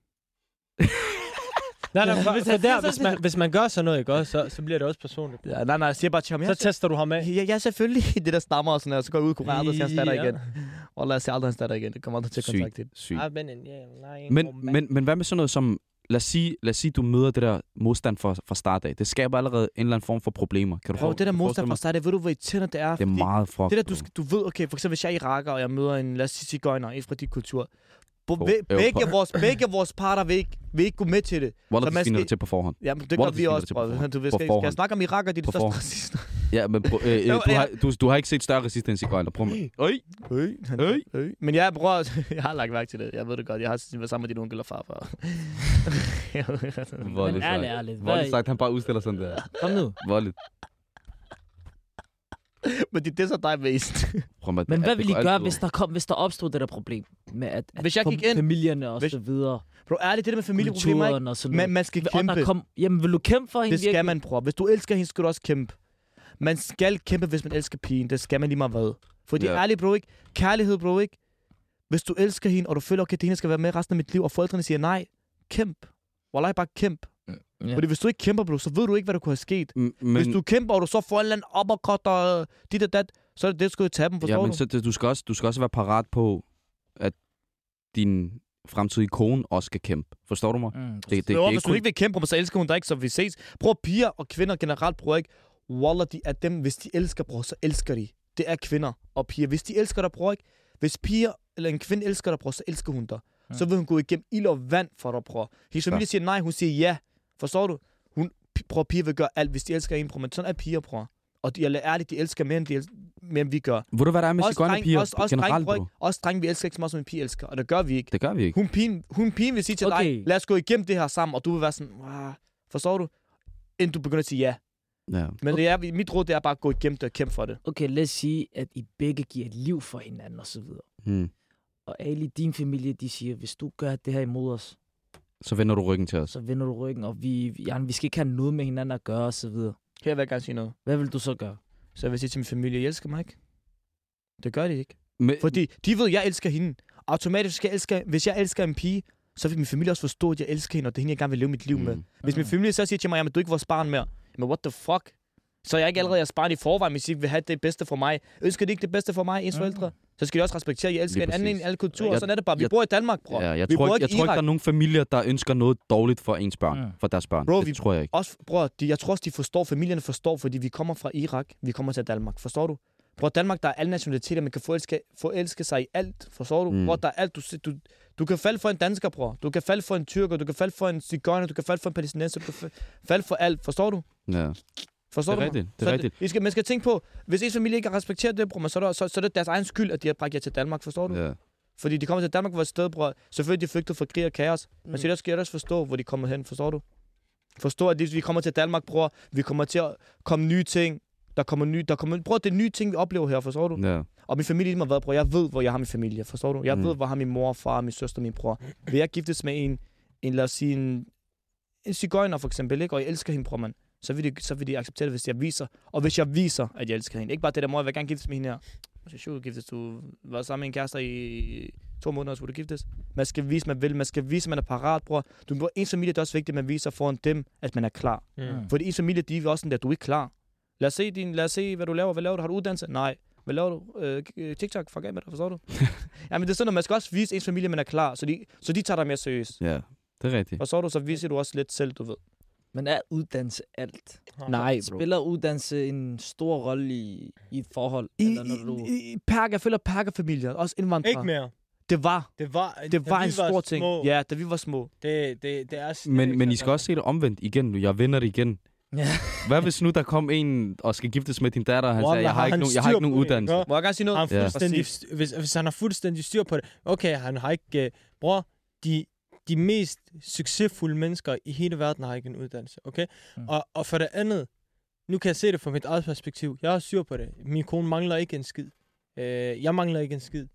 Speaker 4: Nej, nej, for, for der, hvis man, hvis man gør sådan noget, ikke også, så, så bliver det også personligt.
Speaker 2: Ja, nej, nej, jeg siger bare til ham,
Speaker 4: Så
Speaker 2: ja,
Speaker 4: tester du ham af.
Speaker 2: ja, ja selvfølgelig, det der stammer og sådan noget, så går jeg ud i Koran og ser hans datter igen. Wallah, jeg ser aldrig hans datter igen, det kommer aldrig til at kontakte
Speaker 1: Sygt,
Speaker 2: det.
Speaker 1: sygt.
Speaker 4: I've been in jail, and I ain't
Speaker 1: Men,
Speaker 4: going back.
Speaker 1: men, men hvad med sådan noget som, lad os sige, lad os sige du møder det der modstand fra, fra start af. Det skaber allerede en eller anden form for problemer. Kan du
Speaker 2: Bro,
Speaker 1: for-
Speaker 2: det der
Speaker 1: kan du forestille
Speaker 2: modstand fra starten, ved du, hvor irriterende det er?
Speaker 1: mig? Det
Speaker 2: Fordi-
Speaker 1: er meget fuck.
Speaker 2: Det der, du, skal, du ved, okay, for eksempel hvis jeg er iraker, og jeg møder en, lad os sige, cigøjner, en fra din kultur. Bo,
Speaker 1: På-
Speaker 2: be,
Speaker 1: øh,
Speaker 2: begge,
Speaker 1: på-
Speaker 2: vores, begge vores parter vil ikke, vil ikke gå med til det.
Speaker 1: Wallah,
Speaker 2: så
Speaker 1: det
Speaker 2: man
Speaker 1: sviner
Speaker 2: skal-
Speaker 1: dig til på forhånd.
Speaker 2: Jamen, det
Speaker 1: Hvor
Speaker 2: gør
Speaker 1: er det, de
Speaker 2: vi
Speaker 1: sviner
Speaker 2: også,
Speaker 1: til på
Speaker 2: bror.
Speaker 1: forhånd?
Speaker 2: Du ved,
Speaker 1: På
Speaker 2: skal, skal
Speaker 1: forhånd.
Speaker 2: jeg snakke om iraker, de er
Speaker 1: På
Speaker 2: de største
Speaker 1: forhånd.
Speaker 2: racister.
Speaker 1: Ja, men bro, øh, øh,
Speaker 2: Jo,
Speaker 1: du,
Speaker 2: ja.
Speaker 1: har, du, du har ikke set større resistens i Grønland. Prøv mig. Øj,
Speaker 2: Øj, han
Speaker 1: Øj.
Speaker 2: øj. Men jeg, bror, jeg har lagt mærke til det. Jeg ved det godt. Jeg har været sammen med din onkel og farfar. Jeg ved det godt.
Speaker 3: Men
Speaker 1: voldeligt
Speaker 3: ærligt,
Speaker 1: sagt.
Speaker 3: ærligt.
Speaker 1: Voldeligt
Speaker 3: Hvad,
Speaker 1: sagt, han bare udstiller sådan der.
Speaker 3: kom nu.
Speaker 1: Voldeligt.
Speaker 2: Men det, det er så dig mest.
Speaker 1: Prøv mig.
Speaker 3: Men
Speaker 1: det-
Speaker 3: hvad
Speaker 1: det
Speaker 3: ville
Speaker 1: går
Speaker 3: I gøre,
Speaker 1: altid
Speaker 3: hvis der, kom, hvis der opstod det der problem med at, at
Speaker 2: Hvis jeg
Speaker 3: fam-
Speaker 2: gik ind-
Speaker 3: familierne og
Speaker 2: hvis-
Speaker 3: så videre,
Speaker 2: Bro, ærligt, det der med familieproblemer, ikke?
Speaker 3: kulturen og sådan
Speaker 2: Man,
Speaker 3: noget.
Speaker 2: man skal
Speaker 3: og der
Speaker 2: kæmpe.
Speaker 3: kom, jamen, vil du kæmpe for hende
Speaker 2: Det skal
Speaker 3: virkelig?
Speaker 2: man, bror. Hvis du elsker hende, skal du også kæmpe. Man skal kæmpe, hvis man elsker pigen. Det skal man lige meget hvad. Fordi
Speaker 1: Ja.
Speaker 2: yeah. ærligt, bro, ikke? Kærlighed, bro, ikke? Hvis du elsker hende, og du føler, okay, det er hende, jeg skal være med resten af mit liv, og forældrene siger nej, kæmp. Wallahi, bare kæmp.
Speaker 3: Ja.
Speaker 2: Yeah. Fordi hvis du ikke kæmper, bro, så ved du ikke, hvad der kunne have sket.
Speaker 1: M-
Speaker 2: Men...
Speaker 1: Men,
Speaker 2: Hvis du kæmper, og du så får en eller anden uppercut og øh, dit og dat, så er det det, du skal jo tage dem, forstår
Speaker 1: ja, men
Speaker 2: du?
Speaker 1: så, det- du, skal også, du skal også være parat på, at din fremtidige kone også skal kæmpe. Forstår du mig?
Speaker 3: Mm,
Speaker 1: Det, det,
Speaker 2: Det,
Speaker 1: det er
Speaker 2: hvis
Speaker 1: ikke
Speaker 2: du
Speaker 1: kun...
Speaker 2: ikke vil kæmpe, så elsker hun dig ikke, så vi ses. Bror, piger og kvinder generelt, bror ikke. Wallah, de er dem, hvis de elsker, bror, så elsker de. Det er kvinder og piger. Hvis de elsker dig, bror ikke. Hvis piger eller en kvinde elsker dig, bror, så elsker hun dig. Mm. Så vil hun gå igennem ild og vand for dig, bror. Hendes familie siger nej, hun siger ja. Forstår du? Hun, pi- bror, piger vil gøre alt, hvis de elsker en, bror. Men sådan er piger, bror. Og de, jeg er ærlig, de elsker mere, end, de elsker, mere, end vi gør.
Speaker 1: Ved du, hvad der er med
Speaker 2: Også
Speaker 1: cigøjner
Speaker 2: drenge,
Speaker 1: piger
Speaker 2: også, også, drenge,
Speaker 1: generelt?
Speaker 2: bror,
Speaker 1: Dreng,
Speaker 2: ikke? også drenge, vi elsker ikke så meget, som en pige elsker. Og det gør vi ikke.
Speaker 1: det gør vi ikke.
Speaker 2: Hun pigen, hun pigen vil sige til okay.
Speaker 3: Okay.
Speaker 2: dig, lad os gå igennem det her sammen, og du vil være sådan, "Ah," forstår du? Inden du begynder at sige ja.
Speaker 1: Ja.
Speaker 2: Men det er, mit råd det er bare at gå igennem det og kæmpe for det.
Speaker 3: Okay, lad os sige, at I begge giver et liv for hinanden og så videre.
Speaker 1: Hmm.
Speaker 3: Og Ali, din familie, de siger, hvis du gør det her imod os,
Speaker 1: Så vender du ryggen til os.
Speaker 3: så vender du ryggen, og vi, vi- ja, vi skal ikke have noget med hinanden at gøre og så videre.
Speaker 2: Her vil jeg gerne sige noget.
Speaker 3: Hvad vil du så gøre?
Speaker 2: Så jeg vil sige til min familie, jeg elsker mig ikke. Det gør de ikke.
Speaker 1: Øh, Men,
Speaker 2: Fordi de ved, at jeg elsker hende. Automatisk skal jeg elske, hvis jeg elsker en pige, så vil min familie også forstå, at jeg elsker hende, og det er hende, jeg gerne vil leve mit liv med.
Speaker 1: Mm.
Speaker 2: Hvis min familie så siger til mig, jamen du er ikke vores barn mere. Men what the fuck? Så er
Speaker 1: Mm.
Speaker 2: jeg ikke allerede jeres barn i forvejen, hvis I vil have det bedste for mig. Ønsker de ikke det bedste for mig, ens forældre? Så skal de også respektere, at jeg elsker
Speaker 1: Mm. Lige
Speaker 2: en anden
Speaker 1: præcis.
Speaker 2: en alle kulturer.
Speaker 1: Jeg-
Speaker 2: og sådan er det bare. Vi
Speaker 1: jeg-
Speaker 2: bor i Danmark, bror.
Speaker 1: Ja, jeg
Speaker 2: vi
Speaker 1: tror,
Speaker 2: bor
Speaker 1: ikke, jeg
Speaker 2: i
Speaker 1: tror ikke,
Speaker 2: Irak.
Speaker 1: der er nogen familier, der ønsker noget dårligt for ens børn,
Speaker 3: Mm.
Speaker 1: for deres børn.
Speaker 2: Bro,
Speaker 1: det
Speaker 2: vi-
Speaker 1: tror jeg ikke.
Speaker 2: Også, bror, de, jeg tror også, de forstår, familierne forstår, fordi vi kommer fra Irak, vi kommer til Danmark. Forstår du? Bror, Danmark, der er alle nationaliteter, man kan forelske, forelske sig i alt. Forstår du?
Speaker 1: Mm.
Speaker 2: Mm. Bror, der er alt. Du, se- du, du kan falde for en dansker, bror. Du kan falde for en tyrker, du kan falde for en cigøjner, du kan falde for en palæstinenser, du kan fa- falde for alt. Forstår du?
Speaker 1: Ja.
Speaker 2: Forstår
Speaker 1: Det er
Speaker 2: du mig?
Speaker 1: rigtigt, det er
Speaker 2: så
Speaker 1: rigtigt.
Speaker 2: I skal, man skal tænke på, hvis ens familie ikke respekterer det, bror, men så, er det, så, så er det deres egen skyld, at de har bragt jer til Danmark, forstår du? Ja.
Speaker 1: ja.
Speaker 2: Fordi de kommer til Danmark, hvor et sted, bror, selvfølgelig de flygtede fra krig og kaos, mm. men så der skal jeg også forstå, hvor de kommer hen, forstår du? Forstå, at hvis vi kommer til Danmark, bror, vi kommer til at komme nye ting, der kommer nye, der kommer, bror, det er nye ting, vi oplever her, forstår du?
Speaker 1: ja.
Speaker 2: Og min familie ligesom har været, bror, jeg ved, hvor jeg har min familie, forstår du? Jeg
Speaker 1: Mm.
Speaker 2: mm. ved, hvor har min mor, far, min søster, min bror. Vil jeg giftes med en, en lad os sige, en, en cigøjner for eksempel, ikke? og jeg elsker hende, bror, mand, så vil, de, så vil de acceptere det, hvis jeg viser. Og hvis jeg viser, at jeg elsker hende. Ikke bare det der, mor, jeg vil gerne giftes med hende her. Måske sjovt giftes, du var sammen med en kæreste i to måneder, og skulle du giftes. Man skal vise, man vil. Man skal vise, man er parat, bror. Du må ens familie, det er også vigtigt, at man viser foran dem, at man er klar.
Speaker 4: Mm.
Speaker 2: Fordi ens familie, de er også sådan der, du er ikke klar. Lad os se, din, lad os se hvad du laver. Hvad laver du? Har du uddannelse? Nej. Hvad laver du? Øh, øh, TikTok? Fuck af med dig, forstår du? ja, men det er sådan, at man skal også vise ens familie, man er klar, så de, så de tager dig mere seriøst.
Speaker 1: ja, det er rigtigt.
Speaker 2: Og så, du, så viser du også lidt selv, du ved.
Speaker 3: Men er uddannelse alt?
Speaker 2: Nej,
Speaker 3: Spiller uddannelse en stor rolle i, i et forhold?
Speaker 2: I,
Speaker 3: eller når du...
Speaker 2: i, i perker, jeg føler perkerfamilier, også indvandrere.
Speaker 4: Ikke mere.
Speaker 2: Det var,
Speaker 4: Det var,
Speaker 2: det
Speaker 4: da
Speaker 2: var
Speaker 4: vi
Speaker 2: en stor ting.
Speaker 4: små,
Speaker 2: Ja, da vi var små.
Speaker 4: Det, det, det er slet
Speaker 1: Men,
Speaker 4: ikke
Speaker 1: men I
Speaker 4: sådan,
Speaker 1: skal også se det omvendt igen. Jeg vender det igen.
Speaker 3: Ja.
Speaker 1: Hvad hvis nu der kom en og skal giftes med din datter, og han
Speaker 4: Wallah,
Speaker 1: sagde, jeg har
Speaker 4: Altså, har
Speaker 1: ikke
Speaker 4: han
Speaker 1: nogen, jeg har
Speaker 4: styr
Speaker 1: ikke nogen
Speaker 4: på det,
Speaker 1: uddannelse.
Speaker 4: ikke?
Speaker 2: Må jeg gerne sige
Speaker 4: Har
Speaker 2: noget?
Speaker 4: han fuldstændig,
Speaker 2: Præcis.
Speaker 4: hvis, hvis han har fuldstændig styr på det. Okay, han har ikke... Øh, bror, de, de mest succesfulde mennesker i hele verden har ikke en uddannelse, okay? Mm. Og, og for det andet, nu kan jeg se det fra mit eget perspektiv. Jeg har styr på det. Min kone mangler ikke en skid. Øh, jeg mangler ikke en skid.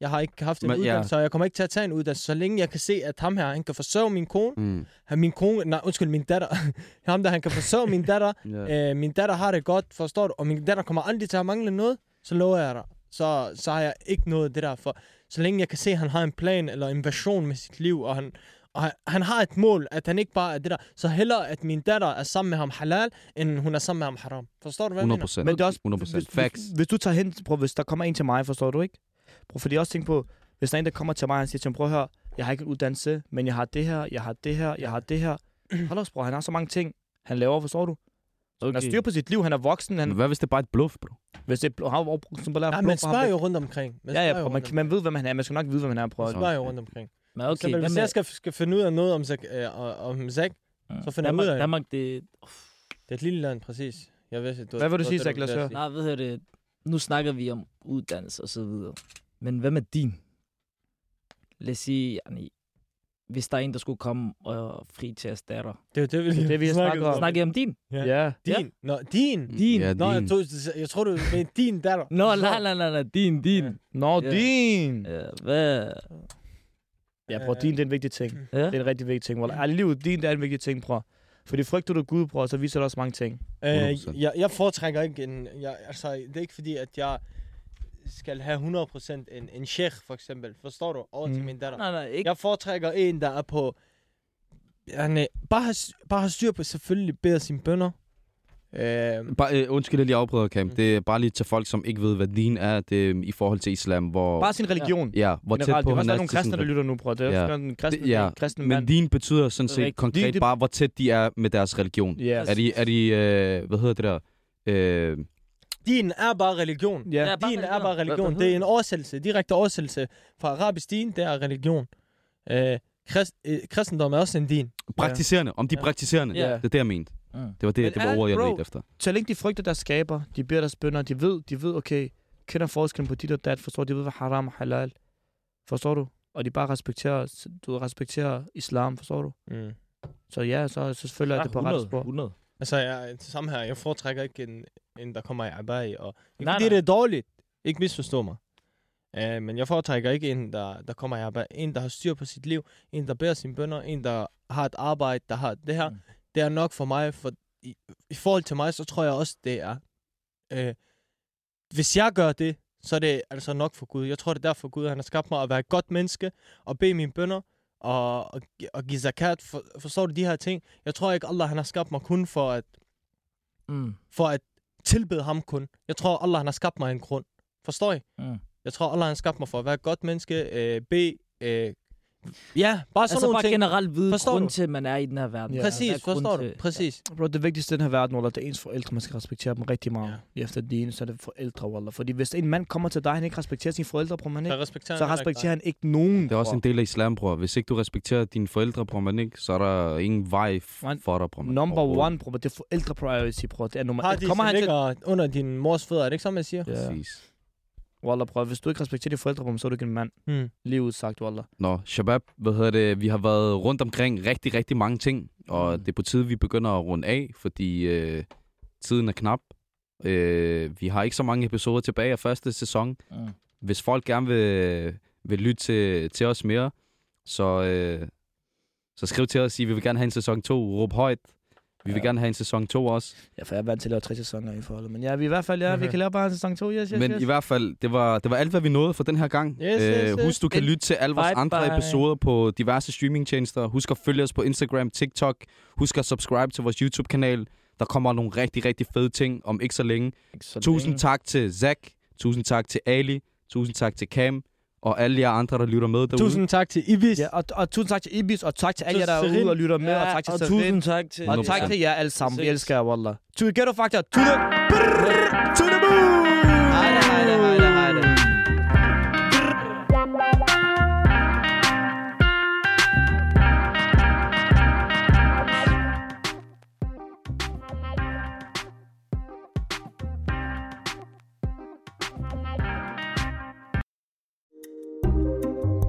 Speaker 4: Jeg har ikke haft en
Speaker 1: Men-
Speaker 4: Men,
Speaker 1: ja.
Speaker 4: uddannelse, og jeg kommer ikke til at tage en uddannelse, så længe jeg kan se, at ham her, han kan forsørge min kone.
Speaker 1: Mm.
Speaker 4: Han, min kone, nej, undskyld, min datter. ham der, han kan forsørge min datter.
Speaker 1: Ja.
Speaker 4: Øh, min datter har det godt, forstår du? Og min datter kommer aldrig til at mangle noget, så lover jeg dig. Så, så har jeg ikke noget af det der for. Så længe jeg kan se, at han har en plan eller en version med sit liv, og han, og han, han har et mål, at han ikke bare er det der. Så hellere, at min datter er sammen med ham halal, end hun er sammen med ham haram. Forstår du, hvad jeg
Speaker 1: 100
Speaker 4: mener?
Speaker 1: procent.
Speaker 2: Men det er også,
Speaker 1: 100
Speaker 2: hvis,
Speaker 1: procent. Facts.
Speaker 2: hvis, hvis du tager hen, prøv, hvis der kommer en til mig, forstår du ikke? Prøv, fordi jeg også tænker på, hvis der er en, der kommer til mig, og han siger til mig, prøv at høre, jeg har ikke en uddannelse, men jeg har det her, jeg har det her, jeg har det her. Hold op, bror, han har så mange ting, han laver, forstår du? Okay. Han har styr på sit liv, han er voksen,
Speaker 1: Men
Speaker 2: han,
Speaker 1: Hvad hvis det er bare et bluff, bro?
Speaker 2: hvis det er, har overbrugt som bare
Speaker 4: Nej, man spørger jo rundt omkring. Man
Speaker 2: Ja,
Speaker 4: spørger
Speaker 2: ja,
Speaker 4: jo
Speaker 2: bror, man,
Speaker 4: rundt
Speaker 2: man ved, hvem han er, man skal nok vide, hvem han er,
Speaker 4: omkring.
Speaker 2: bror.
Speaker 4: Man spørger jo rundt omkring.
Speaker 3: Men
Speaker 4: Okay, så,
Speaker 3: okay,
Speaker 4: men, hvis
Speaker 3: hvad
Speaker 4: jeg skal, skal finde ud af noget om, Zach, øh, og- om Zach,
Speaker 3: med-
Speaker 4: så finder
Speaker 3: Danmark,
Speaker 4: jeg ud af det.
Speaker 3: Danmark, det,
Speaker 4: det er et lille land, præcis. Jeg vidste, du
Speaker 2: Hvad vil du
Speaker 4: det var
Speaker 2: sige,
Speaker 4: det,
Speaker 2: Zach
Speaker 4: ville til at
Speaker 2: Lasseur?
Speaker 4: sige.
Speaker 3: Nej, ved jeg det. Nu snakker vi om uddannelse og så videre. Men hvad med din? Lad os sige, yani, hvis der er en, der skulle komme og fri til at datter.
Speaker 4: Det er jo det, vi,
Speaker 2: Det er det, vi har snakket om.
Speaker 3: Snakker jeg om din?
Speaker 2: Ja.
Speaker 4: Ja.
Speaker 2: ja.
Speaker 4: Din. Nå, din.
Speaker 3: Din.
Speaker 1: Ja,
Speaker 4: Nå, jeg,
Speaker 1: din.
Speaker 4: tog, jeg tror, du med din datter.
Speaker 3: Nå, nej, nej, nej, nej, din, din.
Speaker 2: Nå,
Speaker 3: Ja.
Speaker 2: din.
Speaker 3: Ja. hvad?
Speaker 2: Ja, bror, din det er en vigtig ting.
Speaker 3: Ja.
Speaker 2: Det er en rigtig vigtig ting, bror. Ærlig livet, din det er en vigtig ting, bror. Fordi frygter du Gud, bror, så viser der også mange ting.
Speaker 4: Øh,
Speaker 1: 100%.
Speaker 4: jeg, jeg foretrækker ikke en... Jeg, altså, det er ikke fordi, at jeg skal have 100% en, en sheikh, for eksempel. Forstår du? Over mm. til
Speaker 2: Mm.
Speaker 4: min datter.
Speaker 3: Nej, nej, ikke.
Speaker 4: Jeg foretrækker en, der er på... Ja, nej. Bare, har, bare har styr på selvfølgelig beder sine bønder. Øh,
Speaker 1: Bare, øh, undskyld, jeg lige afbryder, Cam.
Speaker 2: Mm.
Speaker 1: Det er bare lige til folk, som ikke ved, hvad din er det, er mm, i forhold til islam. Hvor,
Speaker 2: Bare sin religion. Ja.
Speaker 1: ja, hvor tæt
Speaker 2: Generelt,
Speaker 1: på
Speaker 2: det er
Speaker 1: han
Speaker 2: også
Speaker 1: er
Speaker 2: der er nogle
Speaker 1: til
Speaker 2: kristne,
Speaker 1: sådan
Speaker 2: der lytter nu, bror. Det
Speaker 1: Ja.
Speaker 2: er også en kristen,
Speaker 1: Det- ja.
Speaker 2: en kristen
Speaker 1: Men
Speaker 2: mand.
Speaker 1: din betyder sådan
Speaker 3: Det er
Speaker 1: set
Speaker 3: rigtigt.
Speaker 1: konkret
Speaker 2: Din, det-
Speaker 1: bare, hvor tæt de er med deres religion.
Speaker 2: Ja.
Speaker 1: Er de, er de øh, hvad hedder det der? Øh,
Speaker 4: din er bare religion.
Speaker 2: Ja.
Speaker 3: Ja.
Speaker 4: Ja,
Speaker 3: bare
Speaker 4: din er
Speaker 3: religion.
Speaker 4: bare
Speaker 3: Hvad-
Speaker 4: religion.
Speaker 3: hvad
Speaker 4: Det er en oversættelse, direkte oversættelse fra arabisk din, det er religion. Øh, krist, øh, kristendom er også en din.
Speaker 1: praktiserende. Om de
Speaker 2: Ja.
Speaker 1: praktiserende.
Speaker 2: Ja.
Speaker 1: Det er det, jeg mente.
Speaker 3: Mm.
Speaker 1: Det var det,
Speaker 2: Men
Speaker 1: det var
Speaker 2: er-
Speaker 1: ordet, jeg
Speaker 2: bro,
Speaker 1: ledte efter.
Speaker 2: Så længe de frygter deres skaber, de beder deres bønder, de ved, de ved, okay, kender forskellen på dit og dat, forstår du? de ved, hvad haram og halal. Forstår du? Og de bare respekterer, du ved, respekterer islam, forstår du?
Speaker 4: Mm.
Speaker 2: Så ja, så, så selvfølgelig er det på rette spor.
Speaker 3: 100.
Speaker 4: Altså, jeg er til samme her. Jeg foretrækker ikke en, en der kommer i arbejde. Og, ikke
Speaker 3: Nej,
Speaker 4: nej, fordi
Speaker 3: nej.
Speaker 4: nej. det er dårligt. Ikke misforstå mig. Uh, men jeg foretrækker ikke en, der, der kommer i arbejde. En, der har styr på sit liv. En, der bærer sine bønder. En, der har et arbejde, der har det her.
Speaker 3: Mm.
Speaker 4: Mm. Det er nok for mig. For i, I forhold til mig, så tror jeg også, det er... Uh, hvis jeg gør det, så er det altså nok for Gud. Jeg tror, det er derfor Gud, han har skabt mig at være et godt menneske. Og bede mine bønder. Og, og, gi- og give zakat. For, forstår du de her ting? Jeg tror ikke, Allah han har skabt mig kun for at
Speaker 3: Mm.
Speaker 4: for at tilbede ham kun. Jeg tror, Allah han har skabt mig af en grund. Forstår I?
Speaker 3: Mm.
Speaker 4: Jeg tror, Allah han har skabt mig for at være et godt menneske, øh, bede... Øh, ja, bare sådan
Speaker 3: Altså
Speaker 4: nogle
Speaker 3: bare
Speaker 4: ting.
Speaker 3: generelt vide
Speaker 4: Forstår
Speaker 3: grunden
Speaker 4: du?
Speaker 3: til, at man er i den her verden.
Speaker 2: Ja.
Speaker 3: Der er
Speaker 4: Præcis,
Speaker 3: grund
Speaker 4: forstår du?
Speaker 3: til-
Speaker 4: Præcis.
Speaker 2: Bro, det vigtigste i den her verden, Wallah, det er ens forældre. Man skal respektere dem rigtig meget.
Speaker 4: Ja.
Speaker 2: Ja. Efter din, så er det forældre, Wallah. Fordi hvis en mand kommer til dig, han ikke respekterer sine forældre, bror, man
Speaker 4: Så
Speaker 2: ikke,
Speaker 4: respekterer
Speaker 2: så
Speaker 4: han heller ikke
Speaker 2: respekterer han ikke nogen.
Speaker 1: Det er også en
Speaker 2: bror.
Speaker 1: del af islam, bror. Hvis ikke du respekterer dine forældre, bror, man ikke, så er der ingen vej f-
Speaker 2: Man-
Speaker 1: for dig, bror. man.
Speaker 2: Number
Speaker 1: Overhovedet.
Speaker 2: one, bror, det er forældre priority, bror. Det er nummer
Speaker 4: dig. Har
Speaker 2: et.
Speaker 4: de, kommer han ligger til... under din mors fødder, er det ikke sådan, man siger?
Speaker 2: Ja.
Speaker 1: Præcis.
Speaker 2: Wallah, bror, hvis du ikke respekterer dine forældre, bror, så er du ikke en mand.
Speaker 4: Mm.
Speaker 2: Lige udsagt, Wallah.
Speaker 1: Nå, Shabab, hvad hedder det? Vi har været rundt omkring rigtig, rigtig mange ting, og det er på tide, vi begynder at runde af, fordi øh, tiden er knap. Øh, vi har ikke så mange episoder tilbage af første sæson.
Speaker 3: Mm.
Speaker 1: Hvis folk gerne vil, vil lytte til, til os mere, så, øh, så skriv til os, sig, vi vil gerne have en sæson 2. Råb højt. Vi vil
Speaker 2: Ja.
Speaker 1: gerne have en sæson 2 også.
Speaker 2: Ja, for jeg er vant til at lave tre sæsoner i forholdet. Men ja, vi i hvert fald, ja, vi
Speaker 4: Mhm.
Speaker 2: kan lave bare en sæson 2, yes, yes,
Speaker 1: Men
Speaker 2: yes.
Speaker 1: i hvert fald, det var, det var alt, hvad vi nåede for den her gang. Øh,
Speaker 4: Yes, yes, yes.
Speaker 1: Husk, du kan
Speaker 3: Men-
Speaker 1: lytte til alle vores
Speaker 3: Bye,
Speaker 1: andre
Speaker 3: bye.
Speaker 1: episoder på diverse streamingtjenester. Husk at følge os på Instagram, TikTok. Husk at subscribe til vores YouTube-kanal. Der kommer nogle rigtig, rigtig fede ting om ikke så længe.
Speaker 3: Ikke så
Speaker 1: Tusind
Speaker 3: længe.
Speaker 1: tak til Zach. Tusind tak til Ali. Tusind tak til Cam. Og alle jer andre, der lytter med derude.
Speaker 4: Tusind tak til Ibis.
Speaker 2: Ja, og, og tusind tak til Ibis, og tak til alle jer,
Speaker 4: Til
Speaker 2: der er
Speaker 4: Serin.
Speaker 2: ude og lytter med, og
Speaker 3: Ja,
Speaker 2: tak til
Speaker 3: og
Speaker 2: Serin.
Speaker 3: tusind tak til...
Speaker 2: Og tak
Speaker 3: Ja.
Speaker 2: til jer alle sammen. Vi
Speaker 3: Ses.
Speaker 2: elsker jer, Wallah. To the ghetto factor, to the... Brrr, to the moon! Hej da, hej da, hej da, hej da.